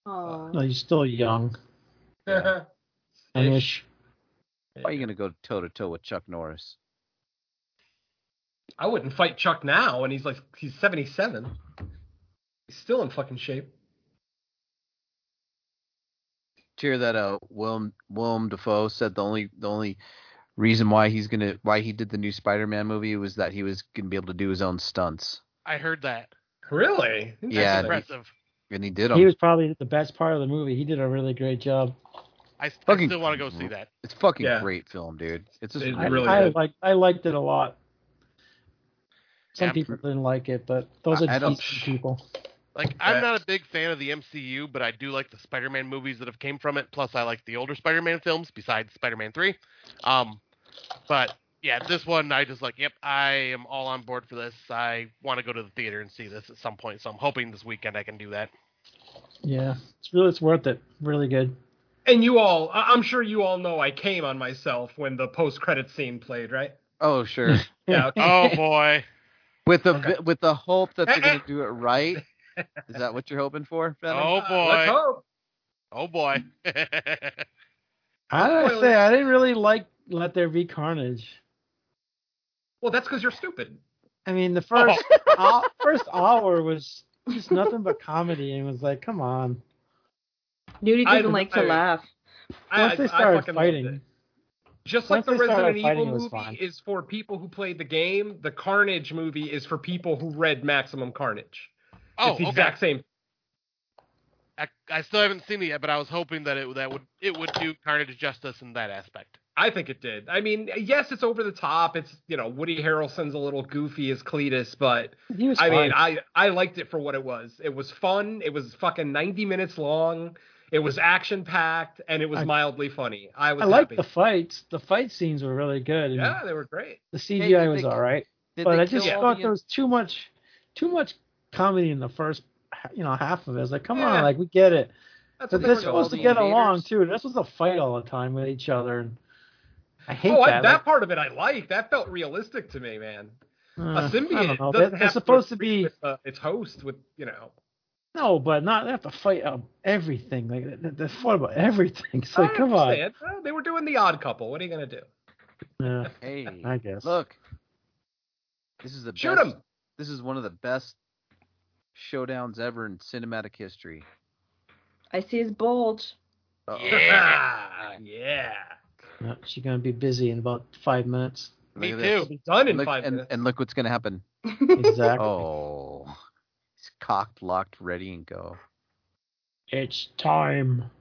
Aw. No, he's still young. Youngish. Why are you gonna go toe to toe with Chuck Norris? I wouldn't fight Chuck now, and he's like he's 77. He's still in fucking shape. Cheer that out. Willem Willem Dafoe said the only the only reason why he's gonna why he did the new Spider-Man movie was that he was gonna be able to do his own stunts. I heard that. Really? That's yeah, and he- impressive. and he did them. Um, He was probably the best part of the movie. He did a really great job. I, I Fucking still want to go see that. It's fucking Yeah. great film, dude. It's just I, I like I liked it a lot. Some Yeah. people didn't like it, but those I- are I don't- decent people. Like I'm not a big fan of the MCU, but I do like the Spider-Man movies that have came from it. Plus, I like the older Spider-Man films besides Spider-Man Three. Um, but yeah, this one I just like. Yep, I am all on board for this. I want to go to the theater and see this at some point. So I'm hoping this weekend I can do that. Yeah, it's really it's worth it. Really good. And you all, I- I'm sure you all know I came on myself when the post credit scene [LAUGHS] played, right? Oh sure. Yeah. okay. Oh boy. With the vi- with the hope that they're gonna do it right. Is that what you're hoping for? Benny? Oh boy. Uh, let's Oh boy. [LAUGHS] I gotta Spoilers. say I didn't really like Let There Be Carnage. Well, that's because you're stupid. I mean, the [LAUGHS] first hou- first hour was just nothing but comedy, and it was like, come on. Nudie I doesn't like to I- laugh. I- Once I- I they started fucking loved it. fighting, Just Once like the they started Resident fighting, Evil it was movie fine. is for people who played the game, the Carnage movie is for people who read Maximum Carnage. Oh, it's the okay. exact same. I, I still haven't seen it yet, but I was hoping that it that would it would do Carnage justice in that aspect. I think it did. I mean, yes, it's over the top. It's you know Woody Harrelson's a little goofy as Cletus, but He was I fine. mean, I I liked it for what it was. It was fun. It was fucking 90 minutes long. It was action packed, and it was I- mildly funny. I was I liked happy. the fights. The fight scenes were really good. and yeah, they were great. The CGI did was they- all right, did but they I just kill all thought the- there was too much, too much comedy in the first, you know, half of it. It's like, come Yeah. on, like we get it. but That's what they're they were supposed to doing. get along too. They're supposed to fight all the time with each other, and I hate oh, I, that. that part of it I liked. That felt realistic to me, man. Like, uh, a I don't know. symbiote They're, doesn't they're have supposed to agree be with, uh, its host with you know. no, but not they have to fight um, everything. Like they- they, they fought about everything. [LAUGHS] It's like, I come on. understand. Well, They were doing the Odd Couple. What are you gonna do? Yeah, Hey, I guess. look. This is the Shoot best, 'em. This is one of the best showdowns ever in cinematic history. I see his bulge. [LAUGHS] Uh-oh. Yeah. Ah, yeah. Yeah, she's gonna be busy in about five minutes. Me Look at this. too. Be done in Look- five and, minutes. and look what's gonna happen. Exactly. [LAUGHS] Oh, he's cocked, locked, ready, and go. It's time.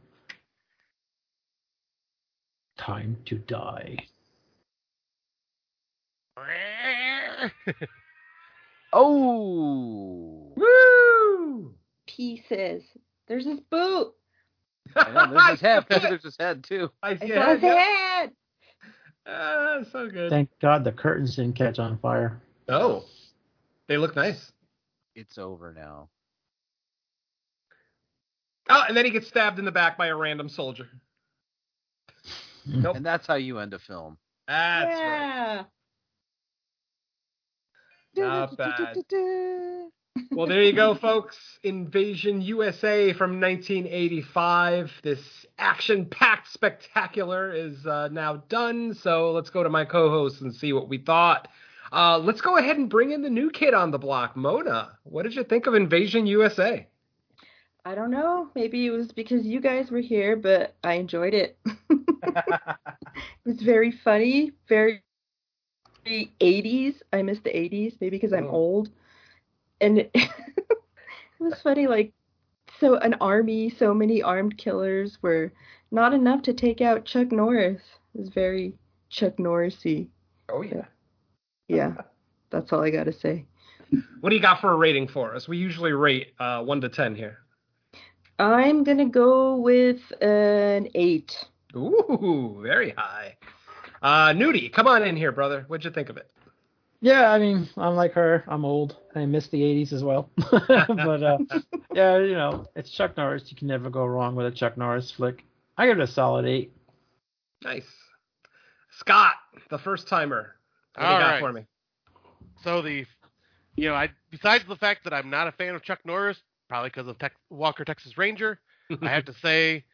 Time to die. Oh, Woo! Pieces. There's his boot. I know, [LAUGHS] there's his head. [LAUGHS] There's his head too. I I see saw his it. Yep. head. Ah, so good. Thank God the curtains didn't catch on fire. oh, they look nice. It's over now. Oh, and then he gets stabbed in the back by a random soldier. Nope. And that's how you end a film. That's right. yeah. Not bad. Well, there you go, folks. Invasion USA from 1985. This action packed spectacular is uh, now done. So let's go to my co hosts and see what we thought. Uh, let's go ahead and bring in the new kid on the block, Mona. What did you think of Invasion USA? I don't know. Maybe it was because you guys were here, but I [LAUGHS] enjoyed it. [LAUGHS] It was very funny, very very 80s. I miss the 80s, maybe because I'm Oh. old. And [LAUGHS] it, it was funny, like, so an army, so many armed killers were not enough to take out Chuck Norris. It was very Chuck Norrisy. Oh, yeah. [LAUGHS] Yeah, that's all I got to say. What do you got for a rating for us? We usually rate uh, 1 to 10 here. I'm going to go with an 8. Ooh, very high. Uh, Nudie, come on in here, brother. What'd you think of it? Yeah, I mean, I'm like her. I'm old. I miss the 80s as well. [LAUGHS] but uh, yeah, you know, it's Chuck Norris. You can never go wrong with a Chuck Norris flick. I give it a solid eight. Nice. Scott, the first timer. What do you All got right. for me? So the, you know, I besides the fact that I'm not a fan of Chuck Norris, probably because of Tex- Walker Texas Ranger, I have to say,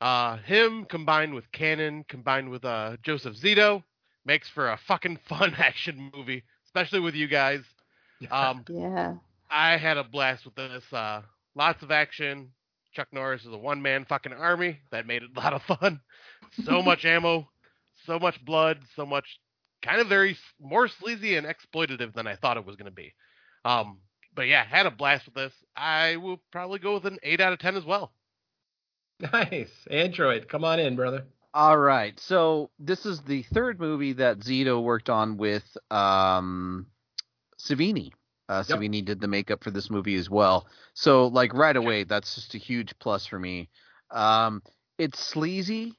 uh, him combined with Cannon combined with uh, Joseph Zito [LAUGHS] makes for a fucking fun action movie, especially with you guys. Um, Yeah. I had a blast with this. Uh, lots of action. Chuck Norris is a one man fucking army. That made it a lot of fun. So much ammo, so much blood, so much kind of very s- more sleazy and exploitative than I thought it was going to be. Um, but yeah, had a blast with this. I will probably go with an 8 out of 10 as well. [LAUGHS] Nice. Android, come on in, brother. All right. So this is the third movie that Zito worked on with um, Savini. Uh, Yep. Savini did the makeup for this movie as well. So like right away, that's just a huge plus for me. Um, it's sleazy.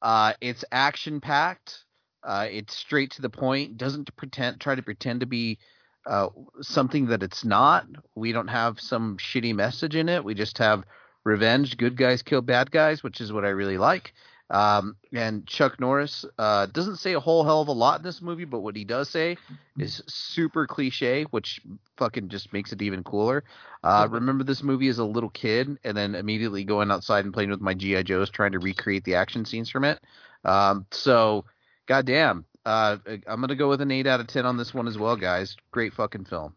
Uh, it's action packed. Uh, it's straight to the point. Doesn't pretend try to pretend to be uh, something that it's not. We don't have some shitty message in it. We just have revenge. Good guys kill bad guys, which is what I really like. Um, and Chuck Norris uh, doesn't say a whole hell of a lot in this movie, but what he does say is super cliche, which fucking just makes it even cooler. Uh, remember this movie as a little kid, and then immediately going outside and playing with my GI Joes, trying to recreate the action scenes from it. Um, so, goddamn, uh, I'm gonna go with an eight out of ten on this one as well, guys. Great fucking film.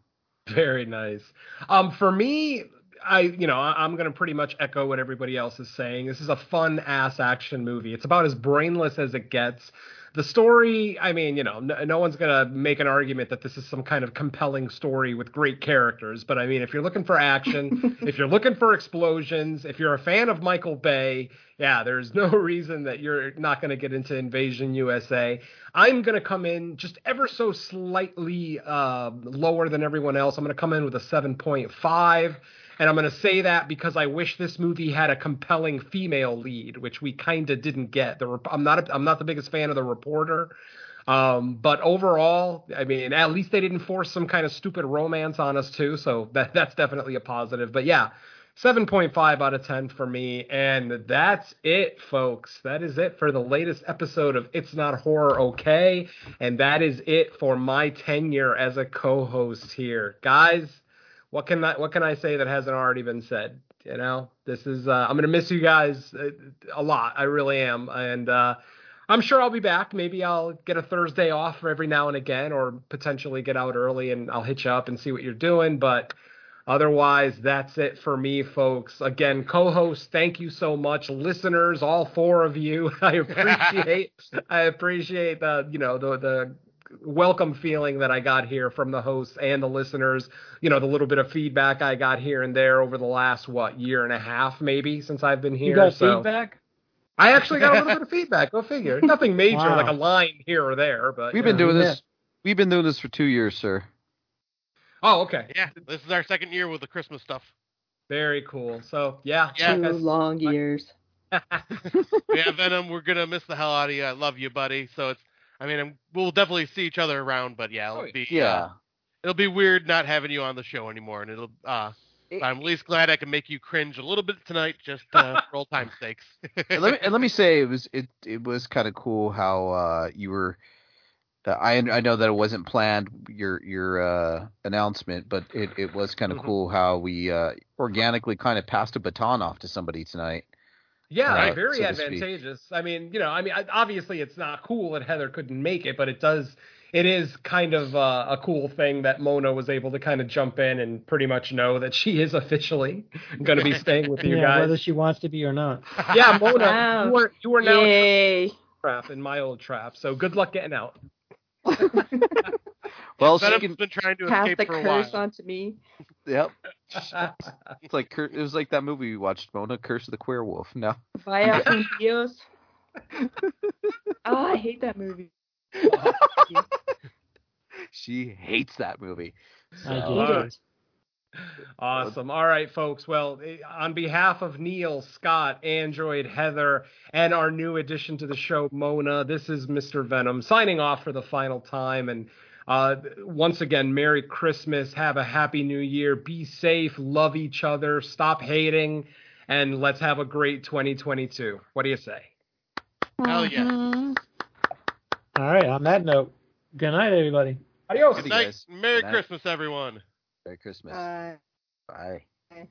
[LAUGHS] Very nice. Um, for me, I you know I- I'm gonna pretty much echo what everybody else is saying. This is a fun ass action movie. It's about as brainless as it gets. The story, I mean, you know, no, no one's gonna make an argument that this is some kind of compelling story with great characters. But I mean, if you're looking for action, if you're looking for explosions, if you're a fan of Michael Bay, yeah, there's no [LAUGHS] reason that you're not gonna get into Invasion USA. I'm going to come in just ever so slightly uh, lower than everyone else. I'm going to come in with a 7.5. And I'm going to say that because I wish this movie had a compelling female lead, which we kind of didn't get. The rep- I'm not a, I'm not the biggest fan of the reporter. Um, but overall, I mean, at least they didn't force some kind of stupid romance on us too, so that that's definitely a positive. But yeah, 7.5 out of 10 for me, and that's it, folks. That is it for the latest episode of It's Not Horror Okay, and that is it for my tenure as a co-host here, guys. What can I what can I say that hasn't already been said? You know, this is uh, I'm gonna miss you guys uh, a lot. I really am, and uh, I'm sure I'll be back. Maybe I'll get a Thursday off every now and again, or potentially get out early and I'll hit you up and see what you're doing. But otherwise, that's it for me, folks. Again, co hosts, thank you so much. Listeners, all four of you, [LAUGHS] I appreciate. I appreciate the you know the the welcome feeling that I got here from the hosts and the listeners. You know the little bit of feedback I got here and there over the last what year and a half maybe since I've been here. you got so. feedback? I actually got a little [LAUGHS] bit of feedback. Go figure. Nothing major, Wow. like a line here or there. But We've you been know. doing this. We've been doing this for two years, sir. Oh, okay. Yeah, this is our second year with the Christmas stuff. Very cool. So yeah, Yeah. Two long years. yeah, Venom, we're gonna miss the hell out of you. I love you, buddy. So it's, I mean, I'm, we'll definitely see each other around, but yeah, it'll be, uh, Yeah. it'll be weird not having you on the show anymore, and it'll. uh I'm at least glad I can make you cringe a little bit tonight, just uh, for old time's sakes. and let me and let me say it was it it was kind of cool how uh you were uh, I I know that it wasn't planned your your uh announcement but it it was kind of cool how we uh organically kind of passed a baton off to somebody tonight. Yeah, uh, very so to speak. advantageous. I mean, you know, I mean, I- obviously it's not cool that Heather couldn't make it, but it does. It is kind of uh, a cool thing that Mona was able to kind of jump in and pretty much know that she is officially [LAUGHS] going to be staying with you yeah, guys. whether she wants to be or not. Yeah, [LAUGHS] [LAUGHS] Mona, Wow. you are you are now Yay. trap in my old trap. So good luck getting out. Well, Venom's speaking- been trying to Pass escape the for a curse while. onto me. Yep. It's like cur- it was like that movie we watched Mona Curse of the Queer Wolf. [LAUGHS] No. [LAUGHS] Vaya con Dios. oh, I hate that movie. She hates that movie. I So- do. All right. Awesome. All right, folks. Well, eh, on behalf of Neil, Scott, Android, Heather, and our new addition to the show, Mona, this is Mr. Venom signing off for the final time. And uh, once again, Merry Christmas. Have a Happy New Year. Be safe. Love each other. Stop hating. And let's have a great 2022. What do you say? Hell yeah. All right, on that note, good night, everybody. Adios. Good night. Merry Good night. Uh, Christmas, everyone. Merry Christmas. Bye. Bye.